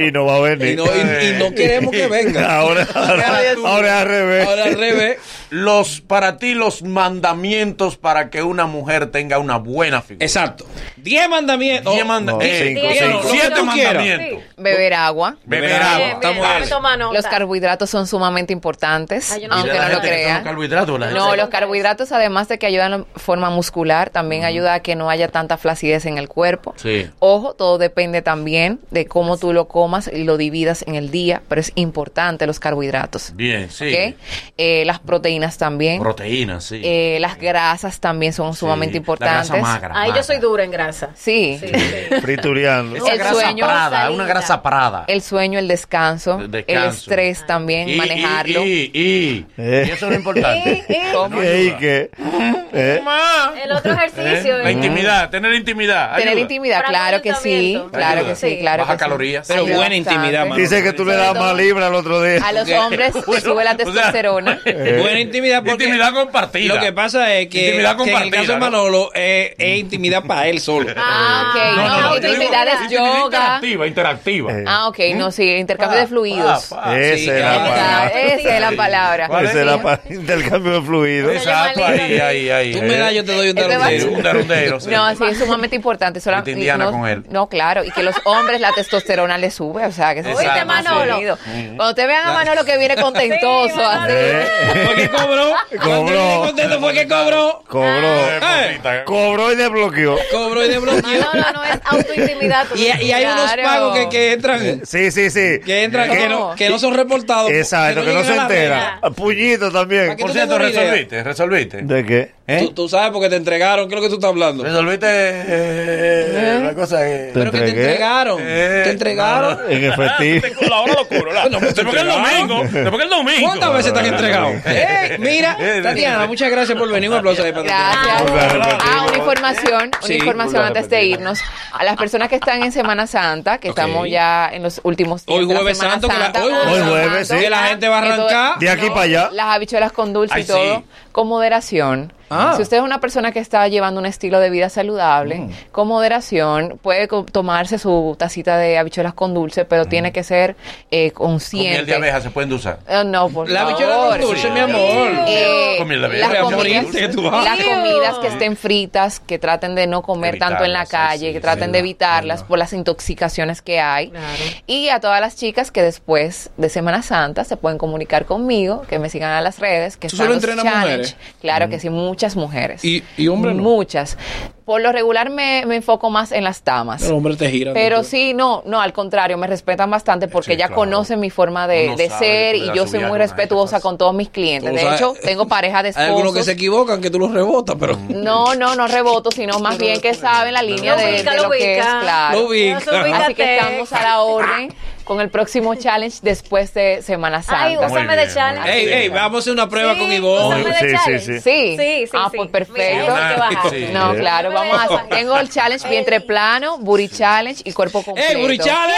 Speaker 5: y no va a venir.
Speaker 3: Y no, y- y
Speaker 4: Eh.
Speaker 3: no queremos que venga.
Speaker 5: Ahora, ahora,
Speaker 3: Ahora
Speaker 5: ahora es al revés.
Speaker 3: al revés.
Speaker 4: Los, para ti, los mandamientos mandamientos para que una mujer tenga una buena figura.
Speaker 3: Exacto. Diez mandamientos.
Speaker 4: Diez mandamientos.
Speaker 3: No, cinco, cinco.
Speaker 4: Siete
Speaker 3: Tú quieras.
Speaker 4: mandamientos.
Speaker 31: Beber agua.
Speaker 4: Beber agua.
Speaker 6: Bien, bien,
Speaker 4: Estamos ahí.
Speaker 6: toma nota.
Speaker 31: Los carbohidratos son sumamente importantes,
Speaker 6: Ay, yo no
Speaker 31: aunque
Speaker 4: Mira, la
Speaker 31: Ah, no lo
Speaker 4: gente que toma
Speaker 31: crean.
Speaker 4: carbohidratos, la gente-
Speaker 31: No, los carbohidratos además de que ayudan en forma muscular, también ayuda a que no haya tanta flacidez en el cuerpo.
Speaker 4: Sí.
Speaker 31: Ojo, todo depende también de cómo tú lo comas y lo dividas en el día, pero es importante los carbohidratos.
Speaker 4: Bien, sí.
Speaker 31: ¿ok? Eh, las proteínas también.
Speaker 4: Proteínas, sí.
Speaker 31: Eh, las grasas también son sumamente importantes.
Speaker 4: magra,
Speaker 6: Ay, yo soy dura en grasa.
Speaker 31: Sí.
Speaker 5: Fritureando.
Speaker 31: Esa El grasa sueño prada, salida. una grasa
Speaker 4: prada.
Speaker 31: El sueño, el descanso,
Speaker 4: El
Speaker 31: el,
Speaker 4: descanso.
Speaker 31: estrés también,
Speaker 4: Y,
Speaker 31: manejarlo.
Speaker 4: Y, y, y, y eso es lo
Speaker 31: Eh,
Speaker 4: importante.
Speaker 31: ¿Cómo?
Speaker 5: ¿Qué? ¿Y qué? ¿Eh?
Speaker 6: El otro ejercicio
Speaker 4: eh, La intimidad, tener intimidad.
Speaker 31: Tener
Speaker 4: ayuda.
Speaker 31: intimidad,
Speaker 6: Para
Speaker 31: claro que sí,
Speaker 6: calentamiento.
Speaker 31: claro
Speaker 4: Ayuda.
Speaker 31: que sí, claro
Speaker 4: Baja
Speaker 31: que sí.
Speaker 4: calorías.
Speaker 3: Pero
Speaker 31: Ayuda
Speaker 3: buena intimidad,
Speaker 31: bastante.
Speaker 3: mano.
Speaker 5: Dice que tú le dabas más libra al otro día.
Speaker 31: A los
Speaker 3: Ok.
Speaker 31: hombres
Speaker 4: Bueno,
Speaker 31: sube la
Speaker 4: o sea,
Speaker 31: testosterona.
Speaker 3: Buena intimidad porque
Speaker 4: Intimidad compartida.
Speaker 3: lo que pasa es que,
Speaker 4: Intimidad
Speaker 3: que en el
Speaker 4: compartida,
Speaker 3: caso de
Speaker 4: ¿no?
Speaker 3: Manolo eh, es intimidad para él solo.
Speaker 31: Ah,
Speaker 4: No,
Speaker 31: ok.
Speaker 4: no, no,
Speaker 31: No,
Speaker 4: yo digo
Speaker 31: intimidad es
Speaker 4: intimidad
Speaker 31: yoga.
Speaker 4: Interactiva, interactiva.
Speaker 5: Eh.
Speaker 31: Ah, ok, no, sí, intercambio de fluidos.
Speaker 4: Pa, ¿Mm? Ah, pa. ah,
Speaker 5: Esa
Speaker 3: sí,
Speaker 5: es la
Speaker 3: claro.
Speaker 5: palabra.
Speaker 31: Esa esa es la palabra.
Speaker 4: ¿Cuál
Speaker 5: Esa es la palabra. Intercambio de fluidos.
Speaker 4: Exacto, ahí, ahí, ahí.
Speaker 3: Tú me das, yo te doy un
Speaker 31: Este va a
Speaker 3: tarotero.
Speaker 4: Un darundero, sí.
Speaker 31: No, sí, es sumamente importante. Sola-
Speaker 4: Vete Indiana
Speaker 31: no,
Speaker 4: con él.
Speaker 31: No, claro. Y que los hombres la testosterona le sube. O sea, que eso
Speaker 4: Oíste,
Speaker 31: está
Speaker 4: Manolo.
Speaker 31: definido. Cuando te vean a Manolo que viene contentoso,
Speaker 6: Sí, Manolo.
Speaker 5: Eh,
Speaker 31: así.
Speaker 3: ¿Por qué cobró? Cuando
Speaker 5: Cobró.
Speaker 3: yo contento fue que cobró.
Speaker 31: Ah.
Speaker 5: Cobró.
Speaker 3: Eh,
Speaker 5: Cobró y desbloqueó.
Speaker 3: cobró y desbloqueó.
Speaker 6: Manolo no es autointimidad. tú
Speaker 3: Y, y hay
Speaker 31: Claro.
Speaker 3: unos pagos que, que entran,
Speaker 5: Eh, Sí, sí, sí. Eh,
Speaker 3: que entran,
Speaker 31: ¿Qué?
Speaker 3: que no, que no son reportados.
Speaker 5: Exacto, que no
Speaker 3: llegan
Speaker 5: se
Speaker 3: a la
Speaker 5: entera.
Speaker 3: regla.
Speaker 5: Puñito
Speaker 3: ¿Para
Speaker 5: también.
Speaker 3: qué
Speaker 4: Por
Speaker 3: tú
Speaker 4: cierto,
Speaker 3: tengo una idea.
Speaker 4: resolviste, resolviste.
Speaker 5: ¿De qué?
Speaker 4: ¿Eh?
Speaker 3: Tú, tú sabes porque te entregaron, ¿qué es lo que tú estás hablando?
Speaker 4: Resolviste eh, una cosa que...
Speaker 3: Pero que te
Speaker 5: entregué.
Speaker 3: entregaron,
Speaker 4: Eh,
Speaker 3: te entregaron.
Speaker 5: En efectivo.
Speaker 4: la hora locura.
Speaker 3: No, me estoy entregado.
Speaker 4: Después que el domingo.
Speaker 3: ¿Cuántas veces te han entregado? Eh, mira,
Speaker 4: Eh,
Speaker 3: Tatiana, muchas gracias por venir. Un aplauso ahí para Tatiana.
Speaker 31: Gracias.
Speaker 5: Hola,
Speaker 31: Ah, una información, una
Speaker 3: Sí,
Speaker 31: información
Speaker 3: hola,
Speaker 31: antes de
Speaker 3: Repetina.
Speaker 31: irnos. A las personas que están en Semana Santa, que
Speaker 3: Ok.
Speaker 31: estamos ya en los últimos días
Speaker 3: Hoy
Speaker 31: de la
Speaker 3: jueves
Speaker 31: Semana
Speaker 3: santo, que la-
Speaker 31: Santa,
Speaker 3: hoy
Speaker 5: jueves Hoy jueves, santo. sí.
Speaker 3: Que la gente va a arrancar.
Speaker 5: De aquí
Speaker 31: no,
Speaker 5: para allá.
Speaker 31: Las habichuelas con dulce
Speaker 4: Ay,
Speaker 31: y todo,
Speaker 4: sí.
Speaker 31: con moderación.
Speaker 3: Ah.
Speaker 31: Si usted es una persona que está llevando un estilo de vida saludable,
Speaker 4: Mm.
Speaker 31: con moderación, puede co- tomarse su tacita de habichuelas con dulce, pero tiene que ser eh,
Speaker 4: Mm. Con miel de
Speaker 31: consciente.
Speaker 4: abeja se pueden usar.
Speaker 31: Eh, no, por
Speaker 3: La
Speaker 31: favor.
Speaker 3: bichuela con dulce, mi amor.
Speaker 31: Eh,
Speaker 4: Con miel de abeja.
Speaker 31: las,
Speaker 4: Voy a
Speaker 31: comidas,
Speaker 4: morirte, tú vas.
Speaker 31: Eh, las comidas que estén fritas, que traten de no comer tanto en la
Speaker 4: Evitarlas, sí,
Speaker 31: calle,
Speaker 4: sí,
Speaker 31: que traten
Speaker 4: sí,
Speaker 31: de
Speaker 4: no,
Speaker 31: evitarlas
Speaker 4: no.
Speaker 31: por las intoxicaciones que hay. Y a todas las chicas que después de Semana Santa se pueden comunicar conmigo, que me sigan a las redes, que
Speaker 3: ¿Tú
Speaker 31: están
Speaker 3: solo
Speaker 31: los
Speaker 3: entrenas
Speaker 31: challenge.
Speaker 3: mujeres?
Speaker 31: Claro que sí, muchas mujeres.
Speaker 3: Y- y hombres no.
Speaker 31: Muchas. Por lo regular me, me enfoco más en las damas.
Speaker 3: El hombre te gira.
Speaker 31: Pero sí, no, no, al contrario, me respetan bastante porque
Speaker 4: Sí,
Speaker 31: ya
Speaker 4: claro.
Speaker 31: conocen mi forma de,
Speaker 4: Uno
Speaker 31: de
Speaker 4: sabe
Speaker 31: ser
Speaker 4: que tú le
Speaker 31: y
Speaker 4: das
Speaker 31: yo
Speaker 4: su
Speaker 31: soy
Speaker 4: viaje
Speaker 31: muy
Speaker 4: a una
Speaker 31: respetuosa
Speaker 4: jefa.
Speaker 31: con todos mis clientes.
Speaker 3: Tú
Speaker 31: De
Speaker 3: sabes-
Speaker 4: eh,
Speaker 31: hecho, tengo pareja de
Speaker 3: Hay algunos que
Speaker 31: esposos.
Speaker 3: se equivocan, que tú los rebotas, pero.
Speaker 31: No, no, no reboto, sino más bien que saben la línea
Speaker 6: Lo
Speaker 31: de,
Speaker 6: ubica,
Speaker 31: de
Speaker 6: lo
Speaker 31: lo que es,
Speaker 6: ubica.
Speaker 3: Lo
Speaker 31: claro.
Speaker 3: ubica.
Speaker 6: Eso ubica.
Speaker 31: Así que estamos a la orden con el próximo challenge después de Semana
Speaker 6: Ay,
Speaker 31: Santa.
Speaker 6: úsame
Speaker 4: bien,
Speaker 6: de
Speaker 4: muy
Speaker 6: challenge.
Speaker 3: Ey, ey, vamos a hacer una prueba
Speaker 6: Sí,
Speaker 3: con Ivonne.
Speaker 6: úsame de
Speaker 5: Sí, sí,
Speaker 6: challenge.
Speaker 5: sí.
Speaker 31: Sí.
Speaker 6: Sí, sí,
Speaker 31: Ah,
Speaker 6: sí.
Speaker 31: pues perfecto.
Speaker 6: Mira, eso que baja.
Speaker 4: Sí.
Speaker 31: No, claro, vamos a hacer. Tengo el challenge vientre plano, booty challenge y
Speaker 4: ¡Eh,
Speaker 31: cuerpo completo.
Speaker 3: ¡Ey, Burichales!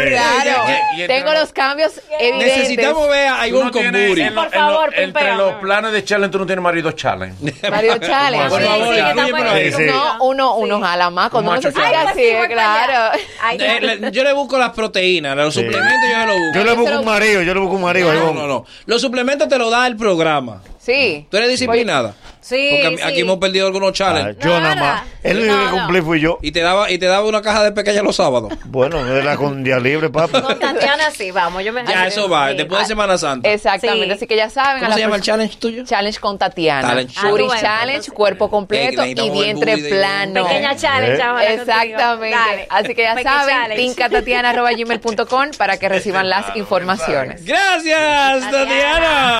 Speaker 31: Claro.
Speaker 4: Y- y- y
Speaker 31: Tengo los cambios evidentes.
Speaker 3: Necesitamos ver a
Speaker 4: Tú no
Speaker 3: Ivonne con
Speaker 4: tienes-
Speaker 3: Buri.
Speaker 4: en lo-
Speaker 6: por
Speaker 4: en lo-
Speaker 6: favor,
Speaker 4: Entre
Speaker 6: pimpea.
Speaker 4: los planes de challenge, tú no tienes marido challenge.
Speaker 31: Mario Challenge.
Speaker 3: Por favor,
Speaker 31: Sí,
Speaker 3: inclúyemelo ahí.
Speaker 5: Sí, sí.
Speaker 31: No, uno, uno jala más. Cuando
Speaker 4: Un
Speaker 31: uno se
Speaker 4: macho
Speaker 31: siente
Speaker 4: challenge.
Speaker 31: así, claro.
Speaker 6: Ay,
Speaker 3: Eh, le- yo le busco las proteínas, los suplementos yo se los busco.
Speaker 5: Yo le busco
Speaker 31: Pero-
Speaker 5: un marido, yo le busco un marido. a
Speaker 3: No,
Speaker 5: Ivonne.
Speaker 3: no, no. Los suplementos te los da el programa.
Speaker 31: Sí.
Speaker 3: ¿Tú eres disciplinada?
Speaker 6: Sí,
Speaker 3: Porque
Speaker 6: sí.
Speaker 3: aquí hemos perdido algunos
Speaker 5: Ah,
Speaker 3: challenges.
Speaker 5: Yo nada
Speaker 6: Nada.
Speaker 5: más. El único que
Speaker 6: Nada.
Speaker 5: cumplí fui yo.
Speaker 3: Y te daba y te daba una caja de pequeña los sábados.
Speaker 5: Bueno, de la con día libre, papi.
Speaker 6: Con Tatiana sí, vamos, yo me
Speaker 3: Ya, eso va. Después de Semana Santa.
Speaker 31: Exactamente.
Speaker 6: Sí.
Speaker 31: Así que ya saben. a
Speaker 3: ¿Cómo
Speaker 31: la
Speaker 3: se llama el
Speaker 31: próxima-
Speaker 3: challenge tuyo?
Speaker 31: Challenge con Tatiana.
Speaker 3: Challenge.
Speaker 6: Ah,
Speaker 31: Booty
Speaker 6: bueno,
Speaker 31: challenge,
Speaker 6: entonces.
Speaker 31: cuerpo completo
Speaker 3: Eh,
Speaker 31: y
Speaker 3: necesitamos ver
Speaker 31: vientre
Speaker 3: booty de-
Speaker 31: plano.
Speaker 6: Pequeña
Speaker 5: ¿Eh?
Speaker 6: challenge, ahora contigo.
Speaker 31: Exactamente.
Speaker 6: Dale.
Speaker 31: Así que ya
Speaker 6: Peque
Speaker 31: saben,
Speaker 6: challenge.
Speaker 31: pincatatiana.gmail.com para que reciban las informaciones.
Speaker 3: Gracias, Tatiana.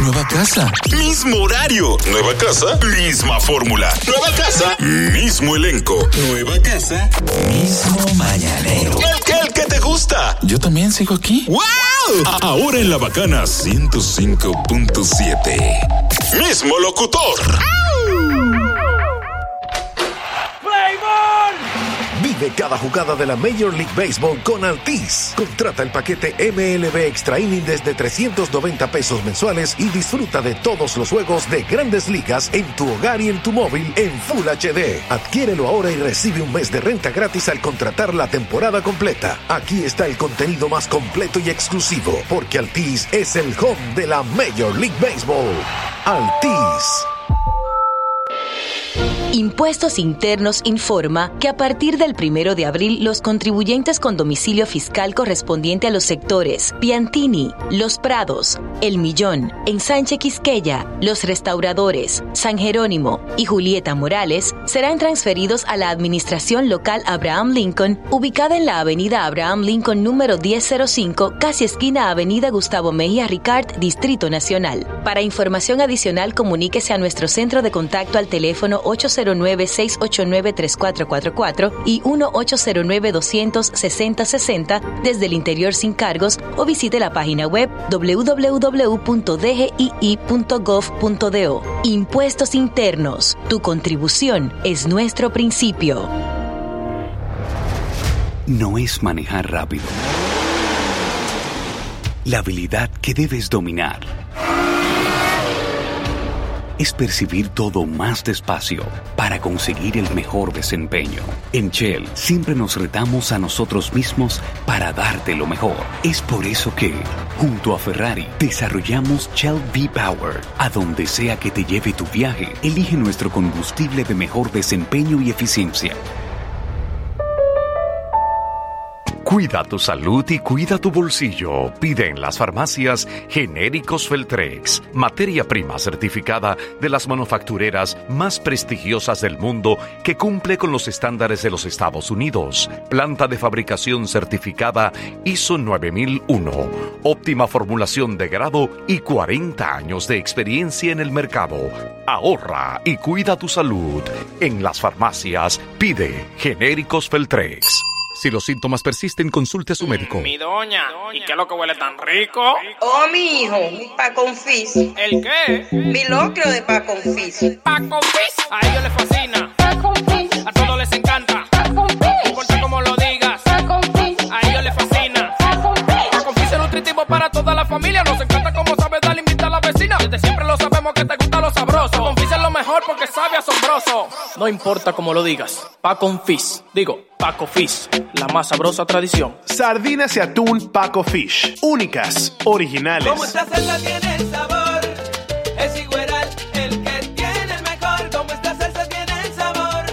Speaker 2: Nueva casa. Mismo horario. Nueva casa. Misma fórmula. Nueva casa. Mismo elenco. Nueva casa. Mismo mañanero. El que, el que te gusta. Yo también sigo aquí. ¡Wow! A- Ahora en La Bacana 105.7. Mismo locutor.
Speaker 9: Vive cada jugada de la Major League Baseball con Altis. Contrata el paquete MLB Extra Inning desde 390 pesos mensuales y disfruta de todos los juegos de grandes ligas en tu hogar y en tu móvil en Full HD. Adquiérelo ahora y recibe un mes de renta gratis al contratar la temporada completa. Aquí está el contenido más completo y exclusivo, porque Altis es el home de la Major League Baseball. Altis.
Speaker 11: Impuestos Internos informa que a partir del 1 de abril los contribuyentes con domicilio fiscal correspondiente a los sectores Piantini, Los Prados, El Millón, Ensanche Quisqueya, Los Restauradores, San Jerónimo y Julieta Morales serán transferidos a la Administración Local Abraham Lincoln, ubicada en la Avenida Abraham Lincoln número 1005, casi esquina Avenida Gustavo Mejía Ricard, Distrito Nacional. Para información adicional, comuníquese a nuestro centro de contacto al teléfono 809-689-3444 y 1-809-260-60 desde el interior sin cargos o visite la página web www.dgii.gov.do. Impuestos internos. Tu contribución es nuestro principio.
Speaker 12: no es manejar rápido. La habilidad que debes dominar es percibir todo más despacio para conseguir el mejor desempeño. En Shell siempre nos retamos a nosotros mismos para darte lo mejor. Es por eso que, junto a Ferrari, desarrollamos Shell V-Power. A donde sea que te lleve tu viaje, elige nuestro combustible de mejor desempeño y eficiencia.
Speaker 13: Cuida tu salud y cuida tu bolsillo. Pide en las farmacias genéricos Feltrex, materia prima certificada de las manufactureras más prestigiosas del mundo que cumple con los estándares de los Estados Unidos. Planta de fabricación certificada ISO 9001. Óptima formulación de grado y 40 años de experiencia en el mercado. Ahorra y cuida tu salud. En las farmacias pide genéricos Feltrex. Si los síntomas persisten, consulte a su médico.
Speaker 3: Mi doña, ¿y qué es lo que huele tan rico?
Speaker 14: Oh, mi hijo, un paconfis.
Speaker 3: ¿El qué?
Speaker 14: Milocrio de paconfis.
Speaker 3: Paconfis. A ellos les fascina. A todos les encanta. No importa cómo lo digas. A ellos les fascina. Paconfis es nutritivo para toda la familia. Nos encanta cómo sabe dar invita a la vecina. Desde siempre lo sabemos que te gusta lo sabroso. Paconfis es lo mejor porque sabe asombroso. No importa cómo lo digas. Paconfis. Digo, Paconfis. La más sabrosa tradición.
Speaker 7: Sardinas y atún Paco Fish. Únicas, originales.
Speaker 17: Como esta salsa tiene el sabor, es Igueral el que tiene el mejor. Como esta salsa tiene el sabor,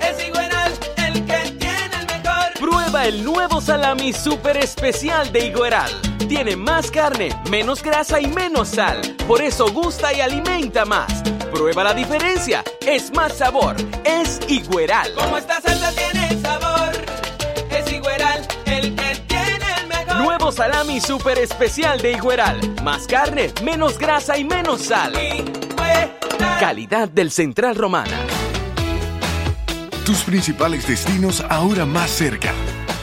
Speaker 17: es Igueral el que tiene el mejor.
Speaker 18: Prueba el nuevo salami super especial de Igueral. Tiene más carne, menos grasa y menos sal. Por eso gusta y alimenta más. Prueba la diferencia. Es más sabor. Es Igueral.
Speaker 17: Como esta salsa tiene el sabor, es Igueral el que tiene el mejor.
Speaker 18: Nuevo salami super especial de Igueral. Más carne, menos grasa y menos sal. Calidad del Central Romana.
Speaker 19: Tus principales destinos ahora más cerca.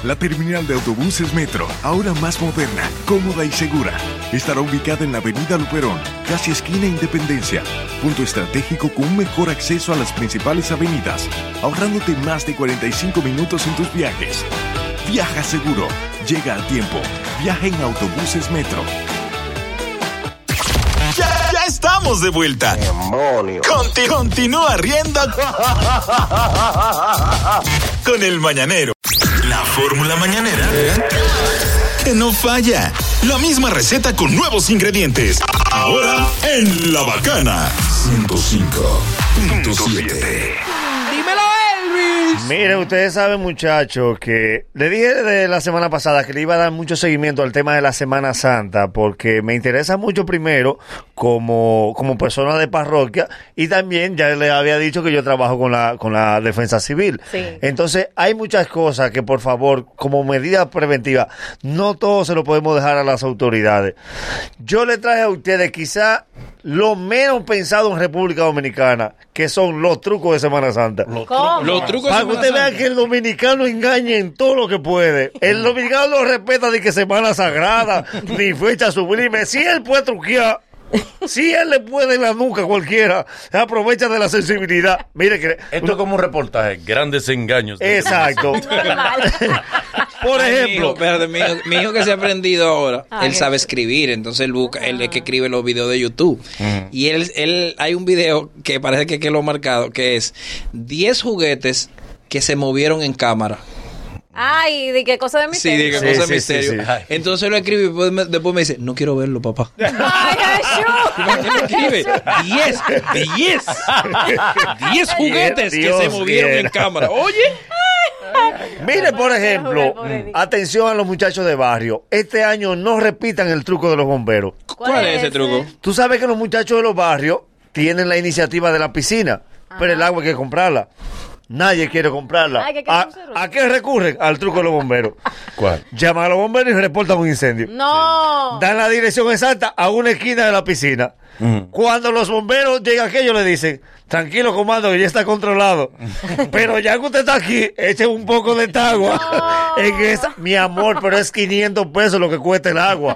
Speaker 19: La terminal de autobuses Metro, ahora más moderna, cómoda y segura, estará ubicada en la Avenida Luperón, casi esquina Independencia, punto estratégico con un mejor acceso a las principales avenidas, ahorrándote más de 45 minutos en tus viajes. Viaja seguro, llega a tiempo, viaja en autobuses Metro.
Speaker 2: Ya, ya estamos de vuelta. Conti- continúa riendo con el mañanero. La fórmula mañanera que no falla. La misma receta con nuevos ingredientes. Ahora en La Bacana 105.7.
Speaker 32: Dímelo, Elvis.
Speaker 5: Mire, ustedes saben, muchachos, que le dije de la semana pasada que le iba a dar mucho seguimiento al tema de la Semana Santa, porque me interesa mucho primero como, como persona de parroquia y también ya le había dicho que yo trabajo con la, con la defensa civil.
Speaker 9: Sí.
Speaker 5: Entonces, hay muchas cosas que, por favor, como medida preventiva, no todo se lo podemos dejar a las autoridades. Yo le traje a ustedes quizá lo menos pensado en República Dominicana, que son los trucos de Semana Santa.
Speaker 32: ¿Cómo? Los trucos de Semana
Speaker 5: Para que Ah, usted vea
Speaker 32: Santa.
Speaker 5: que el dominicano engaña en todo lo que puede. El dominicano no respeta ni que Semana Sagrada, ni fecha sublime. Si él puede truquear, si él le puede en la nuca a cualquiera, se aprovecha de la sensibilidad. Mire que...
Speaker 4: Esto es como un reportaje, grandes engaños.
Speaker 5: Exacto. Por
Speaker 32: Ay,
Speaker 5: ejemplo.
Speaker 32: mi hijo, espérate, mi hijo, mi hijo que se ha aprendido ahora,
Speaker 3: Ah,
Speaker 5: Ay.
Speaker 32: él sabe escribir, entonces él busca, él es que escribe los videos de YouTube. Y él, él, hay un video que parece que, que lo ha marcado, que es 10 juguetes que se movieron en cámara.
Speaker 6: Ay, de qué cosa de
Speaker 3: Sí,
Speaker 6: misterio.
Speaker 3: diga, cosa de misterio. Entonces lo escribe y después me, después me dice, no quiero verlo, papá. ¿Por qué lo escribe? 10, 10, 10 juguetes
Speaker 5: Dios
Speaker 3: que se movieron
Speaker 5: quiera.
Speaker 3: en cámara. Oye,
Speaker 5: Mire, por ejemplo, atención a los muchachos de barrio. Este año no repitan el truco de los bomberos.
Speaker 3: ¿Cuál ¿Cuál es es ese truco? ese?
Speaker 5: Tú sabes que los muchachos de los barrios tienen la iniciativa de la piscina, pero el agua hay que comprarla. Nadie quiere comprarla.
Speaker 6: Ay, que qué
Speaker 5: ¿A, a qué recurren? Al truco de los bomberos. ¿Cuál? Llaman a los bomberos y reportan un incendio.
Speaker 6: No.
Speaker 5: Dan la dirección exacta a una esquina de la piscina. Cuando los bomberos llegan aquí, ellos le dicen, tranquilo, comando, que ya está controlado. pero ya que usted está aquí, eche un poco de esta agua. en esa, mi amor, pero es 500 pesos lo que cuesta el agua.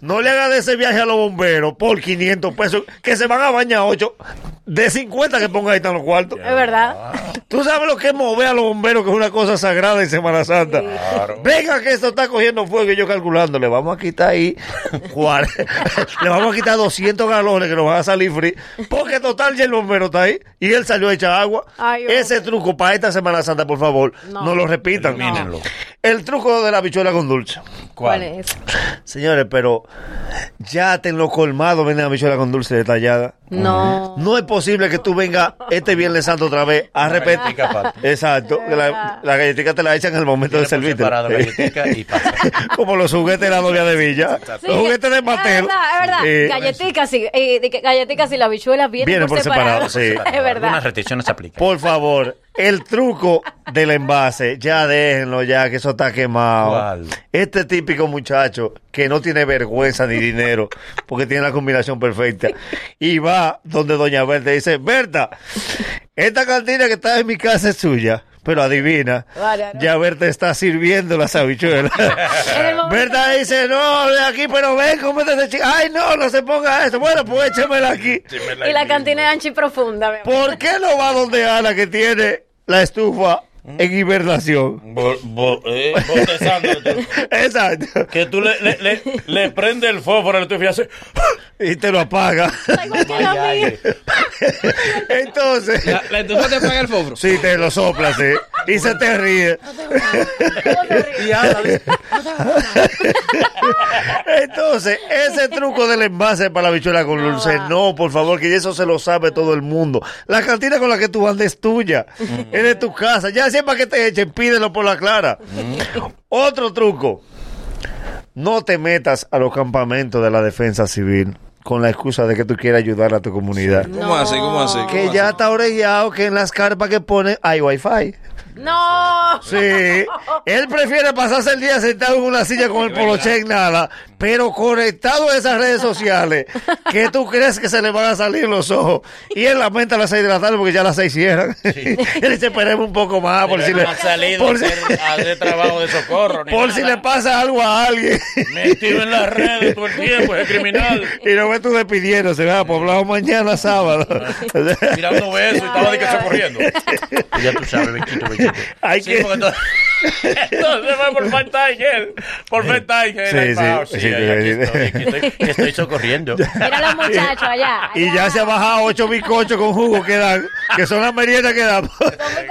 Speaker 5: no le haga de ese viaje a los bomberos por 500 pesos, que se van a bañar 8. De 50 que ponga ahí están los cuartos.
Speaker 6: Es
Speaker 5: Ah,
Speaker 6: verdad. Ah,
Speaker 5: Tú sabes lo que es mover a los bomberos, que es una cosa sagrada en Semana Santa. Venga, que esto está cogiendo fuego y yo calculando. Le vamos a quitar ahí. cuar- le vamos a quitar 200 galones que nos van a salir free. Porque total, ya el bombero está ahí y él salió a echar agua.
Speaker 6: Ay,
Speaker 5: Ese truco para esta Semana Santa, por favor,
Speaker 6: No.
Speaker 5: no, lo repitan.
Speaker 6: Elimínenlo.
Speaker 5: El truco de la bichuela con dulce.
Speaker 6: ¿Cuál es?
Speaker 5: Señores, pero ya te en los colmados venden habichuela con dulce detallada.
Speaker 6: No.
Speaker 5: No es posible que tú vengas este Viernes Santo otra vez a repetir.
Speaker 4: galletica aparte.
Speaker 5: Exacto. que La, la galletica te la echan en el momento de servirte.
Speaker 4: separado galletica y
Speaker 5: Como los juguetes de la novia de Villa.
Speaker 6: Sí,
Speaker 5: los juguetes de
Speaker 6: Es
Speaker 5: Mateo.
Speaker 6: verdad, es verdad.
Speaker 5: Eh,
Speaker 6: galletitas y, eh, de que galleticas y la bichuela vienen,
Speaker 5: Vienen por separado, sí.
Speaker 6: Es verdad.
Speaker 4: Algunas restricciones se aplican.
Speaker 5: Por favor, el truco del envase, ya déjenlo ya, que eso está quemado.
Speaker 4: ¿Cuál?
Speaker 5: Este típico muchacho que no tiene vergüenza ni dinero, porque tiene la combinación perfecta, y va donde doña Berta y dice, Berta, esta cantina que está en mi casa es suya, pero adivina,
Speaker 6: Claro.
Speaker 5: ya Berta está sirviendo las habichuelas.
Speaker 6: En el momento-
Speaker 5: Berta dice, no, de aquí, pero ven, cómete este chico. Ay, no, no se ponga eso. Bueno, pues échemela aquí.
Speaker 6: Y la cantina es ancha y profunda. mi amor.
Speaker 5: ¿Por qué no va donde Ana que tiene la estufa en hibernación?
Speaker 4: eh,
Speaker 5: Exacto.
Speaker 1: Que tú le, le, le, le prende el fósforo al tuyo y hace.
Speaker 5: Y te lo apaga. Entonces.
Speaker 3: la, la estufa te paga el fósforo.
Speaker 5: Sí, te lo sopla, sí. Y se te ríe.
Speaker 3: Y habla,
Speaker 5: Entonces, ese truco del envase para la bichuela con dulce, no, por favor, que eso se lo sabe todo el mundo. La cantina con la que tú andes es tuya, es de tu casa. Ya siempre que te echen, pídelo por la clara.
Speaker 1: Mm.
Speaker 5: Otro truco. No te metas a los campamentos de la defensa civil con la excusa de que tú quieres ayudar a tu comunidad.
Speaker 3: ¿Cómo así? ¿Cómo así? ¿Cómo
Speaker 5: Que
Speaker 3: así?
Speaker 5: ya está orellado que en las carpas que ponen hay wifi.
Speaker 6: No.
Speaker 5: Sí, él prefiere pasarse el día sentado en una silla con el poloche en nada, pero conectado a esas redes sociales, que tú crees que se le van a salir los ojos. Y él lamenta a las 6 de la tarde porque ya las 6 cierran. él dice, esperemos un poco más Ah, por si le,
Speaker 1: no ha salido
Speaker 5: por
Speaker 1: a
Speaker 5: si-
Speaker 1: hacer, a hacer trabajo de socorro. ni
Speaker 5: por
Speaker 1: nada.
Speaker 5: si le pasa algo a alguien.
Speaker 1: Metido en las redes todo el tiempo, es criminal.
Speaker 5: Y no ves tú despidiéndose, va, pues hablamos mañana sábado.
Speaker 1: Tirando besos y estaba de que se corriendo.
Speaker 4: Ya tú sabes, Benquito, Benquito.
Speaker 5: Hay
Speaker 1: Sí, porque entonces- entonces va por FaceTime. Por FaceTime.
Speaker 5: Sí,
Speaker 1: ahí
Speaker 5: sí,
Speaker 1: va,
Speaker 5: sí,
Speaker 1: ahí
Speaker 5: sí.
Speaker 1: aquí estoy, aquí estoy, estoy socorriendo.
Speaker 6: Mira los muchachos allá.
Speaker 5: Y ya se ha bajado ocho bizcochos con jugo que dan, que son las meriendas que dan.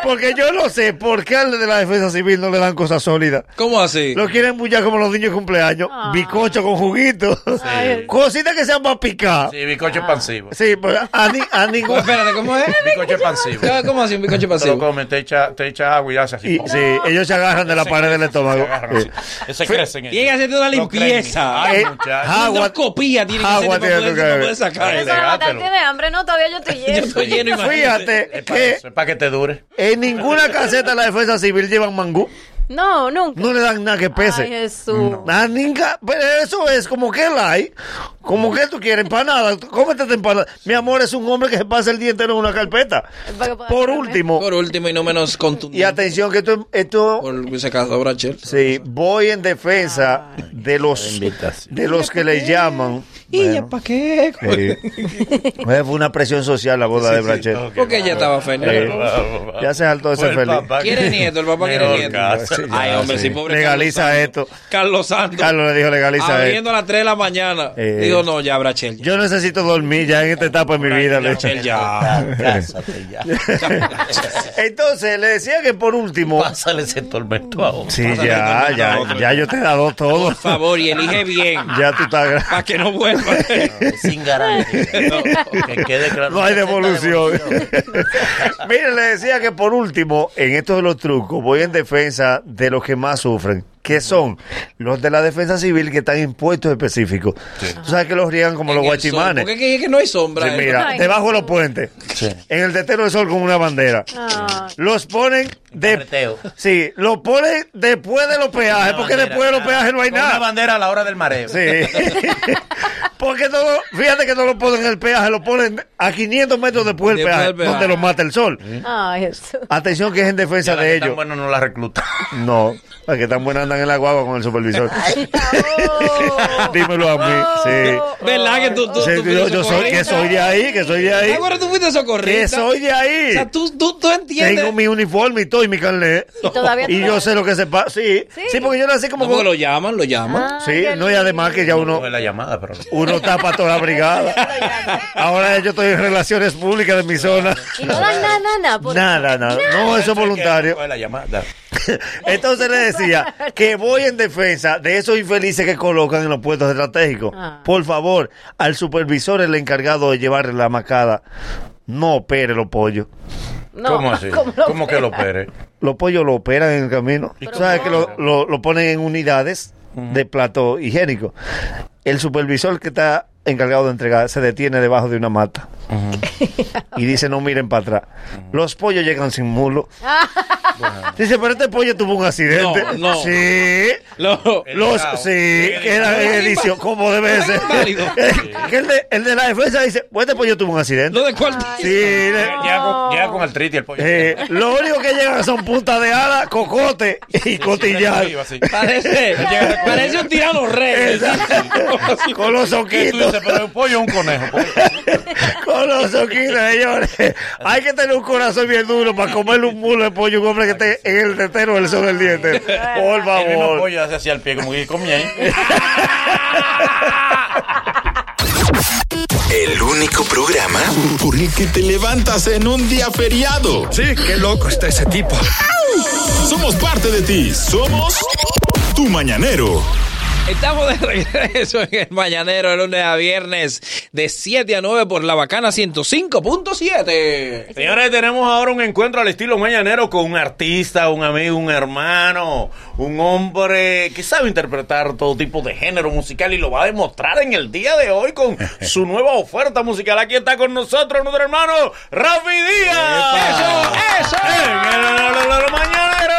Speaker 5: Porque yo no sé por qué al de la defensa civil no le dan cosas sólidas.
Speaker 3: ¿Cómo así?
Speaker 5: Lo quieren bullar como los niños de cumpleaños.
Speaker 6: Ah.
Speaker 5: Bizcocho con juguito. Cositas que sean más picadas.
Speaker 4: Sí, bizcocho expansivo.
Speaker 5: Sí, pues, pero a, ni- a ningún.
Speaker 3: Espérate, ¿cómo es?
Speaker 4: Bizcocho expansivo.
Speaker 3: ¿Cómo así un bizcocho
Speaker 4: Te lo comes, te echa, te echa agua y hace así.
Speaker 5: Y, sí, ellos se agarran de la pared del estómago. Sí.
Speaker 4: Ese crece en
Speaker 3: Tiene que hacerte una limpieza.
Speaker 4: Ay,
Speaker 3: Eh,
Speaker 4: muchacho.
Speaker 3: Una copía tiene que hacerte
Speaker 5: agua
Speaker 3: para
Speaker 5: tiene
Speaker 3: poder,
Speaker 5: que
Speaker 3: para
Speaker 5: haber.
Speaker 3: poder sacar.
Speaker 6: Eso no te tiene hambre, no, todavía yo estoy lleno.
Speaker 5: Fíjate que
Speaker 4: Es para que te dure.
Speaker 5: en ninguna caseta de la defensa civil llevan mangú.
Speaker 6: No, nunca.
Speaker 5: No le dan nada que pese.
Speaker 6: Ay, Jesús.
Speaker 5: Ah, ninga, pero eso es como que la hay. Como que tú quieres empanada. Cómete esta empanada. Mi amor es un hombre que se pasa el día entero en una carpeta. Por último,
Speaker 3: Por último y no menos contundente.
Speaker 5: y atención que esto, esto
Speaker 3: Por si acaso habrá Chelsea.
Speaker 5: sí, voy en defensa de los de los que le llaman.
Speaker 3: ¿Y ya para qué?
Speaker 5: Sí. Fue una presión social la boda de Brachet.
Speaker 3: Porque ella estaba feliz.
Speaker 5: Sí. Ya se saltó ese
Speaker 3: Fue el
Speaker 5: feliz.
Speaker 3: papá que- Quiere nieto, el papá quiere Mejor nieto. caso. Ay, hombre, sí, pobre
Speaker 5: Ah, legaliza esto.
Speaker 3: Carlos Santos.
Speaker 5: Carlos le dijo legaliza
Speaker 3: Abriendo a las 3 de la mañana.
Speaker 5: Eh.
Speaker 3: Digo, no, ya, Brachel.
Speaker 5: esto. Yo necesito dormir ya en esta etapa de mi vida. le-
Speaker 3: Brachel, ya. Cásate ya.
Speaker 5: Entonces, le decía que por último.
Speaker 4: Pásale ese tormento a otro.
Speaker 5: Sí,
Speaker 4: Pásale
Speaker 5: ya,
Speaker 4: ese tormento a
Speaker 5: ya,
Speaker 4: otro.
Speaker 5: ya yo te he dado todo.
Speaker 3: Por favor, Ah, y elige bien.
Speaker 5: Ya tú estás.
Speaker 3: Para que no vuelva.
Speaker 4: Sin garantía. que quede claro.
Speaker 5: No hay devolución. Mire, le decía que por último, en esto de los trucos, voy en defensa de los que más sufren, que son los de la defensa civil que están en puestos específicos. Tú sabes que los riegan como los guachimanes.
Speaker 3: Porque es que, es que no hay sombra.
Speaker 5: Sí,
Speaker 3: eh.
Speaker 5: mira, debajo de los puentes, en el tetero de sol con una bandera. Los ponen de, sí, los ponen después de los peajes,
Speaker 4: Una
Speaker 5: porque
Speaker 4: bandera,
Speaker 5: después de los peajes no hay
Speaker 4: Con
Speaker 5: nada.
Speaker 4: Una bandera a la hora del mareo.
Speaker 5: Sí. Porque no lo- fíjate que no lo ponen en el peaje, lo ponen a 500 metros después del
Speaker 4: Después
Speaker 5: peaje,
Speaker 4: del peaje.
Speaker 5: donde los mata el sol.
Speaker 4: ¿Eh?
Speaker 6: Ay, eso.
Speaker 5: Atención que es en defensa de ellos.
Speaker 4: Bueno, no la recluta.
Speaker 5: No, para que tan buenas andan en la guagua con el supervisor. Dímelo a mí. Sí.
Speaker 3: ¿Verdad que tú- tú-
Speaker 5: Sí,
Speaker 3: tú fuiste
Speaker 5: yo, yo soy,
Speaker 3: socorrista?
Speaker 5: que soy de ahí, que soy de ahí.
Speaker 3: Ahora tú fuiste socorrista.
Speaker 5: Que soy de ahí.
Speaker 3: O sea, tú, tú, tú entiendes.
Speaker 5: Tengo mi uniforme y todo y mi carnet.
Speaker 6: Y todavía tú
Speaker 5: Y yo
Speaker 6: vas.
Speaker 5: sé lo que se pasa. Sí. sí, porque yo nací como
Speaker 3: No, porque
Speaker 5: con-
Speaker 3: lo llaman, lo llaman.
Speaker 6: Ah,
Speaker 5: Sí, no, y además que ya uno.
Speaker 4: la llamada, pero.
Speaker 5: Uno tapa toda la brigada. Ahora yo estoy en relaciones públicas de mi zona.
Speaker 6: Y no dan nada, nada. por-
Speaker 5: Nada, nada. No, eso es voluntario.
Speaker 4: Coge la llamada.
Speaker 5: Entonces le decía que voy en defensa de esos infelices que colocan en los puestos estratégicos.
Speaker 6: Ah.
Speaker 5: Por favor, al supervisor, el encargado de llevarle la macada, no opere los pollos.
Speaker 6: No,
Speaker 4: ¿Cómo así?
Speaker 6: ¿cómo
Speaker 4: ¿Cómo,
Speaker 6: lo
Speaker 4: que lo opere?
Speaker 5: Los pollos lo operan en el camino. Tú sabes que lo, lo- lo ponen en unidades de plato higiénico. El supervisor que está encargado de entregar se detiene debajo de una mata y dice no miren para atrás. Los pollos llegan sin mulo. Dice, pero este pollo tuvo un accidente.
Speaker 3: No, no.
Speaker 5: Sí. Los, sí, que era edición, como debe ser. Que el, de, el de la defensa dice, pues este pollo tuvo un accidente.
Speaker 3: ¿Lo de cuál?
Speaker 5: Sí. le-
Speaker 4: Llega con, llega con el triti el pollo.
Speaker 5: eh, lo único que llegan son puntas de ala, cocote y cotillar.
Speaker 4: recogido, así.
Speaker 3: Parece, parece un tirano rey.
Speaker 5: Con los
Speaker 4: Que tú
Speaker 5: oquitos.
Speaker 4: dices, pero el pollo es un conejo. pues". porque
Speaker 5: Con los oquitos, señores. Hay que tener un corazón bien duro para comerle un mulo de pollo a un hombre que esté en el tetero del sol del día entero. Por
Speaker 4: El mismo
Speaker 5: favor.
Speaker 4: pollo hace así al pie, como que comía ahí.
Speaker 2: El único programa por el que te levantas en un día feriado. Sí, qué loco está ese tipo. Somos parte de ti. Somos tu mañanero.
Speaker 3: Estamos de regreso en el mañanero de lunes a viernes de 7 a 9 por la bacana 105.7.
Speaker 4: Señores, tenemos ahora un encuentro al estilo mañanero con un artista, un amigo, un hermano, un hombre que sabe interpretar todo tipo de género musical y lo va a demostrar en el día de hoy con su nueva oferta musical. Aquí está con nosotros nuestro hermano Rafi Díaz.
Speaker 3: ¡Eso!
Speaker 4: ¡Eso! ¡Mañanero!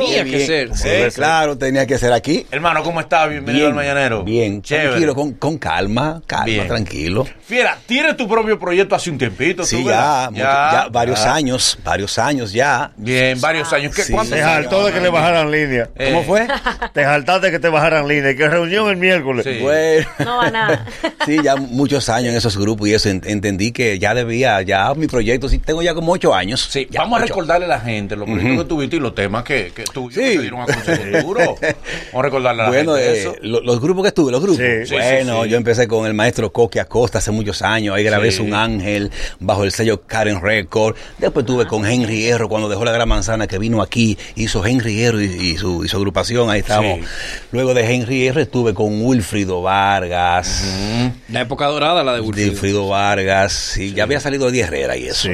Speaker 3: Tenía que ser.
Speaker 4: Sí,
Speaker 8: Pues claro, tenía que ser aquí.
Speaker 4: Hermano, ¿cómo está? Bienvenido al mañanero.
Speaker 8: Bien,
Speaker 4: Chévere.
Speaker 8: tranquilo, con, con calma, calma,
Speaker 4: Bien.
Speaker 8: tranquilo.
Speaker 4: Fiera, tienes tu propio proyecto hace un tiempito.
Speaker 8: Sí,
Speaker 4: tú,
Speaker 8: ya,
Speaker 4: ¿verdad?
Speaker 8: mucho- ya varios
Speaker 4: ya.
Speaker 8: años, varios años ya.
Speaker 4: Bien, varios años. ¿Qué,
Speaker 8: Sí.
Speaker 4: ¿Cuántos
Speaker 8: Te
Speaker 4: años? Eh.
Speaker 5: Todo de que le bajaran línea.
Speaker 8: ¿Cómo fue?
Speaker 5: Te saltaste que te bajaran línea. Que reunión el miércoles.
Speaker 8: Bueno,
Speaker 6: No va nada.
Speaker 8: sí, ya muchos años en esos grupos y eso ent- entendí que ya debía, ya mi proyecto, sí, tengo ya como ocho años. Sí,
Speaker 4: Vamos a recordarle a la gente los proyectos que tuviste y los temas que, que tú que te dieron a consejo duro. Vamos a recordarle a la
Speaker 8: Bueno,
Speaker 4: gente
Speaker 8: eh,
Speaker 4: eso.
Speaker 8: lo- los grupos que estuve, los grupos.
Speaker 4: Sí,
Speaker 8: bueno,
Speaker 4: sí, sí.
Speaker 8: yo empecé con el maestro Coque Acosta hace muchos años. Ahí grabé
Speaker 4: Sí.
Speaker 8: un ángel bajo el sello Karen Record. Después
Speaker 4: Ah,
Speaker 8: tuve con Henry Hierro cuando dejó la Gran Manzana que vino aquí. Hizo Henry Hierro y, y su, y su agrupación. Ahí estamos.
Speaker 4: Sí.
Speaker 8: Luego de Henry Hierro estuve con Wilfrido Vargas.
Speaker 3: La época dorada, la de
Speaker 8: Wilfrido. Vargas. Sí, ya había salido de Herrera y eso.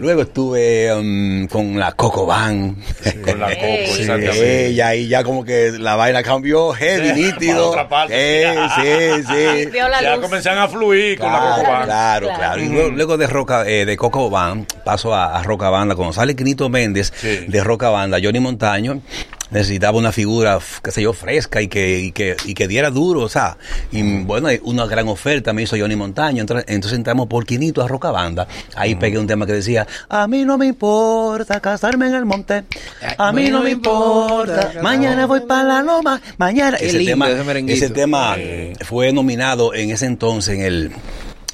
Speaker 8: Luego estuve um, con la Coco Van.
Speaker 4: Con la Coco,
Speaker 8: Sí,
Speaker 4: exactamente.
Speaker 8: Ella y ya como que la vaina cambió, heavy,
Speaker 4: Sí, para
Speaker 8: nítido.
Speaker 4: otra parte.
Speaker 8: Sí, sí, sí.
Speaker 6: Ah, Vio la
Speaker 4: ya
Speaker 6: luz.
Speaker 4: comenzaron a fluir con la
Speaker 8: Eh, Claro,
Speaker 4: Cocoban.
Speaker 8: claro, claro. Y luego, luego de Roca, eh, de Coco Van, paso a, a Roca Banda. Cuando sale Quinito Méndez de Roca Banda, Johnny Montaño necesitaba una figura, f- qué sé yo, fresca y que, y que, y que diera duro, o sea. Y mm, bueno, eh, una gran oferta me hizo Johnny Montaño. Entra- Entonces entramos por Quinito a Roca Banda. Ahí pegué un tema que decía, a mí no me importa casarme en el monte. A mí no me importa. Mañana voy para la loma. Mañana.
Speaker 3: Qué
Speaker 8: Ese
Speaker 3: lindo
Speaker 8: tema,
Speaker 3: ese merenguito.
Speaker 8: ese tema fue nominado en ese entonces en el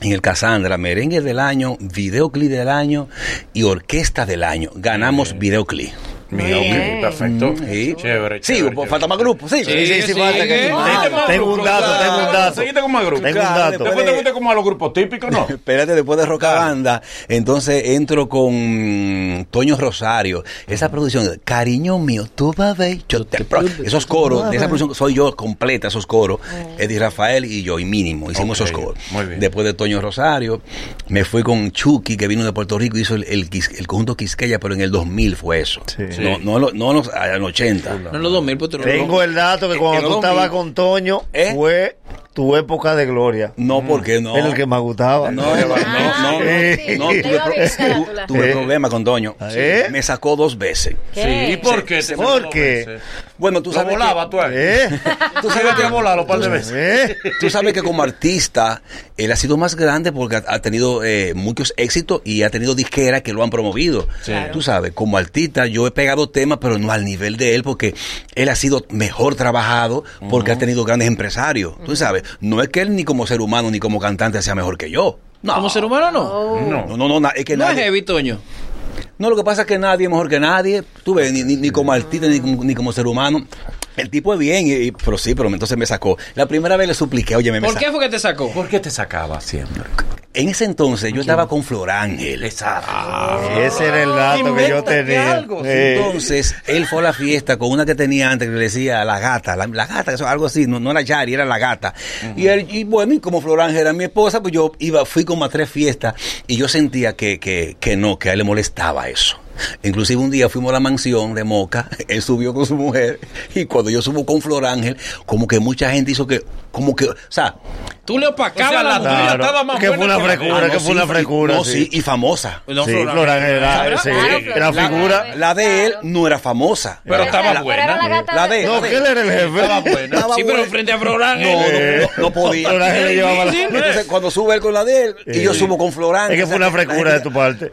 Speaker 8: en el Cassandra, merengue del año, videoclip Mm, del año y orquesta del año. Ganamos videoclip.
Speaker 1: Mira, ok, perfecto. Chévere,
Speaker 8: Sigo, pues, falta más grupos. Sí,
Speaker 1: Sí, sí, falta que- Ah, tengo un dato, tengo un dato.
Speaker 8: Seguiste con más grupos.
Speaker 1: Tengo un
Speaker 8: Claro,
Speaker 1: dato.
Speaker 8: después
Speaker 1: Después
Speaker 8: de-
Speaker 1: te gusta como a los grupos típicos, ¿no?
Speaker 8: Espérate, después de Roca Banda, entonces entro con mm, Toño Rosario. Esa producción, cariño mío, tú vas a ver, yo te- pro- Esos coros, de esa producción soy yo completa, esos coros. Eddie Rafael y yo, y mínimo, hicimos esos coros. Después de Toño Rosario, me fui con Chucky, que vino de Puerto Rico, hizo el, el Quis- el conjunto Quisqueya, pero en el 2000 fue eso. No, no, lo- no en los, en los 80.
Speaker 3: No en los 2000, pues tú no lo-
Speaker 5: Tengo el dato que ¿Eh?
Speaker 3: en
Speaker 5: cuando
Speaker 3: los
Speaker 5: tú
Speaker 3: 2000.
Speaker 5: estabas con Toño fue tu época de gloria.
Speaker 8: No, porque no.
Speaker 5: Era el que más gustaba.
Speaker 8: No, no, no, no,
Speaker 5: Eh.
Speaker 8: no, tuve, pro- tu- tuve
Speaker 5: Eh.
Speaker 8: problema con Doño.
Speaker 5: ¿Eh?
Speaker 8: Me sacó dos veces.
Speaker 5: ¿Qué? Sí, ¿y por qué te
Speaker 8: Se-
Speaker 5: sacó dos veces?
Speaker 8: Bueno, tú
Speaker 5: Lo
Speaker 8: sabes
Speaker 5: volaba,
Speaker 8: que,
Speaker 5: tú, ¿eh?
Speaker 8: Tú sabes que volado un par de veces. Tú sabes que como artista él ha sido más grande porque ha, ha tenido eh, muchos éxitos y ha tenido disqueras que lo han promovido.
Speaker 4: Sí.
Speaker 8: Tú sabes, como artista yo he pegado temas, pero no al nivel de él porque él ha sido mejor trabajado porque ha tenido grandes empresarios. Tú sabes, no es que él ni como ser humano ni como cantante sea mejor que yo. No.
Speaker 3: Como ser humano no.
Speaker 6: Oh.
Speaker 8: No, no, no, na- es que
Speaker 3: No
Speaker 8: nadie-
Speaker 3: es heavy, Toño.
Speaker 8: no, lo que pasa es que nadie es mejor que nadie. Tú ves, ni, ni- ni como artista, ni, como- ni como ser humano. El tipo es bien, y- y- pero sí, pero entonces me sacó. La primera vez le supliqué, oye, me, me
Speaker 3: ¿Por
Speaker 8: sa-
Speaker 3: qué fue que te sacó?
Speaker 4: ¿Por qué te sacaba siempre?
Speaker 8: En ese entonces yo estaba con Flor Ángel. Ah.
Speaker 4: Exacto.
Speaker 5: ese era el dato que yo tenía. Eh.
Speaker 8: Entonces, él fue a la fiesta con una que tenía antes que le decía la gata, la, la gata, que eso, algo así, no, no era Yari, era la gata. y, él, y bueno, y como Flor Ángel era mi esposa, pues yo iba, fui como a tres fiestas y yo sentía que, que, que no, que a él le molestaba eso. Inclusive un día fuimos a la mansión de Moca, él subió con su mujer y cuando yo subo con Flor Ángel, como que mucha gente hizo que, como que, o sea,
Speaker 3: Tú le opacabas
Speaker 8: O sea, la
Speaker 3: la mujer.
Speaker 8: mujer
Speaker 3: Claro.
Speaker 8: estaba más
Speaker 5: Que fue
Speaker 8: buena
Speaker 5: una
Speaker 8: que la-
Speaker 5: frescura,
Speaker 8: Ah, no,
Speaker 5: que fue una
Speaker 8: sí,
Speaker 5: frescura.
Speaker 8: No, sí, y famosa.
Speaker 5: No, Sí, Flor Flor Ángel era- Ángel. sí, era
Speaker 8: La-
Speaker 5: figura.
Speaker 8: La de él no era famosa.
Speaker 5: Pero estaba
Speaker 8: la-
Speaker 5: buena.
Speaker 8: La, de él.
Speaker 5: No, que él era el jefe.
Speaker 8: Estaba buena.
Speaker 3: Sí, pero frente a Flor
Speaker 8: No, no,
Speaker 3: Ángel.
Speaker 8: no, no podía.
Speaker 5: Flor Ángel le llevaba la-
Speaker 8: Entonces, cuando sube él con la de él, y yo subo con Flor Ángel.
Speaker 5: Es que fue una frescura de tu parte.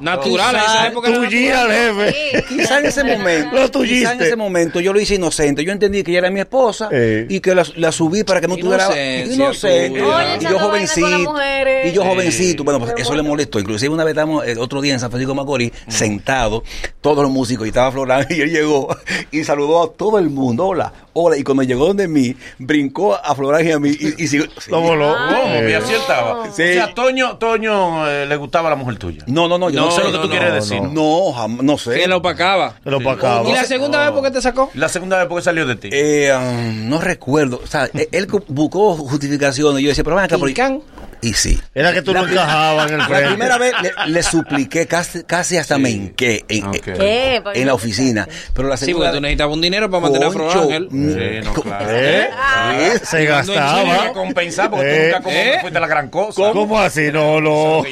Speaker 3: Natural, en esa época era
Speaker 5: Tullí al
Speaker 3: natural.
Speaker 5: jefe.
Speaker 8: Quizá en ese momento, quizá en
Speaker 5: Eh,
Speaker 8: ese momento yo lo hice inocente. Yo entendí que ella era mi esposa y que la, la subí para que no tuviera
Speaker 3: Inocencia
Speaker 8: inocente.
Speaker 3: pura.
Speaker 6: Oye,
Speaker 8: Y
Speaker 6: echando
Speaker 8: yo
Speaker 6: vaina con las
Speaker 8: jovencito,
Speaker 6: mujeres.
Speaker 8: y yo
Speaker 6: Sí.
Speaker 8: jovencito. Bueno, pues eso le molestó. Inclusive una vez estábamos el otro día en San Francisco de Macorís, sentado, todos los músicos y estaba Florán y él llegó y saludó a todo el mundo. Hola, hola. Y cuando llegó donde mí, brincó a Florán y a mí y, y siguió.
Speaker 5: Lo voló.
Speaker 4: ¿Cómo?
Speaker 8: Eh.
Speaker 4: Y así él estaba.
Speaker 8: Sí.
Speaker 4: O sea, Toño, Toño eh, le gustaba la mujer tuya.
Speaker 8: No, no, no, yo no,
Speaker 4: No,
Speaker 8: sé
Speaker 4: lo que tú quieres decir.
Speaker 8: No, jamás, no sé.
Speaker 3: Que la opacaba.
Speaker 5: Lo
Speaker 3: ¿Y la segunda vez por qué te sacó?
Speaker 4: La segunda vez porque salió de ti.
Speaker 8: Eh, um, no recuerdo. O sea, e-, él- él buscó justificaciones. Yo decía, pero ven acá, pero- Y sí.
Speaker 5: Era que tú
Speaker 8: La
Speaker 5: no
Speaker 8: pri-
Speaker 5: encajabas en el frente.
Speaker 8: La primera vez le, le supliqué, casi, casi hasta me hinqué en, en-
Speaker 3: ¿Qué?
Speaker 8: en la oficina. Pero la
Speaker 3: Sí, porque
Speaker 8: segunda
Speaker 3: tú necesitabas un dinero para mantener a Flor
Speaker 8: Concho,
Speaker 3: Ángel.
Speaker 8: mm,
Speaker 4: no, claro.
Speaker 5: ¿Eh?
Speaker 4: Ah,
Speaker 5: Se
Speaker 4: Cuando en
Speaker 5: gastaba.
Speaker 4: Chile iba a compensar porque tú
Speaker 5: Eh.
Speaker 4: nunca como que fuiste la gran cosa.
Speaker 5: ¿Cómo así? No, no.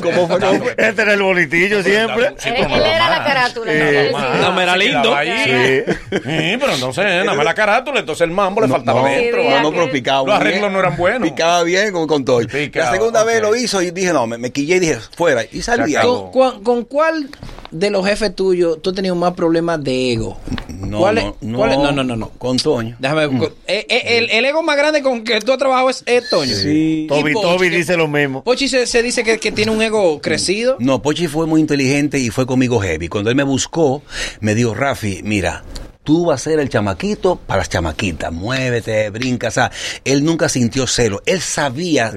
Speaker 5: ¿Cómo fue? No, Este era el bolitillo siempre.
Speaker 6: Él era la carátula.
Speaker 5: Eh,
Speaker 4: No, me era lindo. Sí, pero entonces, nada más la carátula, entonces el mambo le faltaba
Speaker 8: no,
Speaker 4: dentro.
Speaker 8: no, no, pero picaba
Speaker 4: Los arreglos
Speaker 8: bien.
Speaker 4: no eran buenos.
Speaker 8: Picaba bien con, con todo.
Speaker 4: Picaba,
Speaker 8: la segunda vez
Speaker 4: ok.
Speaker 8: lo hizo y dije, no, me, me quillé y dije, fuera. Y salí
Speaker 3: ¿Con, cuán- con cuál de los jefes tuyos tú has tenido más problemas de ego?
Speaker 8: No,
Speaker 3: ¿Cuál es-
Speaker 8: no, no,
Speaker 3: cuál es- no, no, no, no.
Speaker 8: Con Toño. Mm.
Speaker 3: Déjame ver, co- eh, eh, el, el ego más grande con que tú has trabajado es, es Toño.
Speaker 8: Sí.
Speaker 3: Y
Speaker 5: Toby,
Speaker 3: Pochi,
Speaker 5: Toby
Speaker 3: que-
Speaker 5: dice lo mismo.
Speaker 3: Pochi se, se dice que, que tiene un ego crecido.
Speaker 8: No, Pochi fue muy inteligente y fue conmigo heavy. Cuando él me buscó, me dijo, Rafi, mira, tú vas a ser el chamaquito para las chamaquitas. Muévete, brinca. O sea, él nunca sintió celo. Él sabía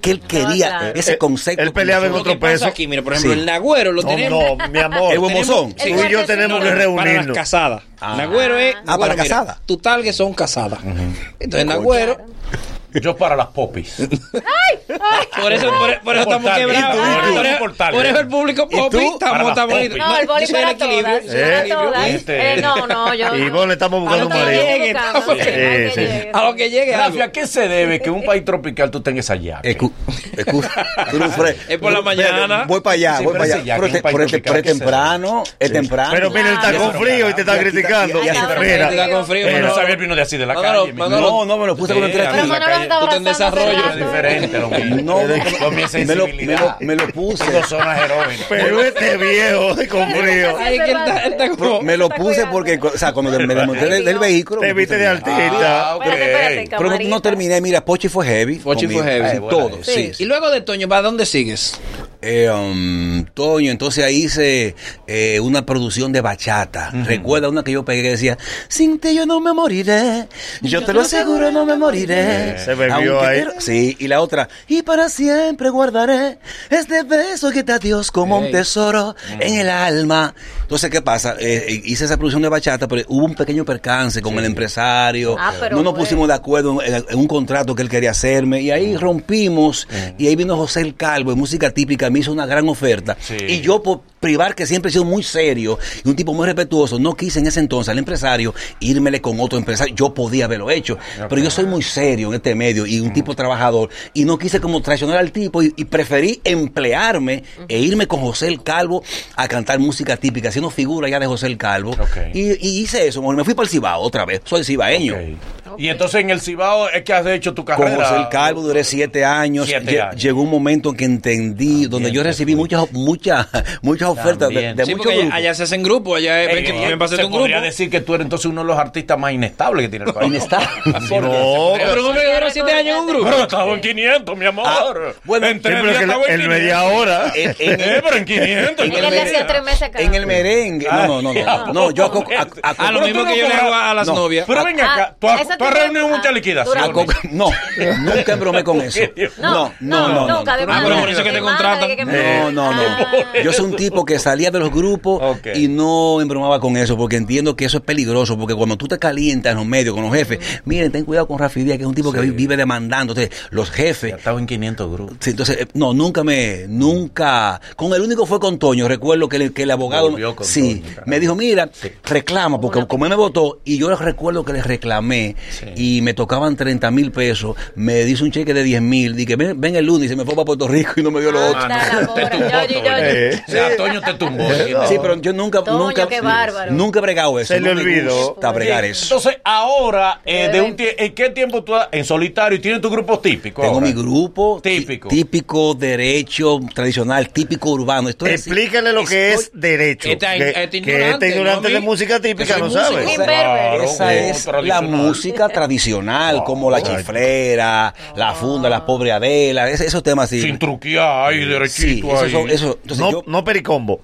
Speaker 8: que él quería
Speaker 3: claro.
Speaker 8: ese concepto.
Speaker 5: él peleaba en
Speaker 8: Lo que
Speaker 5: otro
Speaker 8: pasa
Speaker 5: peso.
Speaker 8: aquí,
Speaker 3: mira, por ejemplo,
Speaker 8: Sí.
Speaker 3: el Nagüero lo
Speaker 5: No,
Speaker 3: tenemos.
Speaker 5: no, mi amor.
Speaker 8: El bombozón.
Speaker 5: Tú y yo tenemos que
Speaker 3: Para las
Speaker 5: reunirnos.
Speaker 3: casadas.
Speaker 8: Ah.
Speaker 3: Nagüero es.
Speaker 8: Ah, para
Speaker 3: mira,
Speaker 8: casadas.
Speaker 3: Tu target son casadas. Entonces, Nagüero.
Speaker 4: Yo para las popis.
Speaker 3: Por eso, por, por eso
Speaker 4: Por
Speaker 3: estamos
Speaker 4: target.
Speaker 3: quebrados.
Speaker 4: Y
Speaker 3: Ah,
Speaker 4: tú, y tú,
Speaker 3: por, eso-
Speaker 4: por target.
Speaker 3: por eso el público
Speaker 4: Y tú,
Speaker 3: popi
Speaker 4: para
Speaker 3: estamos
Speaker 4: las
Speaker 3: estamos-
Speaker 4: popis.
Speaker 6: No, el
Speaker 3: yo soy
Speaker 6: boli para todas.
Speaker 3: equilibrio.
Speaker 6: yo era todas. Eh, No, no, yo.
Speaker 5: Y vos le estamos
Speaker 6: A
Speaker 5: buscando
Speaker 6: lo
Speaker 5: un
Speaker 6: que
Speaker 5: marido.
Speaker 6: llegue, estamos
Speaker 5: Sí,
Speaker 6: buscando.
Speaker 5: sí.
Speaker 3: A lo que llegue.
Speaker 4: Rafi, ¿a qué se debe que en un país tropical tú tengas esa llave?
Speaker 3: Es por la mañana.
Speaker 8: Voy para allá,
Speaker 4: Sí,
Speaker 8: voy
Speaker 4: pero
Speaker 8: para
Speaker 4: ese
Speaker 8: allá. este,
Speaker 4: ya,
Speaker 8: Pero
Speaker 4: que
Speaker 8: es
Speaker 4: es un país tropical,
Speaker 8: pre-
Speaker 4: ¿qué se
Speaker 8: temprano, es temprano.
Speaker 5: Pero mira, él está con frío y te está criticando.
Speaker 8: y así-
Speaker 5: Mira,
Speaker 3: Está con frío,
Speaker 4: Pero
Speaker 3: pero-
Speaker 4: no sabía el vino de así de la
Speaker 3: Manolo,
Speaker 4: calle. mi niño.
Speaker 3: Manolo, eh,
Speaker 8: No, no, me lo puse cuando entré
Speaker 4: Sí,
Speaker 8: aquí.
Speaker 4: a mí la calle.
Speaker 3: Tú estás en desarrollo.
Speaker 4: Es diferente lo mío.
Speaker 8: No, me,
Speaker 4: Con mi
Speaker 8: me lo, me lo-
Speaker 4: sensibilidad.
Speaker 8: me lo puse.
Speaker 4: Dos zonas heroínas.
Speaker 5: Pero este viejo con frío.
Speaker 3: Ay, que él está- él está como-
Speaker 8: Me lo puse porque, o sea, cuando me desmonté del, del vehículo.
Speaker 5: Te
Speaker 8: me
Speaker 5: viste
Speaker 8: puse
Speaker 5: de
Speaker 8: bien.
Speaker 5: artista.
Speaker 8: Pero no, no terminé, mira, Pochi fue heavy.
Speaker 3: Pochi fue
Speaker 8: conmigo.
Speaker 3: heavy.
Speaker 8: Eh, todo, sí.
Speaker 3: Y luego de Toño, ¿para dónde sigues?
Speaker 8: eh, um, Toño, entonces ahí hice eh, una producción de bachata. Recuerda una que yo pegué que decía, sin ti yo no me moriré, yo, te lo aseguro no me moriré.
Speaker 5: Se bebió
Speaker 8: Aunque
Speaker 5: ahí.
Speaker 8: quiero-" Sí, y la otra, y para siempre guardaré este beso que te da Dios como un
Speaker 5: Ey.
Speaker 8: tesoro en el alma. Entonces, ¿qué pasa? Eh, eh, hice esa producción de bachata, pero hubo un pequeño percance con el empresario.
Speaker 5: Ah, pero
Speaker 8: no nos
Speaker 5: bueno.
Speaker 8: pusimos de acuerdo en, en un contrato que él quería hacerme. Y ahí rompimos. Y ahí vino José el Calvo, de música típica, me hizo una gran oferta. Y yo, por privar, que siempre he sido muy serio y un tipo muy respetuoso, no quise en ese entonces al empresario írmele con otro empresario. Yo podía haberlo hecho. Pero yo soy muy serio en este medio y un tipo trabajador. Y no quise como traicionar al tipo y, y preferí emplearme e irme con José el Calvo a cantar música típica, haciendo figura ya de José el Calvo. Y, y hice eso, me fui para el Cibao otra vez. Soy cibaeño.
Speaker 4: Y entonces en el Cibao es que has hecho tu
Speaker 8: Con
Speaker 4: carrera.
Speaker 8: José el Calvo duré siete años.
Speaker 4: Siete
Speaker 8: Lle-
Speaker 4: años.
Speaker 8: Llegó un momento en que entendí, donde yo recibí muchas, muchas, muchas ofertas de, de
Speaker 4: Sí,
Speaker 8: muchos
Speaker 4: porque
Speaker 8: grupos.
Speaker 4: Allá se hacen grupos, allá es-
Speaker 8: Eh,
Speaker 4: ven que tú
Speaker 8: eh,
Speaker 4: también pasas
Speaker 8: se
Speaker 4: de un grupo.
Speaker 8: podría
Speaker 4: decir que tú eres entonces uno de los artistas más inestables que tiene el país.
Speaker 8: Inestable.
Speaker 4: no,
Speaker 1: pero un hombre que duró siete años en un grupo. Pero
Speaker 4: estaba en 500, mi amor.
Speaker 8: Ah, bueno,
Speaker 1: en tres
Speaker 8: sí, pero
Speaker 1: días
Speaker 8: que
Speaker 1: estaba
Speaker 8: el-
Speaker 1: en
Speaker 8: el
Speaker 1: 500.
Speaker 8: media hora. En- en-
Speaker 1: Eh, pero en 500.
Speaker 8: En
Speaker 6: Él le hacía tres meses acá.
Speaker 8: En el merengue. No, no, no, no. No, yo a, co- a- a-
Speaker 4: Ah, lo
Speaker 8: Pero
Speaker 4: mismo
Speaker 8: tú no
Speaker 4: que yo le
Speaker 8: cobras-
Speaker 4: hago a las
Speaker 8: no.
Speaker 4: novias.
Speaker 8: Pero ven acá, tú has-
Speaker 6: esa
Speaker 8: tú has
Speaker 6: tiene-
Speaker 8: reunido muchas liquidaciones.
Speaker 6: dura
Speaker 8: A co- No, nunca embromé con eso. No, no, no.
Speaker 6: nunca, de
Speaker 8: Ah,
Speaker 6: mala,
Speaker 8: pero por eso
Speaker 6: de
Speaker 8: que Ah, te
Speaker 6: mala,
Speaker 8: contratan.
Speaker 6: de que-
Speaker 8: No, no, no. Yo soy un tipo que salía de los grupos y no embromaba con eso, porque entiendo que eso es peligroso, porque cuando tú te calientas en los medios con los jefes, miren, ten cuidado con Rafi Díaz, que es un tipo que vi- vive demandando. Entonces, los jefes.
Speaker 4: Estaba en 500 grupos.
Speaker 8: Sí, entonces, eh, no, nunca me, nunca. Con el único fue con Toño. Recuerdo que el, que el abogado.
Speaker 4: Volvió con
Speaker 8: sí, me dijo, mira, reclama, porque como él me votó, y yo recuerdo que le reclamé, y me tocaban 30 mil pesos, me dice un cheque de 10 mil, dije, ven, ven el lunes, y se me fue para Puerto Rico y no me dio lo otro.
Speaker 4: O sea, Toño te tumbó.
Speaker 8: Eh, Sí, pero yo nunca,
Speaker 4: Toño,
Speaker 8: nunca,
Speaker 4: qué bárbaro.
Speaker 8: nunca he bregado eso.
Speaker 4: Se le
Speaker 8: no me
Speaker 4: olvidó.
Speaker 8: gusta bregar
Speaker 4: Sí,
Speaker 8: eso.
Speaker 4: Entonces, ahora, eh, de un tie- ¿en qué tiempo tú has- en solitario tienes tu grupo típico?
Speaker 8: Tengo
Speaker 4: ahora?
Speaker 8: mi grupo típico. típico derecho tradicional, típico urbano. Estoy así.
Speaker 5: Explícale lo que es derecho.
Speaker 8: Este
Speaker 5: que,
Speaker 8: in- este
Speaker 5: que
Speaker 8: ignorante,
Speaker 5: este ignorante
Speaker 8: ¿no,
Speaker 5: de
Speaker 8: mi?
Speaker 5: música típica
Speaker 8: Yo
Speaker 5: no
Speaker 8: soy músico.
Speaker 5: sabe.
Speaker 8: Esa- esa es la música tradicional, como la chiflera, la funda, la pobre Adela, ese- esos temas así. Sin
Speaker 4: truquear ahí,
Speaker 8: derechito eso,
Speaker 5: ahí.
Speaker 8: son- eso- entonces
Speaker 5: No-
Speaker 8: yo- pericombo.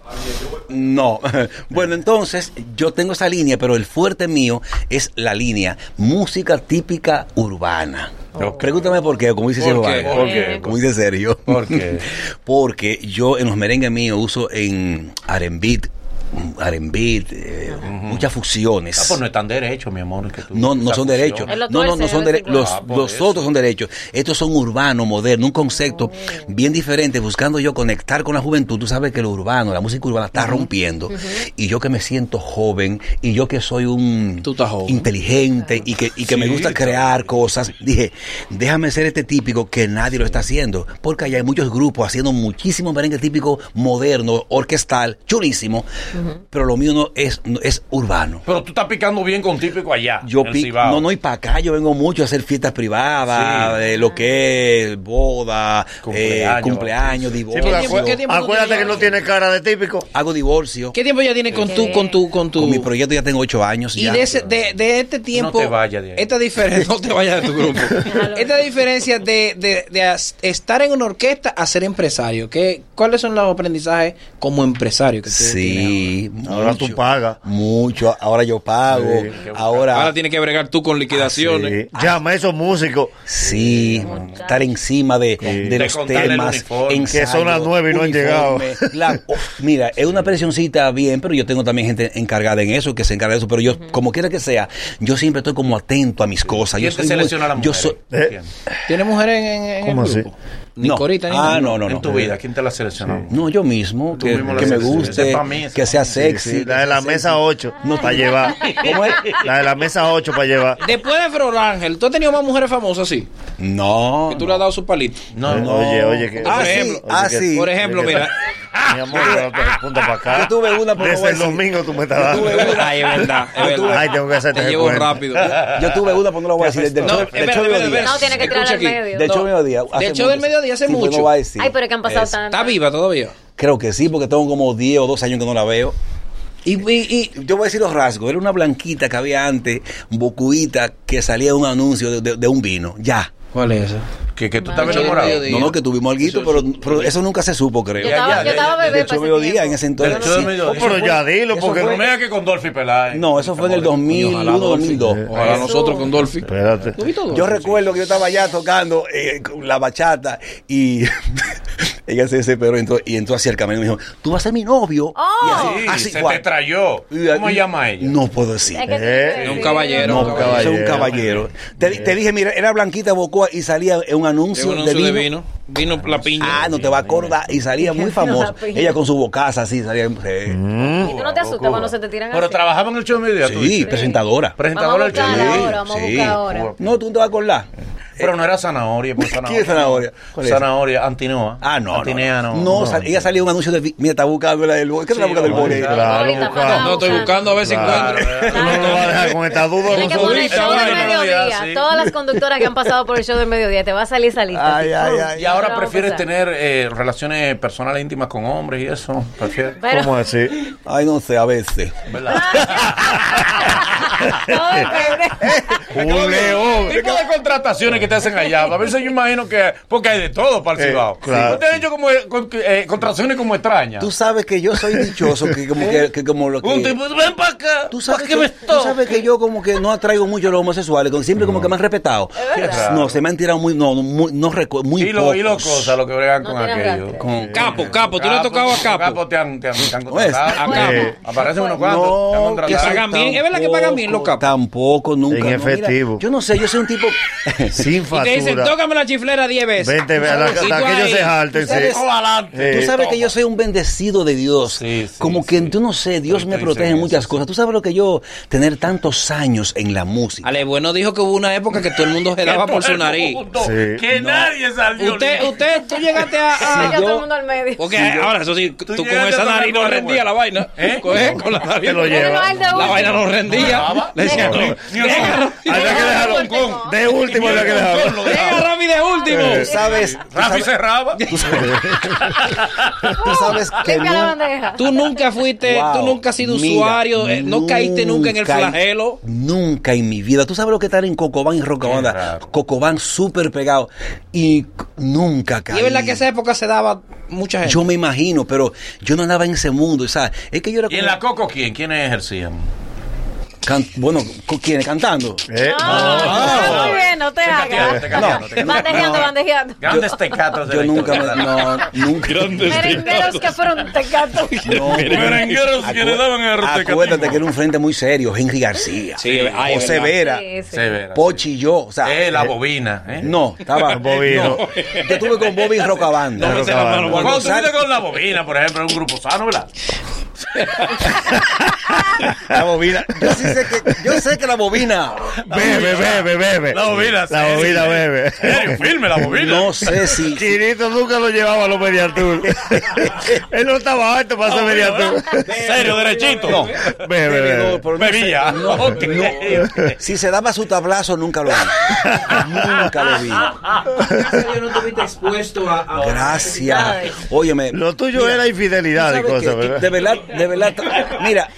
Speaker 8: No. Bueno, entonces yo tengo esa línea, pero el fuerte mío es la línea música típica urbana. Pregúntame por qué, como dice
Speaker 4: ¿Por
Speaker 8: Silvio
Speaker 4: qué?
Speaker 8: Vargas.
Speaker 4: ¿Por qué?
Speaker 8: Como dice Sergio. Porque yo en los merengues míos uso en arembit, arembit, eh, muchas fusiones.
Speaker 4: Ah, pues no están derechos, mi amor. que tú-
Speaker 8: No, no
Speaker 4: esa
Speaker 8: son
Speaker 4: fusión.
Speaker 8: derechos. No, no, no son derechos. Los,
Speaker 4: Ah, por
Speaker 8: los
Speaker 4: eso.
Speaker 8: otros son derechos. Estos son urbanos, modernos, un concepto bien diferente. Buscando yo conectar con la juventud. Tú sabes que lo urbano, la música urbana está rompiendo. Y yo que me siento joven y yo que soy un inteligente y que, y que me
Speaker 4: Sí,
Speaker 8: gusta crear cosas, dije, déjame ser este típico que nadie lo está haciendo. Porque allá hay muchos grupos haciendo muchísimo merengue típico moderno, orquestal, chulísimo. Pero lo mío no es, no- es urbano.
Speaker 4: Pero tú estás picando bien con típico allá.
Speaker 8: Yo
Speaker 4: en el
Speaker 8: pico,
Speaker 4: Cibao.
Speaker 8: no, no, y para acá yo vengo mucho a hacer fiestas privadas, de lo que es boda, cumpleaños, cumpleaños
Speaker 5: Sí, porque
Speaker 8: divorcio.
Speaker 5: acu- acuérdate que no tiene cara de típico.
Speaker 8: Hago divorcio.
Speaker 3: ¿Qué tiempo ya tiene con tu, con tu, con tu?
Speaker 8: Con mi proyecto ya tengo ocho años.
Speaker 3: Y
Speaker 8: ya.
Speaker 3: de, ese- de, de este tiempo,
Speaker 8: te vayas de ahí.
Speaker 3: esta diferencia, no te vayas de tu grupo. esta diferencia de, de, de as- estar en una orquesta a ser empresario, ¿qué, ¿cuáles son los aprendizajes como empresario? Que ustedes
Speaker 8: Sí,
Speaker 3: Ahora
Speaker 8: tú pagas. Mucho, ahora yo pago.
Speaker 3: Sí, qué
Speaker 8: ahora, eh,
Speaker 3: Ahora tienes que bregar tú con
Speaker 5: Ah,
Speaker 3: liquidaciones.
Speaker 8: Llama a esos músicos. Sí, estar encima de, de
Speaker 3: De
Speaker 8: los
Speaker 3: contarle el
Speaker 8: temas.
Speaker 3: uniforme.
Speaker 8: ensayo,
Speaker 5: Que son las nueve y no han llegado.
Speaker 8: la- oh, mira, es una presioncita bien, pero yo tengo también gente encargada en eso, que se encarga de eso. Pero yo, como quiera que sea, yo siempre estoy como atento a mis cosas. yo
Speaker 4: ¿Quién te
Speaker 8: soy muy-
Speaker 4: selecciona a las
Speaker 8: yo
Speaker 4: mujeres?
Speaker 8: soy-
Speaker 4: Eh,
Speaker 3: ¿Tiene mujeres en, en- en el grupo? Ni
Speaker 8: No.
Speaker 3: corita, ni
Speaker 8: ah,
Speaker 3: nada.
Speaker 8: no, no, no.
Speaker 4: En tu vida, ¿quién te la seleccionó?
Speaker 8: No, yo mismo, que,
Speaker 4: mismo la
Speaker 8: que me
Speaker 4: seleccionas. Esa
Speaker 8: guste,
Speaker 4: es pa' mí, esa
Speaker 8: que sea sexy.
Speaker 3: Eh,
Speaker 5: Sí, sí, la de la mesa 8 para llevar.
Speaker 8: ¿Cómo es?
Speaker 5: La de la mesa 8 para llevar.
Speaker 3: Después de Flor Ángel, ¿tú has tenido más mujeres famosas así?
Speaker 8: No.
Speaker 3: Que tú le has dado su palito.
Speaker 5: No, no. Oye, oye, que-
Speaker 3: Por
Speaker 5: Ah, sí,
Speaker 3: ejemplo,
Speaker 5: ah, sí.
Speaker 3: Por ejemplo,
Speaker 5: Oye, que-
Speaker 3: mira.
Speaker 5: Mi amor, pero te apunta para acá.
Speaker 3: Yo tuve una, pero no
Speaker 5: Desde
Speaker 3: voy a
Speaker 5: el
Speaker 3: decir.
Speaker 5: domingo tú me estás dando.
Speaker 3: Ay, es verdad, es
Speaker 5: Yo tuve-
Speaker 3: verdad.
Speaker 5: Ay, tengo que hacerte
Speaker 3: Te
Speaker 5: ese
Speaker 3: llevo
Speaker 5: cuento.
Speaker 3: rápido.
Speaker 8: Yo tuve una, pero no la voy a decir. Del, del
Speaker 3: No,
Speaker 8: show-
Speaker 3: espera,
Speaker 8: del show de
Speaker 3: espera,
Speaker 8: mediodía.
Speaker 3: espera. No, tiene que
Speaker 8: Escucha
Speaker 3: traerla al
Speaker 8: aquí,
Speaker 3: medio.
Speaker 8: Del show
Speaker 3: No.
Speaker 8: de mediodía.
Speaker 3: Del
Speaker 8: hace
Speaker 3: show del
Speaker 8: mucho.
Speaker 3: mediodía hace
Speaker 8: Sí, pero
Speaker 3: mucho.
Speaker 8: no va a decir.
Speaker 6: Ay, pero que han pasado
Speaker 8: Es-
Speaker 6: tanto.
Speaker 3: ¿Está viva todavía?
Speaker 8: Creo que sí, porque tengo como 10 o 12 años que no la veo.
Speaker 3: Y,
Speaker 8: yo voy a decir los rasgos. Era una blanquita que había antes, bocuita, que salía de un anuncio de, de- de un vino. Ya.
Speaker 3: ¿Cuál es esa?
Speaker 4: Que, que tú estabas enamorado.
Speaker 8: No, no, que tuvimos algo, pero, pero eso nunca se supo, creo.
Speaker 4: Yo estaba- Ya, ya, yo estaba ya, ya. bebé
Speaker 8: Del show
Speaker 4: para ese
Speaker 8: mediodía, en ese entonces.
Speaker 4: Del show de
Speaker 8: sí.
Speaker 4: mediodía.
Speaker 8: Eso fue- eso fue-
Speaker 4: no me digas que con Dolphy Peláez.
Speaker 8: No, eso fue en el 2001, 2002.
Speaker 4: Ojalá nosotros con
Speaker 3: Dolphy.
Speaker 5: Espérate.
Speaker 8: Yo recuerdo que yo estaba allá tocando eh, con la bachata y ella se desesperó entró- y entró hacia el camino y me dijo, tú vas a ser mi novio.
Speaker 6: Oh.
Speaker 8: Y
Speaker 4: Sí, se
Speaker 8: igual.
Speaker 4: te trayó. ¿Cómo
Speaker 8: y-
Speaker 4: llama ella?
Speaker 8: No puedo decir.
Speaker 4: Es que sí, Eh, sí.
Speaker 8: No,
Speaker 4: un caballero, un
Speaker 8: Un caballero.
Speaker 4: caballero.
Speaker 8: un caballero. Te, di- te dije, mira, era Blanquita Bocoa y salía en un anuncio,
Speaker 3: un anuncio
Speaker 8: de,
Speaker 3: de
Speaker 8: vino.
Speaker 3: vino. Vino la piña.
Speaker 8: Ah, no te va a acordar. Y salía muy famosa.
Speaker 6: piña.
Speaker 8: Ella con su bocaza así salía. eh.
Speaker 6: ¿Y tú pues. no te asustas cuando se te tiran
Speaker 8: Pero
Speaker 6: así?
Speaker 4: Trabajaba en el show de mediodía. tú
Speaker 8: Sí,
Speaker 4: dices.
Speaker 8: presentadora.
Speaker 4: Presentadora
Speaker 6: Vamos a buscar
Speaker 4: del show.
Speaker 6: ahora, vamos a buscar ahora.
Speaker 8: No, tú no te vas a acordar.
Speaker 4: Pero no era zanahoria. Pues, zanahoria.
Speaker 8: ¿Quién es zanahoria? ¿Cuál es?
Speaker 4: Zanahoria, Antinoa. Ah,
Speaker 8: No, no,
Speaker 4: Antinea,
Speaker 8: no,
Speaker 4: no.
Speaker 8: no, sal- ella salía en un anuncio de. vi- Mira, está buscando la del. ¿Qué es la boca del boli?
Speaker 5: Claro, Ahorita, buscando. para-
Speaker 3: No, estoy buscando a ver si encuentro.
Speaker 5: con esta duda
Speaker 6: Tienes que poner el show del mediodía. Todas las conductoras que han pasado por el show del mediodía, te va a salir esa lista. así, ¡pum!
Speaker 4: Y ahora
Speaker 6: Vamos a
Speaker 4: prefieres
Speaker 6: pasar.
Speaker 4: tener eh, relaciones personales íntimas con hombres y eso. Prefieres.
Speaker 6: Pero- ¿Cómo
Speaker 5: así?
Speaker 8: Ay, no sé, a veces.
Speaker 4: Un león. tipo de contrataciones que te hacen allá? A veces yo imagino que. Porque hay de todo para el
Speaker 8: Eh,
Speaker 4: Cibao.
Speaker 8: claro.
Speaker 4: ¿No te han hecho como, con- eh, contrataciones como extrañas?
Speaker 8: Tú sabes que yo soy dichoso, que como, que, que como lo que...
Speaker 4: Un tipo, ven para acá.
Speaker 8: Tú sabes, que, tú sabes que yo como que no atraigo mucho a los homosexuales, como siempre como que me han respetado.
Speaker 4: verdad.
Speaker 8: No, se me han tirado muy, no, muy, no recu- muy
Speaker 4: y los
Speaker 8: pocos.
Speaker 4: y los cosas, lo que bregan con aquello.
Speaker 8: Con-
Speaker 3: Capo, capo, tú le has tocado a capo.
Speaker 4: Capo te han, te han, te han
Speaker 8: No es.
Speaker 4: contratado.
Speaker 8: A
Speaker 4: Eh,
Speaker 8: capo.
Speaker 4: Aparecen
Speaker 8: No,
Speaker 4: unos cuantos. te han
Speaker 8: que
Speaker 4: contratado.
Speaker 3: pagan bien, es verdad que pagan bien los capos.
Speaker 8: Tampoco, nunca.
Speaker 5: En
Speaker 8: no, mira,
Speaker 5: efectivo.
Speaker 8: yo no sé, yo soy un tipo...
Speaker 5: Sin
Speaker 3: Y te dicen,
Speaker 5: factura.
Speaker 3: tócame la chiflera 10 veces.
Speaker 5: 20 veces,
Speaker 3: Y tú
Speaker 5: hasta que ellos
Speaker 3: ahí.
Speaker 5: se jalten, sí.
Speaker 8: ¿Sabes?
Speaker 5: Sí.
Speaker 8: Tú sabes que yo soy un bendecido de Dios. Como que yo no sé, Dios me protege en muchas cosas. Tú sabes lo que yo tener tantos años en la música.
Speaker 3: Ale Bueno dijo que hubo una época que todo el mundo se daba por su nariz.
Speaker 8: Sí.
Speaker 4: Que nadie salió.
Speaker 3: Usted, usted, tú llegaste a.
Speaker 6: Ah,
Speaker 3: a-
Speaker 6: ya todo el mundo al medio.
Speaker 3: porque ahora, eso sí, tú, con
Speaker 4: llegaste
Speaker 3: esa
Speaker 4: a tocar
Speaker 3: nariz no
Speaker 4: con Ale
Speaker 3: rendía la ¿Eh? vaina. Coge con la nariz.
Speaker 5: lo
Speaker 6: lleva. Pero no al de
Speaker 3: La
Speaker 6: último.
Speaker 3: vaina no
Speaker 8: Ah,
Speaker 3: rendía. Le decía,
Speaker 5: Había que dejarlo De último había que dejarlo.
Speaker 3: Venga, Rami, de
Speaker 14: Eh,
Speaker 3: último.
Speaker 8: ¿Sabes?
Speaker 4: Rafi cerraba.
Speaker 8: Tú sabes que
Speaker 6: Limpia la
Speaker 8: no,
Speaker 6: bandeja.
Speaker 3: Tú nunca fuiste,
Speaker 8: Wow.
Speaker 3: tú nunca has sido
Speaker 8: Mira,
Speaker 3: usuario, eh, no caíste nunca en el
Speaker 8: nunca-
Speaker 3: flagelo.
Speaker 8: Nunca en mi vida. Tú sabes lo que están en Cocobán y Rocabanda. Cocobán súper pegado. Y c- nunca caí.
Speaker 3: Y es verdad que esa época se daba mucha gente.
Speaker 8: Yo me imagino, pero yo no andaba en ese mundo. O sea, es que yo era
Speaker 4: ¿Y en
Speaker 8: como-
Speaker 4: la Coco quién? ¿Quiénes ejercían?
Speaker 8: can- bueno, ¿con quién? ¿Cantando?
Speaker 6: Ah, muy bien, no te hagas.
Speaker 4: te cambiaron, te cambiaron.
Speaker 6: Bandejeando, bandejeando.
Speaker 4: Grandes tecatos. de
Speaker 8: Yo
Speaker 4: la
Speaker 8: nunca
Speaker 4: historia.
Speaker 8: me... No, nunca.
Speaker 6: Merengueros que fueron tecatos.
Speaker 8: No,
Speaker 4: Merengueros que le daban a Rotecatín.
Speaker 8: Acuérdate que era un frente muy serio. Henry García.
Speaker 3: Sí, ay, es
Speaker 8: José
Speaker 3: verdad.
Speaker 8: Vera.
Speaker 6: Sí, sí.
Speaker 4: Severa.
Speaker 8: Pochi y yo. O sea,
Speaker 4: Eh, la
Speaker 8: eh,
Speaker 4: bobina. ¿eh?
Speaker 8: No, estaba.
Speaker 5: Bobby,
Speaker 8: no.
Speaker 5: no.
Speaker 8: Yo estuve con Bobby en Rocabanda.
Speaker 4: No,
Speaker 8: Rocabanda.
Speaker 4: Este Cuando
Speaker 8: Cuando
Speaker 4: tú
Speaker 8: sal-
Speaker 4: vienes con la bobina, por ejemplo, es un grupo sano, ¿verdad?
Speaker 8: La bobina. Yo sí sé que, yo sé que la bobina.
Speaker 5: Bebe, bebe, bebe.
Speaker 4: La bobina,
Speaker 5: La
Speaker 4: sí,
Speaker 5: bobina,
Speaker 4: sí.
Speaker 5: bebe.
Speaker 4: Serio, firme la bobina.
Speaker 8: No sé si.
Speaker 5: Chinito nunca lo llevaba a los mediatur. Él no estaba alto
Speaker 4: Ah,
Speaker 5: para hacer mediatur.
Speaker 4: Serio, derechito.
Speaker 8: No.
Speaker 5: Bebe, bebe.
Speaker 8: pero no
Speaker 4: Bebía.
Speaker 8: sé- no,
Speaker 4: Ok.
Speaker 8: no. Si se daba su tablazo, nunca lo vi. Nunca lo vi.
Speaker 3: Yo no estuviste expuesto a.
Speaker 8: Gracias. Óyeme.
Speaker 5: Lo tuyo
Speaker 8: mira,
Speaker 5: era infidelidad y
Speaker 8: ¿sabes
Speaker 5: cosas,
Speaker 8: qué?
Speaker 5: ¿verdad?
Speaker 8: De verdad, de verdad. tra- Mira,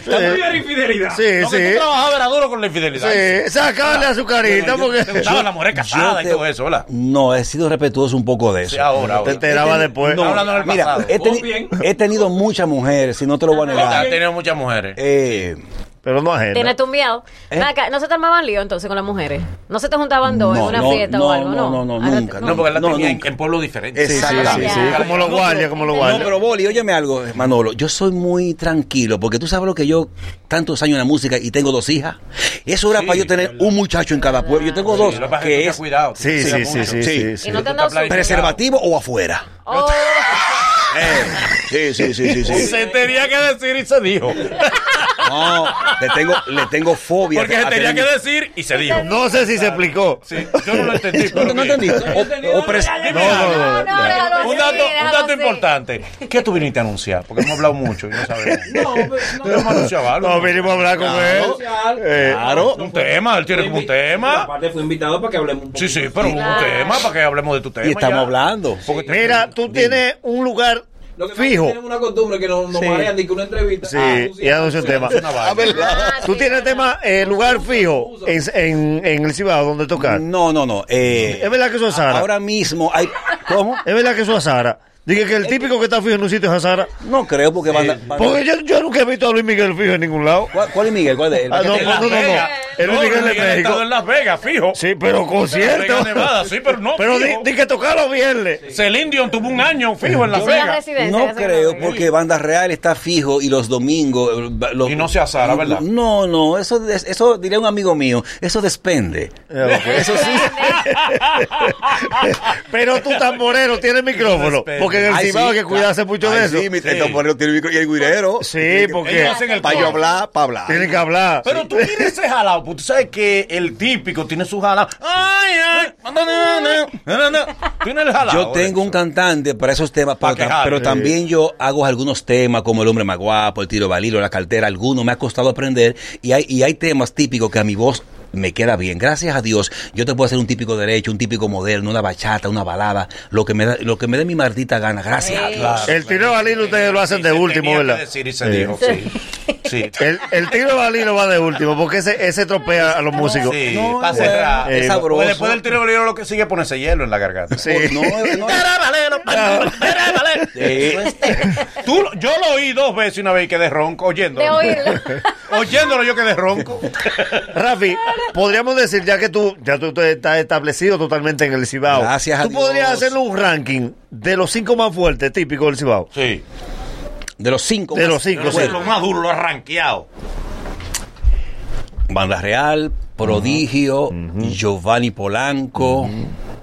Speaker 4: infidelidad.
Speaker 5: Sí,
Speaker 4: Lo que
Speaker 5: sí.
Speaker 4: tú trabajabas era duro con la infidelidad.
Speaker 5: Sí, sacarle a su carita porque
Speaker 4: Te gustaba la mujer casada y
Speaker 8: te-
Speaker 4: todo eso, ¿verdad?
Speaker 8: no, he sido respetuoso un poco de eso.
Speaker 4: Sí, ahora,
Speaker 5: te
Speaker 4: ahora.
Speaker 5: enteraba después.
Speaker 8: No,
Speaker 4: Hablando del
Speaker 8: mira,
Speaker 4: pasado.
Speaker 8: he, teni-
Speaker 4: Muy bien.
Speaker 8: he tenido muchas mujeres, si no te lo voy a
Speaker 4: Ha
Speaker 8: negar.
Speaker 4: tenido muchas mujeres.
Speaker 8: Eh,
Speaker 5: Pero no ajena.
Speaker 6: Tiene tumbiado.
Speaker 8: ¿Eh?
Speaker 6: Vaca, ¿No se te armaban lío entonces con las mujeres? ¿No se te juntaban dos en una fiesta o algo? No,
Speaker 8: no, no,
Speaker 6: Ahora te-
Speaker 8: nunca.
Speaker 4: No, porque la
Speaker 8: No,
Speaker 4: tenía en,
Speaker 8: nunca.
Speaker 4: en pueblos diferentes.
Speaker 5: Sí,
Speaker 8: Exactamente.
Speaker 5: sí, sí, como los guardias, como los
Speaker 8: No,
Speaker 5: guardias.
Speaker 8: pero Boli, óyeme algo, Manolo. Yo soy muy tranquilo porque tú sabes lo que yo, tantos años en la música y tengo dos hijas. Eso era para yo tener un muchacho en cada pueblo. Yo tengo dos,
Speaker 4: Sí, lo que pasa es que
Speaker 8: que
Speaker 4: tenía
Speaker 8: es
Speaker 4: cuidado.
Speaker 5: Sí, sí, sí, sí, sí,
Speaker 6: ¿Y
Speaker 5: sí.
Speaker 6: no te han dado susto?
Speaker 8: preservativo o afuera.
Speaker 6: Oh,
Speaker 8: Sí, sí, sí, sí. sí.
Speaker 4: Se tenía que decir y se dijo.
Speaker 8: No, le tengo, le tengo fobia.
Speaker 4: Porque se
Speaker 8: a
Speaker 4: tenía
Speaker 8: tener-
Speaker 4: que decir y se dijo.
Speaker 5: No sé si se explicó.
Speaker 4: Sí, yo no lo entendí.
Speaker 8: No, no entendí. O, o pres-
Speaker 5: no, no.
Speaker 6: no, no, déjalo así,
Speaker 4: Un dato, un
Speaker 6: déjalo
Speaker 4: dato
Speaker 6: así.
Speaker 4: importante. ¿Qué tú viniste a anunciar? Porque hemos hablado mucho y no sabemos. No, no. Hemos anunciado algo.
Speaker 5: No, vinimos a hablar con él. Eh,
Speaker 8: Claro.
Speaker 4: Un tema, él tiene como un tema.
Speaker 3: Aparte, fui invitado para que hablemos un poco.
Speaker 4: Sí, sí, pero un tema para que hablemos de tu tema.
Speaker 8: Y estamos
Speaker 4: ya.
Speaker 8: hablando.
Speaker 4: Porque te-
Speaker 5: Mira, tú tienes un lugar
Speaker 3: Lo que pasa es que
Speaker 5: Fijo.
Speaker 3: Tenemos una costumbre que nos, nos
Speaker 5: Sí.
Speaker 3: marean de que una entrevista.
Speaker 5: Sí,
Speaker 3: ah, tú
Speaker 5: y anunció un tema.
Speaker 3: una
Speaker 8: Ah,
Speaker 3: vaina.
Speaker 5: A ver, ¿Tú tienes tema, eh, lugar fijo en, en, en el Cibao donde tocar?
Speaker 8: No, no, no.
Speaker 5: ¿Es verdad que eso es Sara?
Speaker 8: ahora mismo hay... ¿Cómo?
Speaker 5: ¿Es verdad que eso es Sara? Dije que el típico que está fijo en un sitio es Sara.
Speaker 8: No creo, porque van a- van a-
Speaker 5: Porque yo, yo nunca he visto a Luis Miguel fijo en ningún lado.
Speaker 8: ¿Cuál, cuál es Miguel? ¿Cuál es
Speaker 5: Ah, no, no, no, no. El Luis Miguel de México.
Speaker 1: en Las Vegas, fijo.
Speaker 5: Sí, pero
Speaker 1: Las Vegas,
Speaker 5: concierto.
Speaker 1: Nevada, sí, pero no.
Speaker 5: Pero di,
Speaker 1: fijo.
Speaker 5: di que tocar los viernes.
Speaker 1: Celine Dion tuvo un año fijo en Las
Speaker 8: Yo-
Speaker 1: Vegas.
Speaker 8: No creo, porque Banda Real está fijo y los domingos. eh, ba- los-
Speaker 4: Y no se asara, ¿verdad?
Speaker 8: No, no, eso, des- eso diría un amigo mío, eso despende.
Speaker 5: Eh,
Speaker 8: Eso sí.
Speaker 5: Pero tú tamborero tienes micrófono. Porque en el
Speaker 8: Ay,
Speaker 5: Cibao
Speaker 8: sí,
Speaker 5: hay que cuidarse mucho
Speaker 8: ay,
Speaker 5: de eso.
Speaker 8: Sí, mi el tamborero tiene el micro y el guirero.
Speaker 5: Sí, porque- Ellos hacen el
Speaker 8: Para yo
Speaker 5: coro.
Speaker 8: hablar, para hablar.
Speaker 5: Tienen que hablar.
Speaker 4: Pero tú tienes ese jalado, pues tú sabes que el típico tiene su jalado. ¡Ay, ay! No, no, no, no, no, no, no. Tiene el jalado. ¿eh?
Speaker 8: Yo tengo un cantante para esos temas, pero,
Speaker 4: que
Speaker 8: tam-
Speaker 4: jale.
Speaker 8: pero también yo hago algunos temas como el hombre más guapo, el tiro balilo, la cartera, algunos me ha costado aprender y hay, y hay temas típicos que a mi voz me queda bien. Gracias a Dios, yo te puedo hacer un típico derecho, un típico moderno, una bachata, una balada, lo que me da, lo que me dé mi maldita gana. Gracias a Dios.
Speaker 5: el tiro de balilo ustedes lo hacen de último,
Speaker 4: tenía que
Speaker 5: ¿verdad?
Speaker 4: decir y se
Speaker 5: Sí.
Speaker 4: dijo, sí.
Speaker 5: El, el tiro de balilo va de último porque ese, ese tropea a los músicos.
Speaker 4: Sí, para cerrar.
Speaker 5: Eh,
Speaker 4: Pues después del tiro de bolero lo que sigue es ponerse hielo en la garganta. Oh, eh,
Speaker 5: Sí. No,
Speaker 4: Tira balero, pa- tira balero. Tú, yo lo oí dos veces y una vez y quedé ronco oyéndolo.
Speaker 5: De oírlo.
Speaker 4: oyéndolo yo quedé ronco.
Speaker 5: Rafi, podríamos decir, ya que tú, ya tú, tú estás establecido totalmente en el Cibao,
Speaker 8: Gracias a
Speaker 5: tú
Speaker 8: Dios.
Speaker 5: podrías hacerle un ranking de los cinco más fuertes típicos del Cibao.
Speaker 4: Sí.
Speaker 8: De los cinco.
Speaker 5: De los cinco, sí.
Speaker 4: Lo más duro, lo arranqueado.
Speaker 8: Banda Real, Prodigio, Giovanni Polanco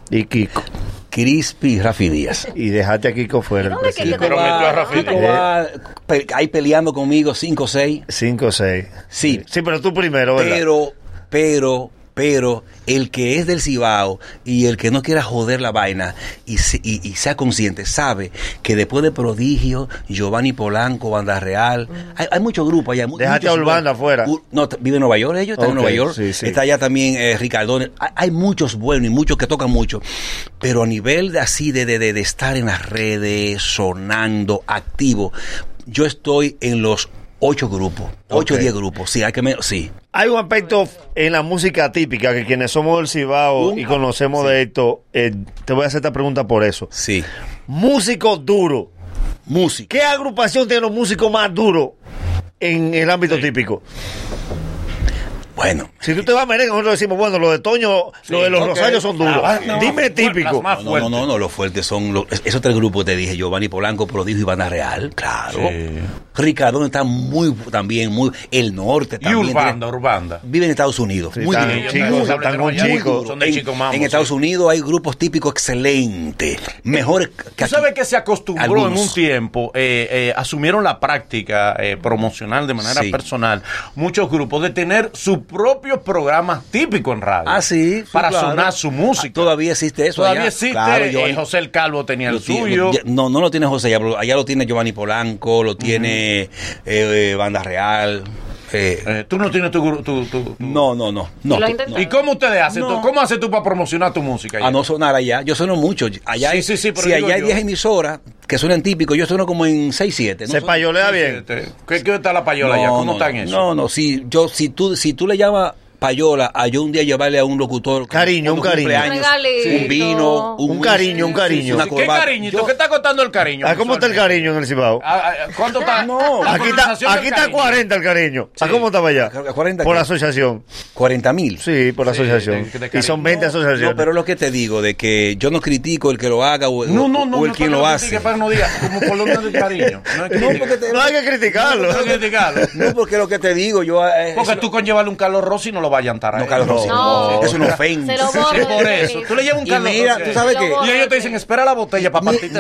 Speaker 5: y Kiko.
Speaker 8: Crispy Rafi Díaz.
Speaker 5: Y dejaste a Kiko fuera. el
Speaker 8: Kiko
Speaker 5: presidente.
Speaker 8: va- Kiko va pe- ahí peleando conmigo 5 o 6.
Speaker 5: 5 o 6.
Speaker 8: Sí.
Speaker 5: Sí, pero tú primero, ¿verdad?
Speaker 8: Pero, pero, pero, el que es del Cibao y el que no quiera joder la vaina y, se- y- y sea consciente, sabe que después de Prodigio, Giovanni Polanco, Banda Real, hay, hay muchos grupos allá. mu-
Speaker 5: Dejaste
Speaker 8: muchos
Speaker 5: a Urbanda
Speaker 8: buenos.
Speaker 5: afuera.
Speaker 8: U- No, t- vive en Nueva York, ellos
Speaker 5: Ok,
Speaker 8: están en Nueva York.
Speaker 5: sí, sí.
Speaker 8: Está allá también eh, Ricardone. Hay, hay muchos buenos y muchos que tocan mucho. Pero a nivel de así, de, de, de- de estar en las redes, sonando, activo, yo estoy en los ocho grupos, ocho o
Speaker 5: Ok.
Speaker 8: diez grupos. Sí, hay que me- sí.
Speaker 5: Hay un aspecto en la música típica que quienes somos del Cibao y conocemos de esto, eh, te voy a hacer esta pregunta por eso.
Speaker 8: Sí.
Speaker 5: Músico duro.
Speaker 8: Músico.
Speaker 5: ¿Qué agrupación tiene los músicos más duros en el ámbito típico?
Speaker 8: Bueno.
Speaker 5: Si tú te vas a merengue, nosotros decimos, bueno, los de Toño, los de los
Speaker 8: ok.
Speaker 5: Rosarios son duros.
Speaker 8: Ah, no.
Speaker 5: Dime típico.
Speaker 8: No, no, no, no, los fuertes son los- es- esos tres grupos te dije, Giovanni Polanco, Prodigio y Banda Real, claro. Ricardón está muy bu- también, muy el norte
Speaker 4: Y
Speaker 8: también.
Speaker 4: Urbanda, Urbanda.
Speaker 8: Vive en Estados Unidos.
Speaker 4: Sí,
Speaker 8: muy
Speaker 4: están
Speaker 8: bien,
Speaker 4: chicos,
Speaker 8: muy
Speaker 4: están
Speaker 8: bien,
Speaker 4: con
Speaker 8: muy bien.
Speaker 4: chicos.
Speaker 8: Muy
Speaker 4: Son de
Speaker 8: en,
Speaker 4: chicos mamos,
Speaker 8: en Estados Unidos hay grupos típicos excelentes, mejores que
Speaker 4: Eh, Tú
Speaker 8: aquí.
Speaker 4: sabes que se acostumbró en
Speaker 8: Algunos.
Speaker 4: un tiempo, eh, eh, asumieron la práctica eh, promocional de manera
Speaker 8: Sí.
Speaker 4: personal, muchos grupos de tener su propio programa típico en radio.
Speaker 8: Ah, sí, sí,
Speaker 4: Para
Speaker 8: claro. Ah,
Speaker 4: sonar su música.
Speaker 8: Todavía existe eso.
Speaker 4: Todavía
Speaker 8: allá.
Speaker 4: existe.
Speaker 8: Claro,
Speaker 4: eh,
Speaker 8: Giovanni-
Speaker 4: José el Calvo tenía el
Speaker 8: Lo tiene-
Speaker 4: suyo.
Speaker 8: ya- no, no lo tiene José, ya, pero allá lo tiene Giovanni Polanco, lo tiene eh, eh, Banda Real. eh.
Speaker 4: Eh, ¿Tú no tienes tu,
Speaker 8: No, no, no. no, tú- no.
Speaker 4: ¿Y cómo ustedes hacen?
Speaker 8: No.
Speaker 4: tú- ¿Cómo haces tú para promocionar tu música?
Speaker 8: A no sonar allá. Yo sueno mucho. Allá
Speaker 4: Sí,
Speaker 8: hay-
Speaker 4: sí, sí, pero
Speaker 8: si
Speaker 4: digo
Speaker 8: allá hay
Speaker 4: yo.
Speaker 8: 10 emisoras que suenan típicos, yo sueno como en 6, 7.
Speaker 4: Se payolea bien. ¿Qué, qué está la payola allá? ¿Cómo están eso?
Speaker 8: No, no, si, yo, si, tú, si tú le llamas payola a yo un día llevarle a un locutor cariño,
Speaker 5: un cariño.
Speaker 8: un vino, un,
Speaker 5: Un cariño, un cariño.
Speaker 8: una
Speaker 4: ¿Qué
Speaker 8: corbata.
Speaker 4: cariñito? ¿Qué está costando el cariño?
Speaker 5: Ah, ¿Cómo está el cariño en el Cibao?
Speaker 4: Ah, ah, ¿Cuánto está?
Speaker 8: No.
Speaker 5: Aquí está, aquí está 40 el cariño. ¿A cómo estaba allá? Por asociación.
Speaker 8: 40 mil.
Speaker 5: Sí, por asociación.
Speaker 8: de- de
Speaker 5: Y son 20 asociaciones.
Speaker 8: No, pero lo que te digo de que yo no critico el que lo haga o, o- o el quien lo hace.
Speaker 4: no diga, como por lo menos del cariño. No, hay que
Speaker 8: No,
Speaker 4: criticar.
Speaker 8: porque te-
Speaker 5: No hay que criticarlo.
Speaker 4: No hay que criticarlo.
Speaker 8: No, porque lo que te digo, yo. eh,
Speaker 4: Porque tú con llevarle un Carlos Rossi no lo vas a llantar. No,
Speaker 8: Carlos Rossi, no. Es una ofensa. Se lo borro de
Speaker 4: por
Speaker 8: la
Speaker 4: eso.
Speaker 8: lista.
Speaker 4: Tú le llevas un
Speaker 8: Y
Speaker 4: Carlos
Speaker 8: mira,
Speaker 4: Rossi.
Speaker 8: tú sabes Se lo que- borro
Speaker 4: Y ellos te dicen, espera la botella para
Speaker 8: Mi-
Speaker 4: partirte.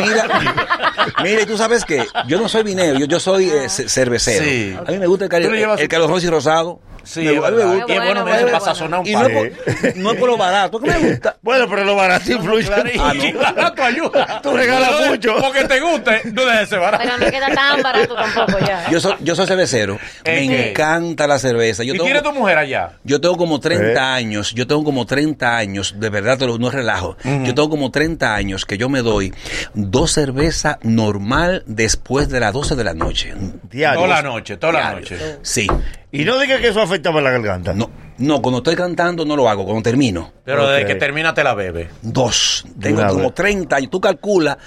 Speaker 8: Mire, tú sabes que yo no soy vinero, yo, yo soy eh, ce- cervecero.
Speaker 4: Sí.
Speaker 8: A mí me gusta el, cari-
Speaker 4: Tú le llevas-
Speaker 8: el Carlos Rossi rosado.
Speaker 4: Sí,
Speaker 8: Me-
Speaker 4: es
Speaker 8: a mí me
Speaker 4: verdad.
Speaker 8: gusta.
Speaker 4: Y es bueno, me dice,
Speaker 8: Bueno,
Speaker 4: para sazonar un
Speaker 8: y no es
Speaker 4: par.
Speaker 8: por- no es por lo barato, que me gusta.
Speaker 5: Bueno, pero lo barato influye.
Speaker 8: Ah,
Speaker 4: Y barato ayuda.
Speaker 5: Tú regalas
Speaker 4: No de-
Speaker 5: mucho.
Speaker 4: Porque te guste, no dejes ese barato.
Speaker 6: Pero no queda tan barato tampoco ya.
Speaker 8: Yo soy, yo soy cervecero. Me
Speaker 4: Eh, ¿qué?
Speaker 8: encanta la cerveza. Yo
Speaker 4: ¿Y
Speaker 8: tengo,
Speaker 4: tiene tu mujer allá?
Speaker 8: yo tengo como 30
Speaker 4: Eh.
Speaker 8: años. Yo tengo como 30 años. De verdad, te lo, no es relajo. Yo tengo como 30 años que yo me doy dos cervezas normal después de las 12 de la noche.
Speaker 5: Diario.
Speaker 4: Toda la noche, toda la
Speaker 8: Diario.
Speaker 4: noche.
Speaker 8: Sí.
Speaker 5: Y no digas que eso afectaba la garganta.
Speaker 8: No, no, cuando estoy cantando no lo hago, cuando termino.
Speaker 4: Pero desde que termina te la bebe.
Speaker 8: Dos. Tengo
Speaker 4: Una
Speaker 8: como
Speaker 4: vez.
Speaker 8: 30 años. Tú calculas.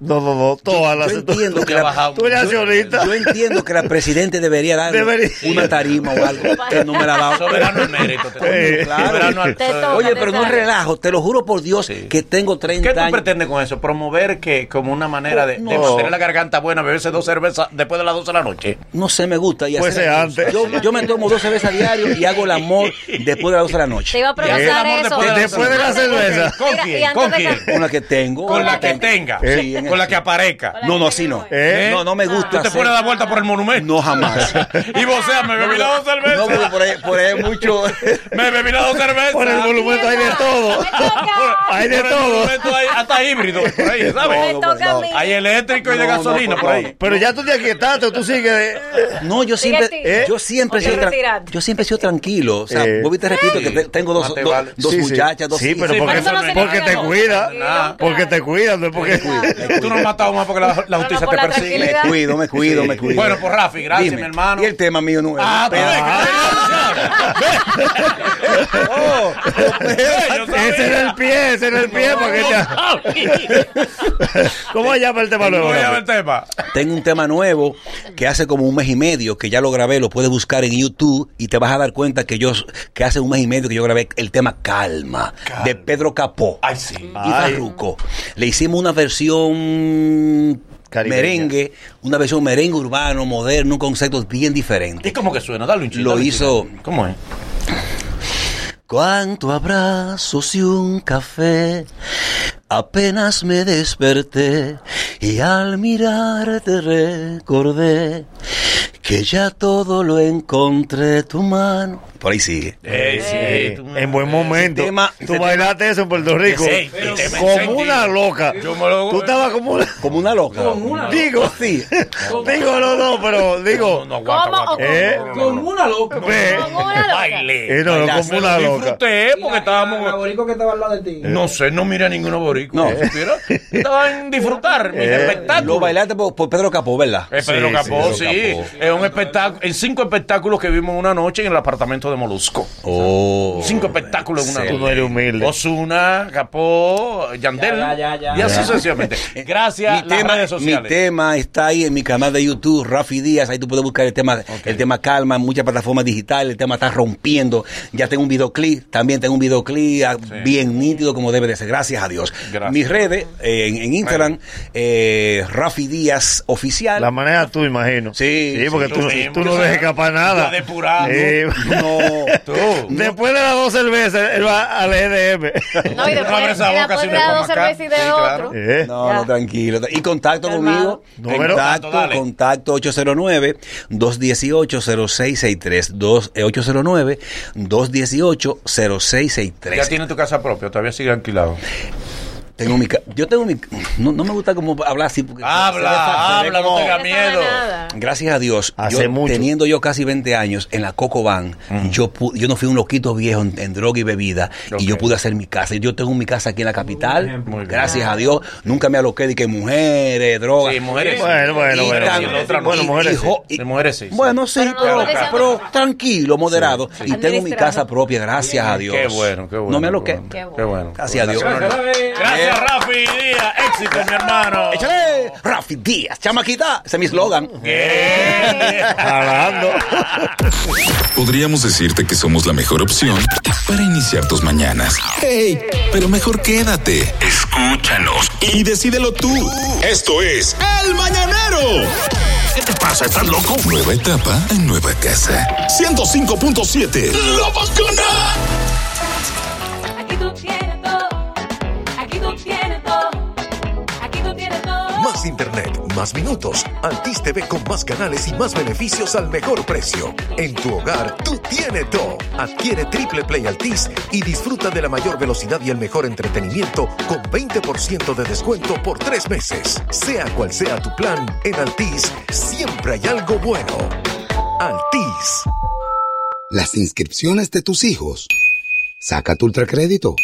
Speaker 5: No, no, no.
Speaker 8: Todas las. Yo entiendo que
Speaker 4: Tú le
Speaker 8: la-
Speaker 4: has bajado.
Speaker 5: Tú le haces
Speaker 8: yo-
Speaker 5: ahorita.
Speaker 8: Yo entiendo que la presidente debería dar
Speaker 5: Debería.
Speaker 8: una tarima o algo que no me la ha dado.
Speaker 4: Soberano al mérito. te-
Speaker 8: Coño, claro.
Speaker 4: Soberano al-
Speaker 8: Te toca, Oye, pero no es relajo, te lo juro por Dios que tengo 30
Speaker 4: ¿Qué tú
Speaker 8: años.
Speaker 4: pretendes con eso? ¿Promover que como una manera de, de
Speaker 8: No.
Speaker 4: mantener la garganta buena, beberse dos cervezas después de las 12 de la noche?
Speaker 8: No sé, me gusta. Y
Speaker 4: Pues
Speaker 8: hacer-
Speaker 4: es antes.
Speaker 8: Yo, yo me tomo dos cervezas diario y hago el amor después de las 12 de la noche.
Speaker 6: Te iba a preguntar eso. Mira, y antes de que-
Speaker 8: Con la que tengo.
Speaker 4: Con la que tenga.
Speaker 8: Sí,
Speaker 4: Con
Speaker 8: en
Speaker 4: la que aparezca.
Speaker 8: No, no, sí no.
Speaker 4: ¿Eh?
Speaker 8: No, no me gusta.
Speaker 4: ¿Tú te
Speaker 8: hacer-
Speaker 4: pones a dar vuelta por el monumento?
Speaker 8: No, jamás.
Speaker 4: y vocea, me bebí las dos cervezas.
Speaker 8: No, porque por ahí, por ahí es mucho.
Speaker 4: Me bebí las dos cervezas.
Speaker 5: Por el monumento hay de todo. Hay de
Speaker 4: Por el
Speaker 5: todo.
Speaker 4: monumento hay hasta híbrido. Por ahí, ¿sabes?
Speaker 5: No, no, pues, no.
Speaker 4: Hay eléctrico y de
Speaker 5: No, no,
Speaker 4: gasolina
Speaker 5: por
Speaker 4: por ahí.
Speaker 5: Pero ya tú te aquietaste, o tú sigues.
Speaker 8: No, yo
Speaker 5: Sigue
Speaker 8: siempre,
Speaker 5: así. ¿Eh?
Speaker 8: yo siempre,
Speaker 5: ¿O
Speaker 8: he sido
Speaker 5: quieres
Speaker 8: tran- yo siempre he sido tranquilo. O sea,
Speaker 5: Eh.
Speaker 8: vuelvo y te repito que te- tengo dos,
Speaker 5: Ah, te
Speaker 8: dos-
Speaker 5: vale.
Speaker 8: dos
Speaker 5: Sí, sí.
Speaker 8: muchachas, dos
Speaker 5: Sí,
Speaker 8: hijas.
Speaker 5: pero porque, porque te cuida. Porque te cuida, no es porque.
Speaker 4: Tú no has matado más porque la, la justicia
Speaker 8: por
Speaker 4: te
Speaker 8: la
Speaker 4: persigue.
Speaker 8: tranquilidad. Me cuido, me cuido, me cuido.
Speaker 4: Bueno, pues Rafi, gracias,
Speaker 8: Dime,
Speaker 4: mi hermano.
Speaker 8: Y el tema mío Ah. no es.
Speaker 4: Ah, pero
Speaker 5: Ese era el pie, ese era el pie. porque ya- ¿Cómo se llama el tema nuevo? Rafi?
Speaker 8: Tengo un tema nuevo que hace como un mes y medio que ya lo grabé, lo puedes buscar en YouTube y te vas a dar cuenta que yo que hace un mes y medio que yo grabé el tema Calma, de Pedro Capó y
Speaker 5: Ay.
Speaker 8: Farruko. Le hicimos una versión
Speaker 5: Caribeña.
Speaker 8: merengue, una versión merengue urbano, moderno, un concepto bien diferente.
Speaker 4: ¿Y cómo que suena? Dale un chiste.
Speaker 8: Lo
Speaker 4: dale un
Speaker 8: hizo
Speaker 4: chiste. ¿Cómo es?
Speaker 8: Cuánto abrazos y un café. Apenas me desperté y al mirarte recordé que ya todo lo encontré tu mano. Por ahí sigue.
Speaker 5: Eh, en buen momento. tú bailaste eso en Puerto Rico.
Speaker 8: Sí,
Speaker 5: como una loca. Tú estabas como una,
Speaker 8: como una loca.
Speaker 5: digo,
Speaker 8: sí.
Speaker 5: digo, no, no, pero digo. ¿Eh?
Speaker 3: Con una loca.
Speaker 5: Eh, no, no,
Speaker 4: Bailazo,
Speaker 5: como una
Speaker 4: lo
Speaker 5: loca.
Speaker 4: Disfruté porque estábamos...
Speaker 3: que estaba al lado de ti.
Speaker 8: Eh,
Speaker 4: No sé, no miré a ninguno borico. No. Estaba en disfrutar, mi espectáculo.
Speaker 8: Lo Eh, bailaste por, por Pedro Capó, ¿verdad?
Speaker 4: Es Pedro
Speaker 8: Sí,
Speaker 4: Capó, sí.
Speaker 8: sí, Pedro
Speaker 4: Es un espectáculo. En cinco espectáculos que vimos en una noche en el apartamento de Molusco.
Speaker 8: Oh.
Speaker 4: Cinco espectáculos en una noche.
Speaker 5: Tú no eres humilde.
Speaker 4: Osuna, Capó, Yandel.
Speaker 3: Ya, ya, ya,
Speaker 4: y
Speaker 8: ya.
Speaker 4: así sucesivamente. Gracias,
Speaker 8: Mi
Speaker 4: las
Speaker 8: tema,
Speaker 4: redes
Speaker 8: mi
Speaker 4: sociales.
Speaker 8: tema está ahí en mi canal de YouTube, Rafi Díaz. Ahí tú puedes buscar el tema, el tema calma, en muchas plataformas digitales. El tema está rompiendo. Ya tengo un videoclip, también tengo un videoclip ah, bien nítido como debe de ser. Gracias a Dios.
Speaker 4: Gracias.
Speaker 8: Mis redes eh, en, en Instagram, eh, Rafi Díaz oficial.
Speaker 5: La manera tú, imagino.
Speaker 8: Sí,
Speaker 5: Sí, porque tú,
Speaker 8: sí.
Speaker 5: tú no dejas escapar nada.
Speaker 4: Está depurando.
Speaker 5: Eh,
Speaker 8: No,
Speaker 5: Después de las dos cervezas, él va al EDM.
Speaker 6: No, y
Speaker 4: No abre
Speaker 6: después
Speaker 4: esa
Speaker 6: y
Speaker 4: boca
Speaker 6: después
Speaker 4: si
Speaker 6: de
Speaker 4: no es
Speaker 6: dos
Speaker 4: para acá.
Speaker 6: cervezas y de
Speaker 4: Sí,
Speaker 6: otro.
Speaker 5: Eh.
Speaker 8: No, no, tranquilo. Y contacto conmigo.
Speaker 6: Calmado.
Speaker 5: Número.
Speaker 8: Contacto,
Speaker 4: Dale.
Speaker 8: contacto 809-218-0663. dos- eh, 809-218-0663.
Speaker 4: Ya tiene tu casa propia, todavía sigue alquilado.
Speaker 8: Tengo mi ca- Yo tengo mi. No, no me gusta como hablar así. Porque se ve
Speaker 4: Habla,
Speaker 8: fa- se ve
Speaker 4: habla, no
Speaker 8: como-
Speaker 4: tenga miedo.
Speaker 8: Gracias a Dios,
Speaker 5: Hace
Speaker 8: yo,
Speaker 5: mucho.
Speaker 8: teniendo yo casi 20 años en la Coco Van, yo, pu- yo no fui un loquito viejo en, en droga y bebida y yo pude hacer mi casa. Yo tengo mi casa aquí en la capital, gracias a Dios. Nunca me aloqué de que mujeres, drogas.
Speaker 4: Sí, mujeres sí.
Speaker 5: Bueno, bueno,
Speaker 8: Y
Speaker 5: bueno.
Speaker 8: tan-
Speaker 5: Bueno,
Speaker 8: y-
Speaker 5: bueno,
Speaker 8: y-
Speaker 5: mujeres
Speaker 8: y
Speaker 5: sí.
Speaker 8: jo- y-
Speaker 4: De mujeres sí.
Speaker 8: Bueno, sí, pero, pero tranquilo, moderado.
Speaker 4: Sí, sí.
Speaker 8: Y tengo mi casa propia, gracias a Dios.
Speaker 4: Qué bueno, qué bueno.
Speaker 8: No me aloqué.
Speaker 4: Qué bueno. Qué bueno.
Speaker 8: Gracias a Dios.
Speaker 4: Gracias, Rafi Díaz. Éxito, mi hermano.
Speaker 8: Échale, Rafi Díaz, chamaquita. Ese es mi eslogan.
Speaker 2: Podríamos decirte que somos la mejor opción para iniciar tus mañanas. Hey, pero mejor quédate. Escúchanos y decídelo tú. Esto es El Mañanero. ¿Qué te pasa? ¿Estás loco? Nueva etapa en nueva casa. 105.7. La vacuna.
Speaker 12: Aquí tú tienes todo. Aquí tú tienes todo. Aquí tú tienes todo.
Speaker 9: Más internet, más minutos. Altis TV con más canales y más beneficios al mejor precio. En tu hogar, tú tienes todo. Adquiere Triple Play Altis y disfruta de la mayor velocidad y el mejor entretenimiento con 20% de descuento por tres meses. Sea cual sea tu plan, en Altis siempre hay algo bueno. Altis.
Speaker 33: las inscripciones de tus hijos. Saca tu ultracrédito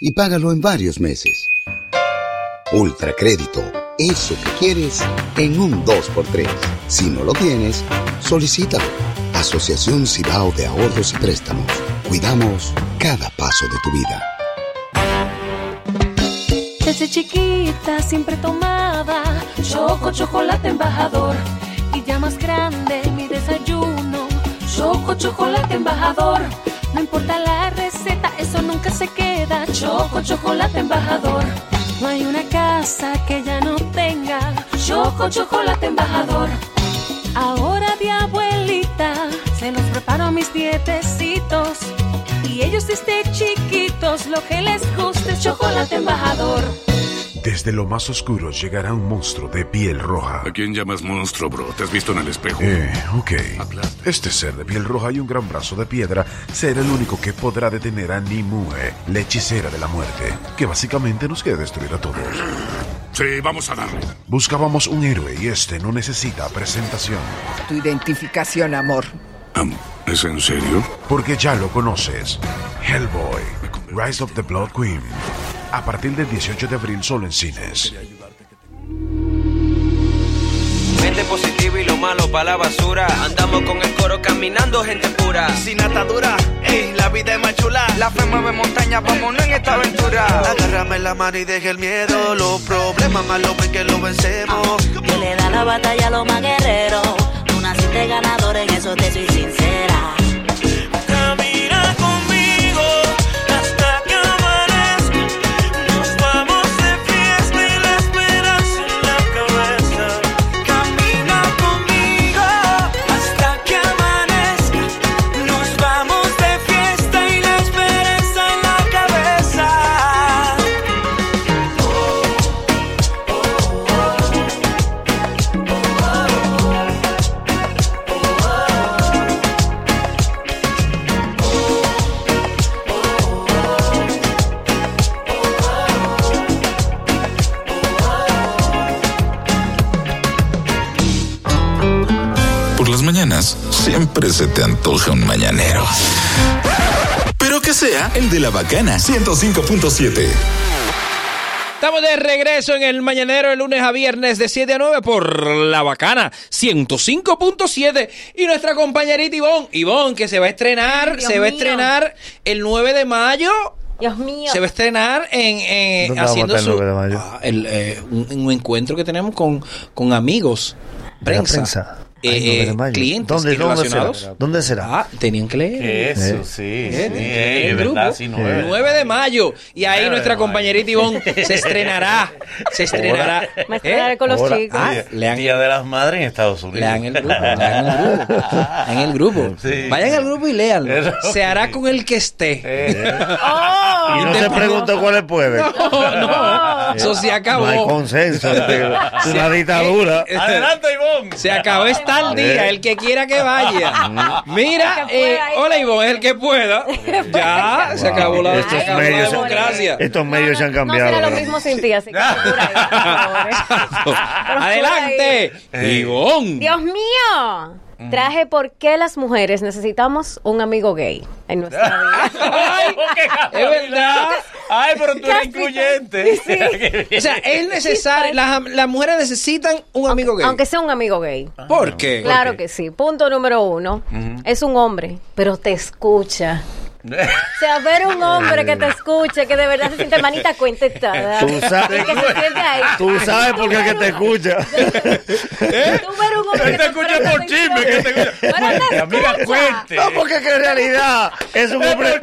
Speaker 33: y págalo en varios meses. Ultracrédito, eso que quieres en un 2x3. Si no lo tienes, solicítalo. Asociación Cibao de Ahorros y Préstamos. Cuidamos cada paso de tu vida.
Speaker 1: Desde chiquita siempre tomaba Choco Chocolate Embajador. Y ya más grande mi desayuno, Choco Chocolate Embajador. No importa la receta, eso nunca se queda. Choco Chocolate Embajador. No hay una casa que ya no tenga Choco Chocolate Embajador. Ahora de abuelita se los preparo a mis dietecitos. Y ellos desde chiquitos lo que les gusta es Chocolate Embajador.
Speaker 25: Desde lo más oscuro llegará un monstruo de piel roja.
Speaker 4: ¿A quién llamas monstruo, bro? ¿Te has visto en el espejo?
Speaker 25: Eh, ok. Este ser de piel roja y un gran brazo de piedra será el único que podrá detener a Nimue, la hechicera de la muerte, que básicamente nos quiere destruir a todos.
Speaker 4: Sí, vamos a darle.
Speaker 25: Buscábamos un héroe y este no necesita presentación.
Speaker 34: Tu identificación, amor.
Speaker 25: ¿Es en serio? Porque ya lo conoces. Hellboy, Rise of the Blood Queen. A partir del 18 de abril solo en cines.
Speaker 18: Mente positiva y lo malo para la basura. Andamos con el coro caminando, gente pura. Sin atadura, ey, la vida es más chula. La fe mueve montaña, vámonos en esta aventura.
Speaker 35: Agárrame la mano y deje el miedo. Los problemas más lo ven que lo vencemos.
Speaker 27: que le da la batalla a los más guerreros. Tú naciste ganador, en eso te soy sincera.
Speaker 14: Camina conmigo hasta que amanezca. Nos vamos de fiesta y la esperanza en la cabeza. Camina conmigo hasta que amanezca. Nos vamos de fiesta y la esperanza en la cabeza.
Speaker 2: Por las mañanas siempre se te antoja un mañanero. Pero que sea el de la bacana 105.7.
Speaker 3: Estamos de regreso en el Mañanero el lunes a viernes de 7 a 9 por La Bacana 105.7 y nuestra compañerita Ivonne, Ivonne que se va a estrenar,
Speaker 6: Ay, Dios
Speaker 3: se va a
Speaker 6: mío.
Speaker 3: estrenar el 9 de mayo,
Speaker 6: Dios mío.
Speaker 3: se va a estrenar en eh,
Speaker 6: ¿Dónde vamos
Speaker 3: haciendo
Speaker 6: a estar el
Speaker 3: su,
Speaker 6: 9 de mayo?
Speaker 3: Ah, el, eh, un, un encuentro que tenemos con, con amigos,
Speaker 5: De la
Speaker 3: prensa,
Speaker 5: prensa.
Speaker 3: eh,
Speaker 5: Ay, 9 de
Speaker 3: eh,
Speaker 5: mayo.
Speaker 3: clientes
Speaker 5: ¿Dónde,
Speaker 3: y
Speaker 5: dónde será?
Speaker 3: relacionados.
Speaker 5: ¿Dónde será?
Speaker 3: Ah, tenían que leer.
Speaker 5: Eh.
Speaker 36: Eso, sí. sí,
Speaker 5: Eh,
Speaker 36: eh,
Speaker 5: el
Speaker 36: ¿verdad?
Speaker 5: grupo.
Speaker 36: Sí,
Speaker 5: Eh.
Speaker 36: nueve.
Speaker 3: 9 de mayo. Y ahí
Speaker 36: 9 de
Speaker 3: nuestra
Speaker 36: mayo.
Speaker 3: compañerita Ivonne se estrenará. Se estrenará. ¿Eh?
Speaker 36: Ahora.
Speaker 6: Me
Speaker 4: ¿Eh?
Speaker 6: estaré con los
Speaker 36: Ahora,
Speaker 6: chicos.
Speaker 36: ah, Día de las Madres en Estados Unidos.
Speaker 3: Lean el grupo. lean el grupo. En el grupo. Vayan al grupo y léanlo.
Speaker 36: Eso.
Speaker 3: Se hará con el que esté.
Speaker 5: Y no se preguntó cuál es el pueblo.
Speaker 3: Oh. No, no. Eso se acabó.
Speaker 5: No hay consenso. Es
Speaker 3: Se-
Speaker 5: una dictadura.
Speaker 3: Eh, Se acabó esta al día, el que quiera que vaya. Mira, eh, hola Ivonne, el que pueda. Ya, se acabó la, se
Speaker 5: Estos
Speaker 3: acabó la
Speaker 5: medios,
Speaker 3: democracia.
Speaker 5: estos medios se han
Speaker 6: No será lo
Speaker 5: cambiado.
Speaker 6: mismo sin ti, así que procura ahí, por favor, ¿eh?
Speaker 3: Adelante, Ivonne.
Speaker 6: Dios mío. Traje por qué las mujeres necesitamos un amigo gay en nuestra
Speaker 3: Es verdad.
Speaker 36: Ay, pero tú eres incluyente.
Speaker 3: O sea, es necesario, las, las mujeres necesitan un amigo gay.
Speaker 6: pues.
Speaker 3: Ah,
Speaker 6: Aunque sea un amigo gay.
Speaker 3: ¿Por qué?
Speaker 6: Claro que sí. Punto número uno. Es un hombre, pero te escucha. O sea, ver un hombre que te escuche, que de verdad se siente manita contestada.
Speaker 5: Tú sabes-
Speaker 6: Y que se siente ahí.
Speaker 5: Tú sabes por qué es que te escucha.
Speaker 36: te escuchas por chisme. Que te escucha. Amiga, cuente.
Speaker 5: No, porque es que en realidad es un hombre,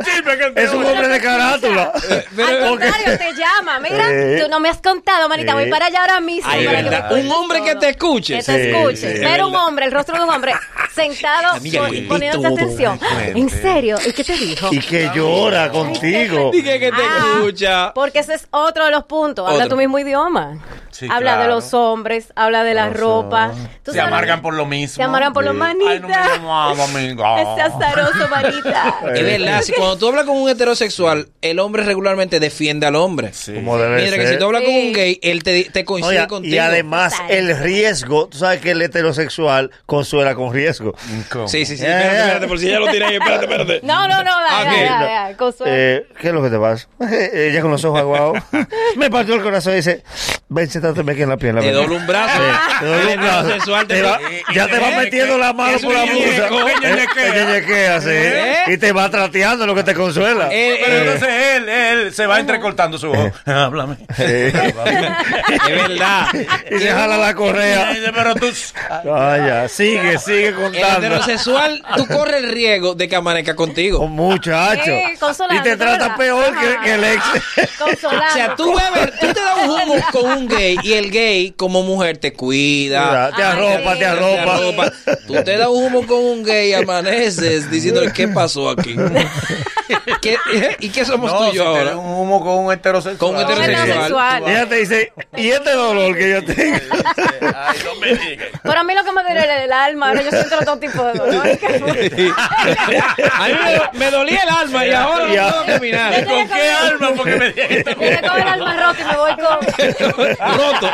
Speaker 5: es un hombre de carátula.
Speaker 6: Al contrario, te llama. Mira,
Speaker 5: Eh.
Speaker 6: tú no me has contado, manita. Voy
Speaker 5: Eh.
Speaker 6: para allá ahora mismo.
Speaker 3: Ay,
Speaker 6: para que
Speaker 3: verdad.
Speaker 6: me
Speaker 3: Un hombre que te escuche.
Speaker 6: Que te escuche. Ver un hombre, el rostro de un hombre, sentado
Speaker 5: Amiga,
Speaker 6: pon-
Speaker 5: sí.
Speaker 6: poniéndote
Speaker 5: Todo
Speaker 6: atención.
Speaker 5: fuerte.
Speaker 6: ¿En serio? ¿Y qué te dijo?
Speaker 5: Y que llora contigo. Ah.
Speaker 3: Dije que te escucha.
Speaker 6: Porque ese es otro de los puntos. Habla
Speaker 4: Otro.
Speaker 6: tu mismo idioma.
Speaker 4: Sí,
Speaker 6: habla de
Speaker 4: claro.
Speaker 6: los hombres, habla de la ropa. ¿Tú
Speaker 4: Se
Speaker 6: sabes?
Speaker 4: amargan por lo mismo.
Speaker 6: Se amargan por los manitas.
Speaker 4: Ay, no me Ah. llamaba, amiga.
Speaker 6: Ese azaroso, manita.
Speaker 3: Es verdad, si cuando tú hablas con un heterosexual, el hombre regularmente defiende al hombre.
Speaker 5: Como debe
Speaker 3: Mientras que
Speaker 5: ser.
Speaker 3: si tú hablas con un gay, él te, te coincide
Speaker 5: Oiga,
Speaker 3: contigo.
Speaker 5: y además el riesgo, tú sabes que el heterosexual consuela con riesgo.
Speaker 3: Sí, sí, sí.
Speaker 5: Eh,
Speaker 3: Espérate, espérate, por si ya lo tiré ahí, espérate, espérate.
Speaker 6: No, no, no,
Speaker 4: Ah,
Speaker 6: dale,
Speaker 5: Ok.
Speaker 6: dale, dale, dale, Consuelo.
Speaker 5: eh, ¿Qué es lo que te pasa? Ella con los ojos aguados. me partió el corazón y dice, ven, siéntate aquí en la pierna.
Speaker 3: Te
Speaker 5: ven".
Speaker 3: doblo un brazo.
Speaker 5: Sí, te doblo un brazo.
Speaker 3: Heterosexual, te-
Speaker 5: Te va- ya te va
Speaker 3: Eh,
Speaker 5: metiendo
Speaker 3: que-
Speaker 5: la mano
Speaker 3: es
Speaker 5: por la
Speaker 3: un
Speaker 5: blusa.
Speaker 3: ñequeo, que
Speaker 5: Eh,
Speaker 4: ñequea.
Speaker 5: que ñequea, sí.
Speaker 4: ¿Eh?
Speaker 5: Y te va trateando lo que te consuela.
Speaker 4: Pero
Speaker 5: Eh,
Speaker 4: entonces él, él se va entrecortando su ojo. Háblame.
Speaker 3: Es verdad.
Speaker 5: y le jala la correa.
Speaker 4: Pero tú.
Speaker 5: Ah, ya. Sigue, sigue
Speaker 3: El
Speaker 5: contando.
Speaker 3: heterosexual, tú corres el riesgo de que amanezca contigo.
Speaker 5: Oh, Muchacho.
Speaker 6: Eh, consolando,
Speaker 5: y te
Speaker 6: de
Speaker 5: trata
Speaker 6: verdad.
Speaker 5: peor que,
Speaker 6: Ajá.
Speaker 5: que el ex.
Speaker 3: O sea, tú bebes, tú te das un jugo con un gay y el gay como mujer te cuida.
Speaker 5: Mira, te arropa, te arropa.
Speaker 3: Tú te das un humo con un gay y amaneces diciéndole qué pasó aquí. ¿Qué- eh? ¿Y qué somos
Speaker 4: No,
Speaker 3: tú y
Speaker 4: si
Speaker 3: yo
Speaker 4: te
Speaker 3: ahora?
Speaker 4: da un humo con un heterosexual.
Speaker 3: Con un heterosexual.
Speaker 5: Y Ella te dice, y este dolor que yo tengo.
Speaker 6: Pero a mí lo que me duele el alma, ahora yo siento otro tipo de dolor.
Speaker 3: A mí me, do- me dolía el alma y ahora no puedo caminar.
Speaker 4: ¿Con qué
Speaker 14: Ah,
Speaker 4: alma? Porque me
Speaker 6: Yo me cojo el alma rota y me voy con...
Speaker 3: Roto.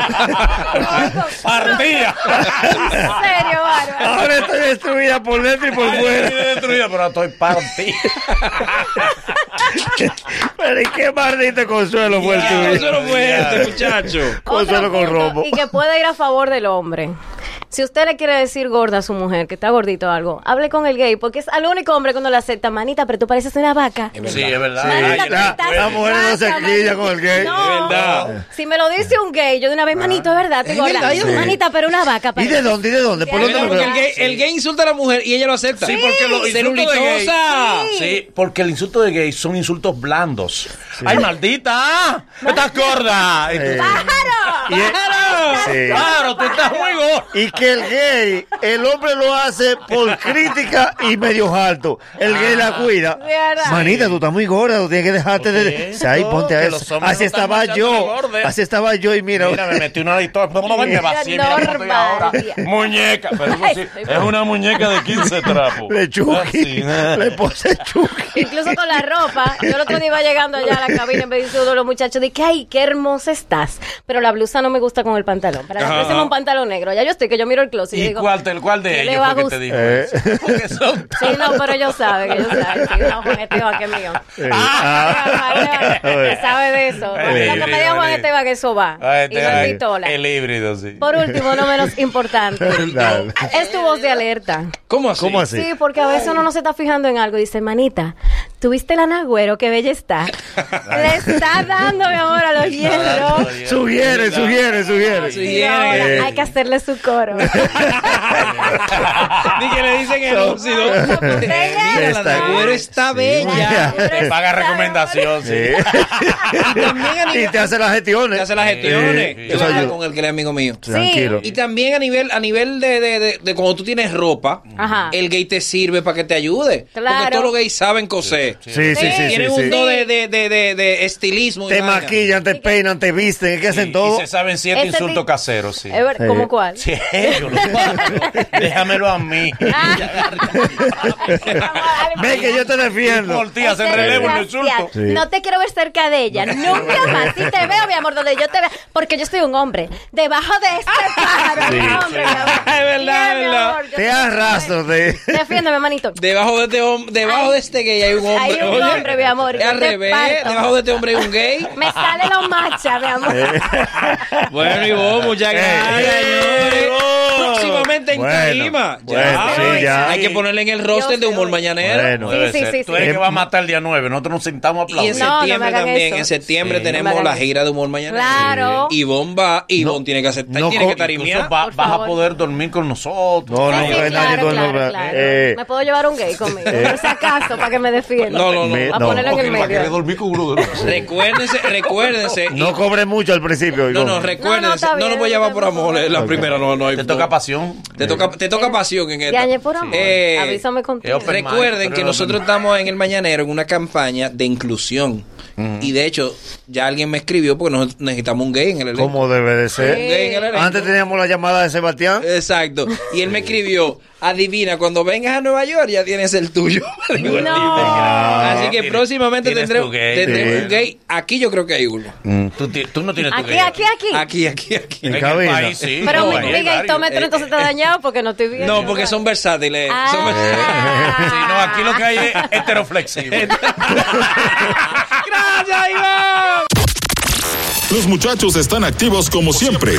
Speaker 4: Partía.
Speaker 6: En serio, bárbaro.
Speaker 5: Ahora estoy destruida por dentro y por fuera.
Speaker 4: Estoy destruida, pero estoy partida.
Speaker 5: Pero ¿y qué maldito consuelo fue el tuyo?
Speaker 3: Eso no fue este, muchacho.
Speaker 5: Consuelo
Speaker 6: Otro
Speaker 5: con
Speaker 6: punto,
Speaker 5: rombo.
Speaker 6: Y que pueda ir a favor del hombre. Si usted le quiere decir gorda a su mujer, que está gordito o algo, hable con el gay, porque es al único hombre cuando le acepta, manita, pero tú pareces una vaca.
Speaker 4: Sí, es verdad.
Speaker 5: Sí,
Speaker 4: Ay,
Speaker 5: la, la mujer no se quilla con el gay.
Speaker 6: No. Si me lo dice un gay, yo de
Speaker 5: Ah.
Speaker 6: una vez, manito, es verdad, estoy
Speaker 3: Es
Speaker 6: gorda.
Speaker 3: verdad, yo-
Speaker 6: Manita, pero una vaca.
Speaker 5: ¿Y de
Speaker 6: parece.
Speaker 5: dónde? ¿Y de dónde? ¿Por
Speaker 6: Sí,
Speaker 5: dónde
Speaker 3: Mira,
Speaker 5: lo
Speaker 3: porque el
Speaker 5: veo?
Speaker 3: gay, el gay insulta a la mujer y ella lo acepta.
Speaker 4: Sí, porque los insultos de gay.
Speaker 3: Celulitosa.
Speaker 4: Sí, porque el insulto de gay son insultos blandos. ¡Ay, maldita! ¡Estás gorda!
Speaker 6: Eh.
Speaker 5: Y el- Sí.
Speaker 4: ¡Claro, tú estás muy gorda!
Speaker 5: Y que el gay, el hombre lo hace por crítica y medio alto. El gay la
Speaker 4: Ah.
Speaker 5: cuida.
Speaker 6: De verdad.
Speaker 5: Manita, tú estás muy gorda, tú tienes que dejarte de... O sea, ahí
Speaker 4: No,
Speaker 5: ponte a
Speaker 4: que los
Speaker 5: eso.
Speaker 4: hombres
Speaker 5: Así
Speaker 4: no están
Speaker 5: estaba yo.
Speaker 4: manchando de gordo, eh.
Speaker 5: Así estaba yo y mira...
Speaker 4: Mira, me metí una historia. ¿Cómo me vacié? Mira cómo estoy ahora.
Speaker 6: Normalia.
Speaker 4: Muñeca. Pero eso sí, es una muñeca de 15 trapos.
Speaker 5: Le
Speaker 4: Así.
Speaker 5: chuqui, le puse chuqui.
Speaker 6: Incluso con la ropa. Yo el otro día iba llegando allá a la cabina y me dice uno de los muchachos, dije, ay, qué hermosa estás. Pero la blusa no me gusta con el pantalón. Para la
Speaker 4: Ajá.
Speaker 6: próxima un pantalón negro. Ya yo estoy, que yo miro el closet y,
Speaker 4: ¿Y
Speaker 6: digo,
Speaker 4: cuál, te- cuál de
Speaker 6: ¿qué le
Speaker 4: ellos
Speaker 6: va a
Speaker 4: fue que te
Speaker 6: gustar?
Speaker 4: dijo
Speaker 5: Eh.
Speaker 4: eso? Porque son...
Speaker 6: Sí, no, pero ellos saben, ellos saben. Sí, no, Juan Esteban, que es mío.
Speaker 5: Eh,
Speaker 6: Ah, que sabe de eso.
Speaker 4: Ay,
Speaker 6: Lo que me diga Juan
Speaker 4: vale.
Speaker 6: Esteban, que eso va.
Speaker 14: Ah,
Speaker 4: Ay,
Speaker 14: este
Speaker 6: Y no
Speaker 4: te-
Speaker 6: es pistola.
Speaker 4: El híbrido, sí.
Speaker 6: Por último, no menos importante,
Speaker 5: Dale.
Speaker 6: es tu voz de alerta.
Speaker 3: ¿Cómo así?
Speaker 5: ¿Cómo así?
Speaker 6: Sí, porque a veces uno no se está fijando en algo y dice, manita, ¿tuviste la nagüero? Qué bella está. Le está dando, mi amor, a los hierros.
Speaker 5: Sugiere, sugiere,
Speaker 6: Y
Speaker 5: sugiere.
Speaker 3: Sí.
Speaker 6: ahora
Speaker 5: Eh.
Speaker 6: Hay que hacerle su coro.
Speaker 3: Ni que le dicen el lúcido. Mira, la
Speaker 5: Está
Speaker 3: nagüero
Speaker 5: bien.
Speaker 3: está
Speaker 5: Sí.
Speaker 3: bella.
Speaker 4: Te paga recomendación, sí.
Speaker 5: Sí. y te hace las gestiones.
Speaker 3: Te hace las gestiones.
Speaker 5: Sí.
Speaker 3: Yo
Speaker 5: Eso
Speaker 3: hablo
Speaker 5: ayuda.
Speaker 3: con el que es amigo mío.
Speaker 5: Tranquilo.
Speaker 3: Y también a nivel, a nivel de, de, de- de cuando tú tienes ropa,
Speaker 6: Ajá.
Speaker 3: el gay te sirve para que te ayude.
Speaker 6: Claro.
Speaker 3: Porque todos los gays saben coser.
Speaker 5: Sí, sí, sí, sí.
Speaker 3: Tienen
Speaker 5: sí.
Speaker 3: un do de, de, de, de,
Speaker 4: Eh,
Speaker 3: de estilismo. y
Speaker 5: Te
Speaker 3: vaina.
Speaker 5: maquillan, te peinan, te visten, es que hacen todo.
Speaker 4: Y se saben siete
Speaker 6: Ese
Speaker 4: insultos
Speaker 6: ti-
Speaker 4: caseros, sí.
Speaker 6: Es ver-
Speaker 5: Sí.
Speaker 6: ¿Cómo cuál?
Speaker 4: Sí, yo lo hago. Déjamelo a mí.
Speaker 5: Ve que yo te defiendo.
Speaker 4: Por ti, hacen
Speaker 6: Ese
Speaker 4: relevo en
Speaker 6: desgraciado.
Speaker 4: insulto.
Speaker 5: Sí.
Speaker 6: No te quiero ver cerca de ella. Nunca más. Si te veo, mi amor, donde yo te veo. Porque yo soy un hombre. Debajo de este pájaro.
Speaker 5: Sí.
Speaker 6: un hombre, mi amor.
Speaker 3: Es verdad, es
Speaker 6: Bien, mi
Speaker 3: verdad.
Speaker 6: amor, yo
Speaker 5: Te
Speaker 6: soy-
Speaker 5: arrastro, te.
Speaker 6: Defiéndeme, manito.
Speaker 3: Debajo de este hombre, debajo
Speaker 6: Ay.
Speaker 3: de este gay hay un hombre.
Speaker 6: Hay un
Speaker 3: oye.
Speaker 6: hombre, mi amor,
Speaker 3: Es
Speaker 6: yo
Speaker 3: Al
Speaker 6: te
Speaker 3: revés,
Speaker 6: parto.
Speaker 3: debajo de este hombre hay un gay.
Speaker 6: Me sale lo macha, mi amor.
Speaker 5: Eh.
Speaker 3: Bueno, y vos, muchas gracias, señores. Próximamente en
Speaker 5: Eh, Bueno,
Speaker 3: Tarima.
Speaker 5: bueno, sí, ya.
Speaker 3: Hay que ponerle en el roster de humor mañanero.
Speaker 5: Bueno.
Speaker 4: Debe
Speaker 6: Sí, sí,
Speaker 4: ser.
Speaker 6: sí,
Speaker 4: Tú
Speaker 6: sí.
Speaker 4: eres que va a matar el día 9. Nosotros nos sentamos a
Speaker 3: Y
Speaker 4: aplaudir.
Speaker 3: en
Speaker 6: No, no me
Speaker 3: septiembre
Speaker 6: hagan
Speaker 3: también,
Speaker 6: eso.
Speaker 3: en septiembre
Speaker 4: Sí.
Speaker 6: No me
Speaker 3: tenemos
Speaker 6: hagan
Speaker 3: la
Speaker 6: eso.
Speaker 3: gira de humor mañanero.
Speaker 6: Claro.
Speaker 3: Y bomba, y Ivonne tiene que aceptar,
Speaker 5: no
Speaker 3: tiene
Speaker 5: con-
Speaker 3: que
Speaker 4: Incluso
Speaker 3: tarimear.
Speaker 4: va-
Speaker 6: Por
Speaker 4: vas a
Speaker 6: favor.
Speaker 4: poder dormir con nosotros.
Speaker 5: No,
Speaker 6: Sí,
Speaker 5: no,
Speaker 6: sí,
Speaker 5: no,
Speaker 6: claro,
Speaker 5: no,
Speaker 6: claro,
Speaker 5: no, no.
Speaker 6: claro.
Speaker 5: Eh,
Speaker 6: Me puedo llevar un gay conmigo. Por si acaso, para que me defienda.
Speaker 3: No, no, no.
Speaker 5: Me-
Speaker 6: A
Speaker 5: no.
Speaker 6: ponerlo en el
Speaker 4: Para que
Speaker 6: medio.
Speaker 4: dormir con uno de nosotros.
Speaker 3: Recuérdense, recuérdense. y-
Speaker 5: No cobre mucho al principio.
Speaker 3: no,
Speaker 5: Igor.
Speaker 3: no,
Speaker 6: No, no,
Speaker 3: recuérdense
Speaker 6: está
Speaker 3: no
Speaker 6: bien,
Speaker 3: nos voy a llevar por amor, eh, la primera no, no hay. Te toca
Speaker 4: pasión.
Speaker 5: Eh.
Speaker 3: Te toca, te toca pasión en esta.
Speaker 6: Yañez, por amor,
Speaker 3: Eh,
Speaker 6: avísame contigo.
Speaker 3: Recuerden que nosotros estamos en el Mañanero en una campaña de inclusión. Y de hecho, ya alguien me escribió porque nosotros necesitamos un gay en el elenco.
Speaker 5: Como debe de ser.
Speaker 3: Un gay en el elenco.
Speaker 5: Antes teníamos la llamada de Sebastián.
Speaker 3: Exacto. Y él me escribió, adivina, cuando vengas a Nueva York ya tienes el tuyo. Digo, Así que próximamente
Speaker 4: Ah, tienes
Speaker 3: tendremos
Speaker 4: tu gay.
Speaker 3: tendremos
Speaker 4: Sí. Mm.
Speaker 3: un gay. Aquí yo creo que hay uno.
Speaker 4: Tú, ti- tú no tienes tu
Speaker 6: Aquí,
Speaker 4: gay.
Speaker 6: aquí, aquí.
Speaker 3: Aquí, aquí, aquí.
Speaker 4: En el cabina. país, sí.
Speaker 6: Pero
Speaker 3: No,
Speaker 6: mi,
Speaker 3: hay
Speaker 6: mi
Speaker 3: varios.
Speaker 6: gaitómetro entonces está dañado porque no estoy viendo.
Speaker 3: Eh. No, pues, porque son versátiles. Son
Speaker 7: Ah.
Speaker 3: versátiles. Sí, no, aquí lo que hay es heteroflexible. ¡Gracias, Iván!
Speaker 2: Los muchachos están activos como siempre.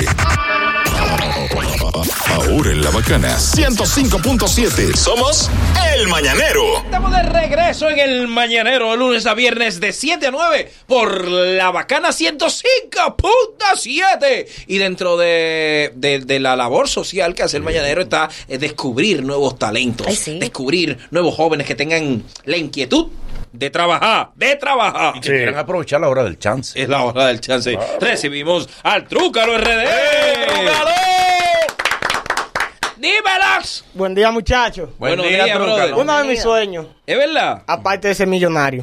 Speaker 2: Ahora en la bacana 105.7 somos El Mañanero.
Speaker 3: Estamos de regreso en el mañanero, de lunes a viernes de 7 a 9 por la bacana 105.7. Y dentro de, de- de la labor social que hace el mañanero está eh, descubrir nuevos talentos,
Speaker 7: Ay, sí.
Speaker 3: descubrir nuevos jóvenes que tengan la inquietud de trabajar, de trabajar. Y que quieran
Speaker 4: aprovechar la hora del chance.
Speaker 3: Es la hora del chance. Recibimos al Trúcaro RD. ¡Dímelos!
Speaker 10: Buen día, muchachos.
Speaker 3: Buenos Buenos días, días, brother. brother.
Speaker 10: Uno de mis sueños.
Speaker 3: ¿Es verdad?
Speaker 10: Aparte de ser millonario.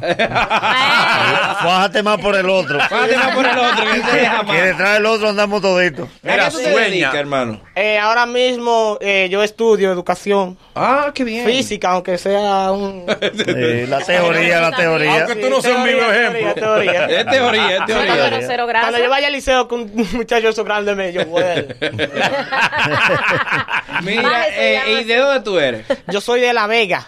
Speaker 5: Fájate más por el otro.
Speaker 10: Fájate más por el otro, que te deja más.
Speaker 5: Que detrás del otro andamos toditos.
Speaker 10: Mira, ¿A qué tú te sueña. dedicas,
Speaker 3: hermano.
Speaker 10: Eh, ahora mismo eh, yo estudio educación.
Speaker 3: Ah, qué bien.
Speaker 10: Física, aunque sea un...
Speaker 5: la teoría, la teoría.
Speaker 10: Aunque tú no seas un vivo ejemplo. Teoría,
Speaker 5: Es teoría, es teoría. Pero
Speaker 6: cero gracias.
Speaker 10: Cuando yo vaya al liceo con un muchacho de esos grandes, me yo, bueno.
Speaker 3: Mira, eh, ¿y de dónde tú eres?
Speaker 10: Yo soy de La Vega.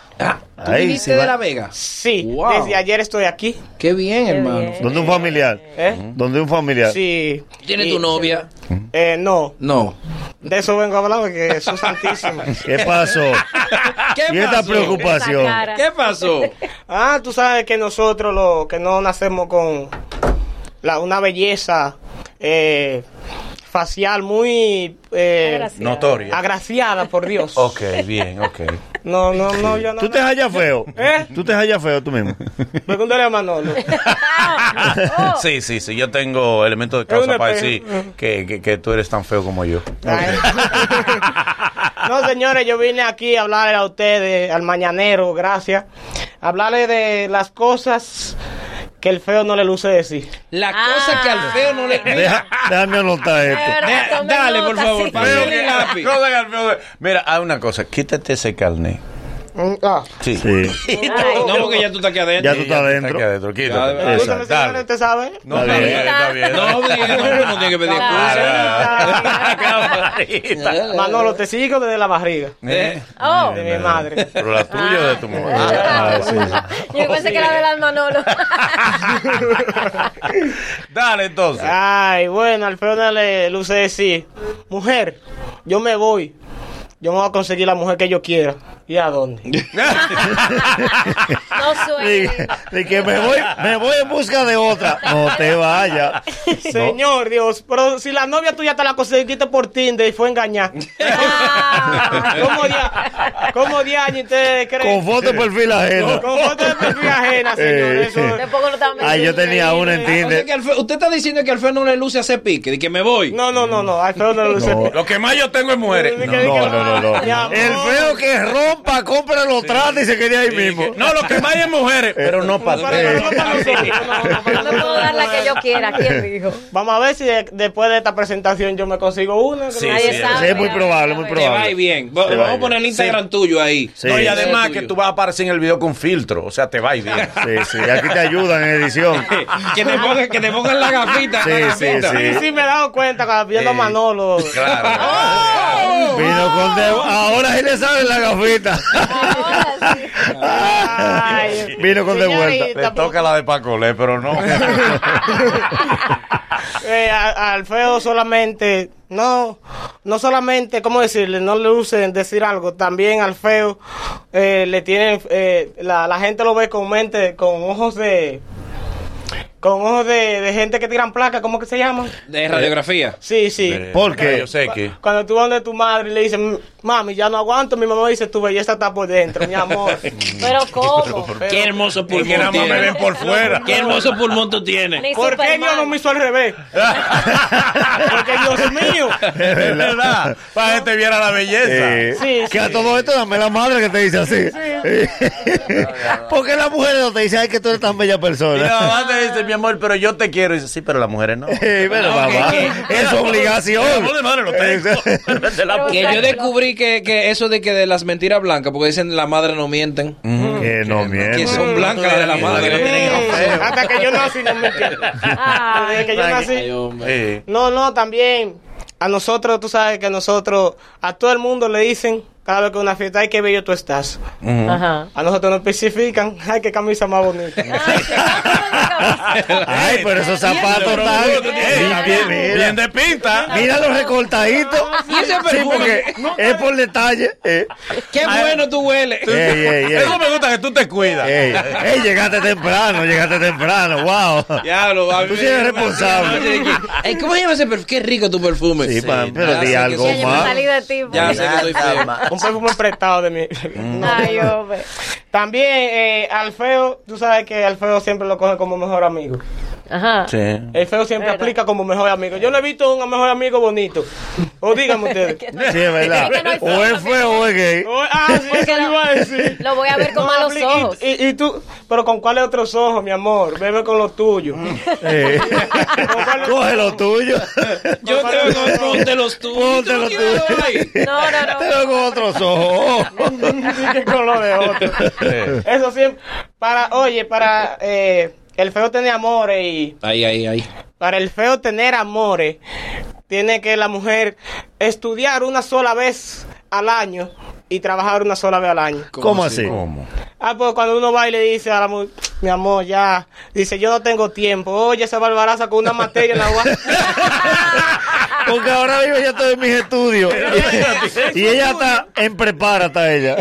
Speaker 3: ¿Tú viniste de La Vega?
Speaker 10: Sí, desde ayer estoy aquí.
Speaker 3: Qué bien, hermano.
Speaker 5: ¿Dónde un familiar?
Speaker 10: ¿Eh?
Speaker 5: ¿Dónde un familiar?
Speaker 10: Sí.
Speaker 3: ¿Tiene
Speaker 10: Y-
Speaker 3: tu novia?
Speaker 10: Eh, no.
Speaker 3: No.
Speaker 10: De eso vengo a hablar porque eso es santísimo.
Speaker 5: ¿Qué pasó?
Speaker 10: ¿Qué
Speaker 5: ¿Y esta
Speaker 10: pasó?
Speaker 5: preocupación? Esa cara.
Speaker 3: ¿Qué pasó?
Speaker 10: Ah, tú sabes que nosotros los que no nacemos con la, una belleza eh, facial muy eh,
Speaker 4: Agraciada. Notoria.
Speaker 10: agraciada por Dios.
Speaker 4: Ok, bien, ok.
Speaker 10: No, no, no, yo no.
Speaker 5: ¿Tú te hallas feo?
Speaker 10: ¿Eh?
Speaker 5: ¿Tú te hallas feo tú mismo?
Speaker 10: Pregúntale a Pues Manolo.
Speaker 6: Oh.
Speaker 4: Sí, sí, sí. Yo tengo elementos de
Speaker 10: Es
Speaker 4: causa
Speaker 10: una
Speaker 4: para
Speaker 10: pe-
Speaker 4: decir que, que- que tú eres tan feo como yo.
Speaker 10: No, señores, yo vine aquí a hablarle a ustedes, al mañanero, gracias. a Hablarle de las cosas que el feo no le luce decir.
Speaker 3: La cosa que al feo no le...
Speaker 5: Deja- déjame anotar esto.
Speaker 3: Deja- dale, por favor, papel y lápiz.
Speaker 4: Mira, hay una cosa. Quítate ese carnet.
Speaker 10: Mm, ah.
Speaker 4: Sí.
Speaker 3: No, porque ya tú estás aquí adentro.
Speaker 4: Ya tú estás adentro. adentro. Quítate.
Speaker 10: Escúchame,
Speaker 4: Exacto.
Speaker 10: señores,
Speaker 4: Dale.
Speaker 10: ¿Usted sabe?
Speaker 4: No, está bien, está bien.
Speaker 3: Ah. No, bien, no, uno no tiene que pedir
Speaker 10: excusa. Manolo, te sigo desde la barriga.
Speaker 4: ¿Eh? Ah,
Speaker 10: Oh. De mi madre.
Speaker 4: Pero la tuya o de tu mujer.
Speaker 5: Ah,
Speaker 6: Yo pensé que era del alma Manolo.
Speaker 4: Dale, entonces.
Speaker 10: Ay, bueno, al feo no le luce decir, mujer, yo me voy. Yo me voy a conseguir la mujer que yo quiera. ¿Y a dónde?
Speaker 6: No suena.
Speaker 5: De que me voy, me voy en busca de otra. No te vayas.
Speaker 10: Señor Dios, pero si la novia tuya te la conseguiste por Tinder y fue engañada. ¿Cómo dia- ¿Cómo diaño ustedes creen?
Speaker 5: Ah. Con foto de perfil ajeno.
Speaker 10: Con foto de perfil ajena, señor.
Speaker 5: Eh,
Speaker 10: Eso
Speaker 5: eh.
Speaker 6: Ah,
Speaker 5: Ay, yo tenía una en
Speaker 3: O sea
Speaker 5: Tinder.
Speaker 3: que al feo- usted está diciendo que al feo no le luce hacer pique, de que me voy.
Speaker 10: No, no, no, no, al feo no le luce
Speaker 4: No. Lo que más yo tengo es mujeres.
Speaker 10: No, no, no, no.
Speaker 5: El feo que rompa, compra los trates y se quede ahí mismo.
Speaker 4: No, lo que más es mujeres. Pero no para
Speaker 6: No puedo dar la que yo quiera. ¿Quién dijo?
Speaker 10: Vamos a ver si de- después de esta presentación yo me consigo una.
Speaker 4: Sí, Nadie sí, sabe, sí, es muy nadie
Speaker 10: probable,
Speaker 4: muy
Speaker 3: Te va y bien. Va-
Speaker 4: Te va
Speaker 3: Vamos
Speaker 4: y
Speaker 3: a poner el
Speaker 4: bien.
Speaker 3: Instagram tuyo ahí.
Speaker 4: No, y además que tú vas a aparecer en el video con filtro. O sea, te va y bien.
Speaker 5: Sí, sí. Aquí te ayudan en edición.
Speaker 3: Que te pongan, que te pongan la gafita.
Speaker 5: Sí,
Speaker 3: la
Speaker 5: sí,
Speaker 3: gafita.
Speaker 5: sí. Eh,
Speaker 10: Sí, sí, me he dado cuenta cuando viendo a Manolo.
Speaker 6: Oh.
Speaker 5: Vino con
Speaker 3: Oh.
Speaker 5: de- Ahora sí le saben la gafita. Vino con de vuelta.
Speaker 4: Le toca la de Pacolé, pero no.
Speaker 10: Eh, a- al feo solamente, no, no solamente, ¿cómo decirle? No le usen decir algo. También al feo eh, le tienen, eh, la, la gente lo ve con mente, con ojos de... con ojos de, de gente que tiran placas, ¿cómo que se llaman?
Speaker 3: De radiografía.
Speaker 10: Sí, sí.
Speaker 5: ¿Por qué?
Speaker 4: Yo sé que.
Speaker 10: Cuando tú vas donde tu madre y le dices, mami, ya no aguanto, mi mamá dice, tu belleza está por dentro, mi amor.
Speaker 6: Pero ¿cómo?
Speaker 3: Qué hermoso pulmón.
Speaker 10: nada más me
Speaker 3: tienes.
Speaker 10: ven por fuera.
Speaker 3: Qué hermoso pulmón tú tienes.
Speaker 10: ¿Por qué Dios no me hizo al revés? Porque Dios mío.
Speaker 4: Es verdad. Para que te viera la
Speaker 5: Eh,
Speaker 4: belleza.
Speaker 5: que a todo esto dame la madre que te dice así. Porque las mujeres no te dicen, ay, que tú eres tan bella
Speaker 4: Y la
Speaker 5: persona.
Speaker 4: mamá te dice, mi amor, pero yo te quiero. Y dice, sí, pero las mujeres no.
Speaker 5: Eh, pero, mamá, es su obligación.
Speaker 4: El amor de madre lo tengo. De la
Speaker 3: Que yo descubrí que, que eso de que de las mentiras blancas, porque dicen la madre no mienten,
Speaker 5: Que no
Speaker 3: que
Speaker 5: mientes.
Speaker 3: son blancas las de la madre. que no tienen hijos.
Speaker 10: Hasta que yo nací, no me entiendo. Desde que yo nací.
Speaker 4: Eh,
Speaker 10: No, no, también a nosotros, tú sabes que nosotros, a todo el mundo le dicen cada vez que una fiesta, ay, qué bello tú estás.
Speaker 6: Ajá.
Speaker 10: A nosotros nos especifican, ay, qué camisa más bonita.
Speaker 5: Ay, pero esos zapatos están bien, bien, mira.
Speaker 4: Bien de pinta.
Speaker 5: Mira los recortaditos.
Speaker 3: Y Ah, ese
Speaker 5: Sí,
Speaker 3: perfume.
Speaker 5: porque es por detalle. eh.
Speaker 3: Qué bueno tú hueles.
Speaker 5: Ey, ey, ey.
Speaker 4: Eso me gusta que tú te cuidas.
Speaker 5: Ey, ey, llegaste temprano, llegaste temprano, wow.
Speaker 3: Diablo, a mí
Speaker 5: Tú
Speaker 3: me-
Speaker 5: sí eres responsable.
Speaker 3: Ey, ¿Cómo se llama ese perfume? Qué rico tu perfume.
Speaker 5: Sí, pa- pero
Speaker 3: Ya
Speaker 5: di
Speaker 3: sé que
Speaker 5: algo
Speaker 3: soy-
Speaker 5: más.
Speaker 6: Salí de ti.
Speaker 3: Ya sé que soy feo.
Speaker 10: Un perfume prestado de mí. No,
Speaker 6: Ay,
Speaker 10: no.
Speaker 6: hombre.
Speaker 10: También, eh, al feo, tú sabes que al feo siempre lo coge como mejor amigo.
Speaker 6: Ajá.
Speaker 4: Sí.
Speaker 10: El feo siempre aplica como mejor amigo. Yo no he visto un mejor amigo bonito. O díganme ustedes.
Speaker 5: Sí, es verdad. O es feo o es gay.
Speaker 10: O- ah, sí,
Speaker 6: Porque
Speaker 10: eso
Speaker 6: lo-
Speaker 10: iba a decir.
Speaker 6: lo voy a ver con malos
Speaker 10: aplica-
Speaker 6: ojos.
Speaker 10: Y, y- y tú, pero ¿con cuáles otros ojos, mi amor? Bebe con los tuyos.
Speaker 5: Eh, Coge lo tuyo.
Speaker 3: Yo te veo con ponte los tuyos.
Speaker 5: Ponte lo tuyo.
Speaker 6: No, no, no.
Speaker 5: Te veo con otros ojos.
Speaker 10: ¿Qué color de otro? Eso siempre. Para, oye, para eh, el feo tener amores y
Speaker 3: Ahí, ahí, ahí.
Speaker 10: para el feo tener amores, tiene que la mujer estudiar una sola vez al año y trabajar una sola vez al año.
Speaker 5: ¿Cómo así?
Speaker 10: Ah, pues cuando uno va y le dice a la mujer, mi amor, ya, dice, yo no tengo tiempo. Oye, esa barbaraza con una materia en la UAS.
Speaker 5: Porque ahora mismo ya estoy en mis estudios. Y ella está en prepara, está ella.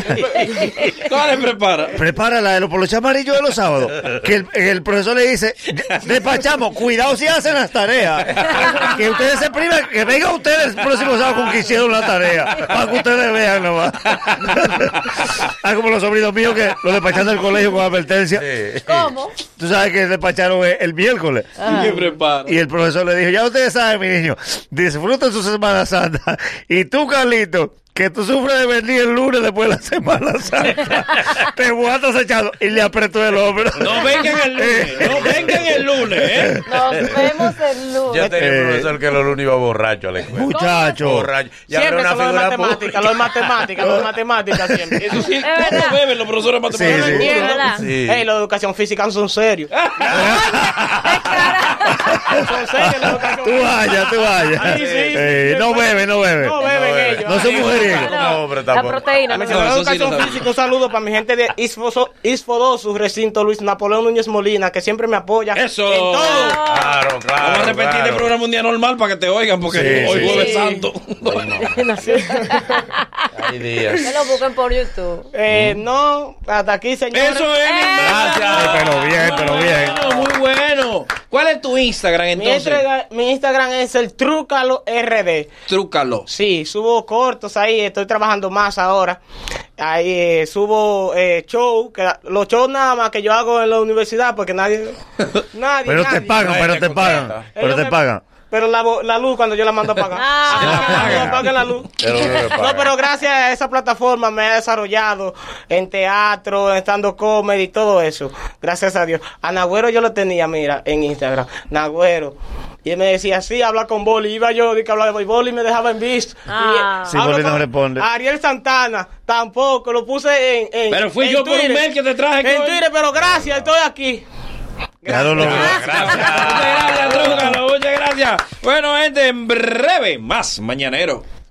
Speaker 3: ¿Cómo le prepara?
Speaker 5: Prepárala de los poloches amarillos de los sábados. Que el, el profesor le dice, despachamos, cuidado si hacen las tareas. Que ustedes se priven, que vengan ustedes el próximo sábado con que hicieron la tarea. Para que ustedes vean nomás. ah, como los sobrinos míos que los despacharon del colegio con advertencia.
Speaker 6: ¿Cómo?
Speaker 5: Tú sabes que despacharon el, el miércoles.
Speaker 3: ¿Qué prepara?
Speaker 5: Y el profesor le dijo, ya ustedes saben, mi niño, disfruten su Semana Santa. Y tú, Carlito, que tú sufres de venir el lunes después de la Semana Santa, te guardas echado. Y le apretó el hombro.
Speaker 3: No vengan el lunes. No vengan el lunes, ¿eh?
Speaker 6: Nos vemos el
Speaker 4: Yo
Speaker 6: lunes.
Speaker 4: tenía
Speaker 5: Eh.
Speaker 4: un profesor que los lunes iba borracho a la escuela.
Speaker 5: Muchacho.
Speaker 4: Borracho. Y
Speaker 10: Siempre
Speaker 4: habrá
Speaker 10: son
Speaker 4: una
Speaker 10: los de
Speaker 4: figura
Speaker 10: matemática, los de matemática, los de matemática siempre.
Speaker 3: Eso sí,
Speaker 6: verdad.
Speaker 3: ¿cómo beben los profesores de
Speaker 5: Sí,
Speaker 3: matemáticas?
Speaker 5: sí.
Speaker 6: Es verdad.
Speaker 4: Sí.
Speaker 10: Ey, los de educación física son serios. son serios los de educación
Speaker 5: Tú vayas, tú vayas.
Speaker 10: Ay, sí, sí.
Speaker 5: Eh, no bebe, no bebe.
Speaker 10: No beben ellos.
Speaker 5: No son mujeriegos.
Speaker 4: No, hombre,
Speaker 6: La
Speaker 4: tampoco.
Speaker 6: proteína.
Speaker 10: Me
Speaker 6: no,
Speaker 10: dice, la
Speaker 6: no.
Speaker 3: eso sí
Speaker 10: educación
Speaker 3: lo sabía.
Speaker 10: física, un saludo para mi gente de Isfoso- Isfodosu, recinto Luis Napoleón Núñez Molina, que siempre me apoya.
Speaker 3: Eso.
Speaker 10: En todo.
Speaker 4: Claro, claro.
Speaker 3: Vamos a repetir
Speaker 4: claro.
Speaker 3: el programa un día normal para que te oigan, porque
Speaker 5: Sí,
Speaker 3: hoy
Speaker 5: sí.
Speaker 3: jueves
Speaker 10: Sí.
Speaker 3: santo.
Speaker 4: Hay días.
Speaker 6: Que lo busquen por YouTube. Eh.
Speaker 10: Eh, no, hasta aquí, señores.
Speaker 3: Mm. Eso es. mi hermano.
Speaker 5: Ay, pero bien, pero bien.
Speaker 3: Bueno, muy bueno. ¿Cuál es tu Instagram
Speaker 10: Mi,
Speaker 3: entonces?
Speaker 10: entrega- mi Instagram es el Trúcalo RD.
Speaker 3: Trúcalo.
Speaker 10: Sí, subo cortos ahí, estoy trabajando más ahora. Ahí eh, subo eh, show, que la- los shows nada más que yo hago en la universidad porque nadie... nadie
Speaker 5: Pero te
Speaker 10: nadie.
Speaker 5: pagan, pero te pagan. Pero
Speaker 10: Ellos
Speaker 5: te
Speaker 10: me-
Speaker 5: pagan.
Speaker 10: Pero la, vo- la luz cuando yo la mando a pagar.
Speaker 6: Ah.
Speaker 10: Hasta
Speaker 6: Se
Speaker 10: que no
Speaker 6: la
Speaker 4: pagan.
Speaker 10: paguen la luz.
Speaker 4: Pero no le pagan.
Speaker 10: No, pero gracias a esa plataforma me he desarrollado en teatro, en estando comedy y todo eso. Gracias a Dios. A Nagüero yo lo tenía, mira, en Instagram. Nagüero. Y él me decía, sí, habla con Boli. Iba yo, di que hablaba de Boli y me dejaba en visto.
Speaker 6: Ah.
Speaker 10: Y,
Speaker 5: Sí,
Speaker 10: hablo
Speaker 5: Boli no
Speaker 10: con
Speaker 5: responde.
Speaker 10: Ariel Santana, tampoco. Lo puse en. en-
Speaker 3: Pero fui
Speaker 10: en
Speaker 3: yo por un
Speaker 10: Twitter.
Speaker 3: mail que te traje,
Speaker 10: En
Speaker 3: coño.
Speaker 10: Twitter, pero gracias, estoy aquí.
Speaker 5: Claro, lo
Speaker 3: Muchas gracias, Trúcalo. Muchas gracias. Bueno, gente, en breve, más mañanero.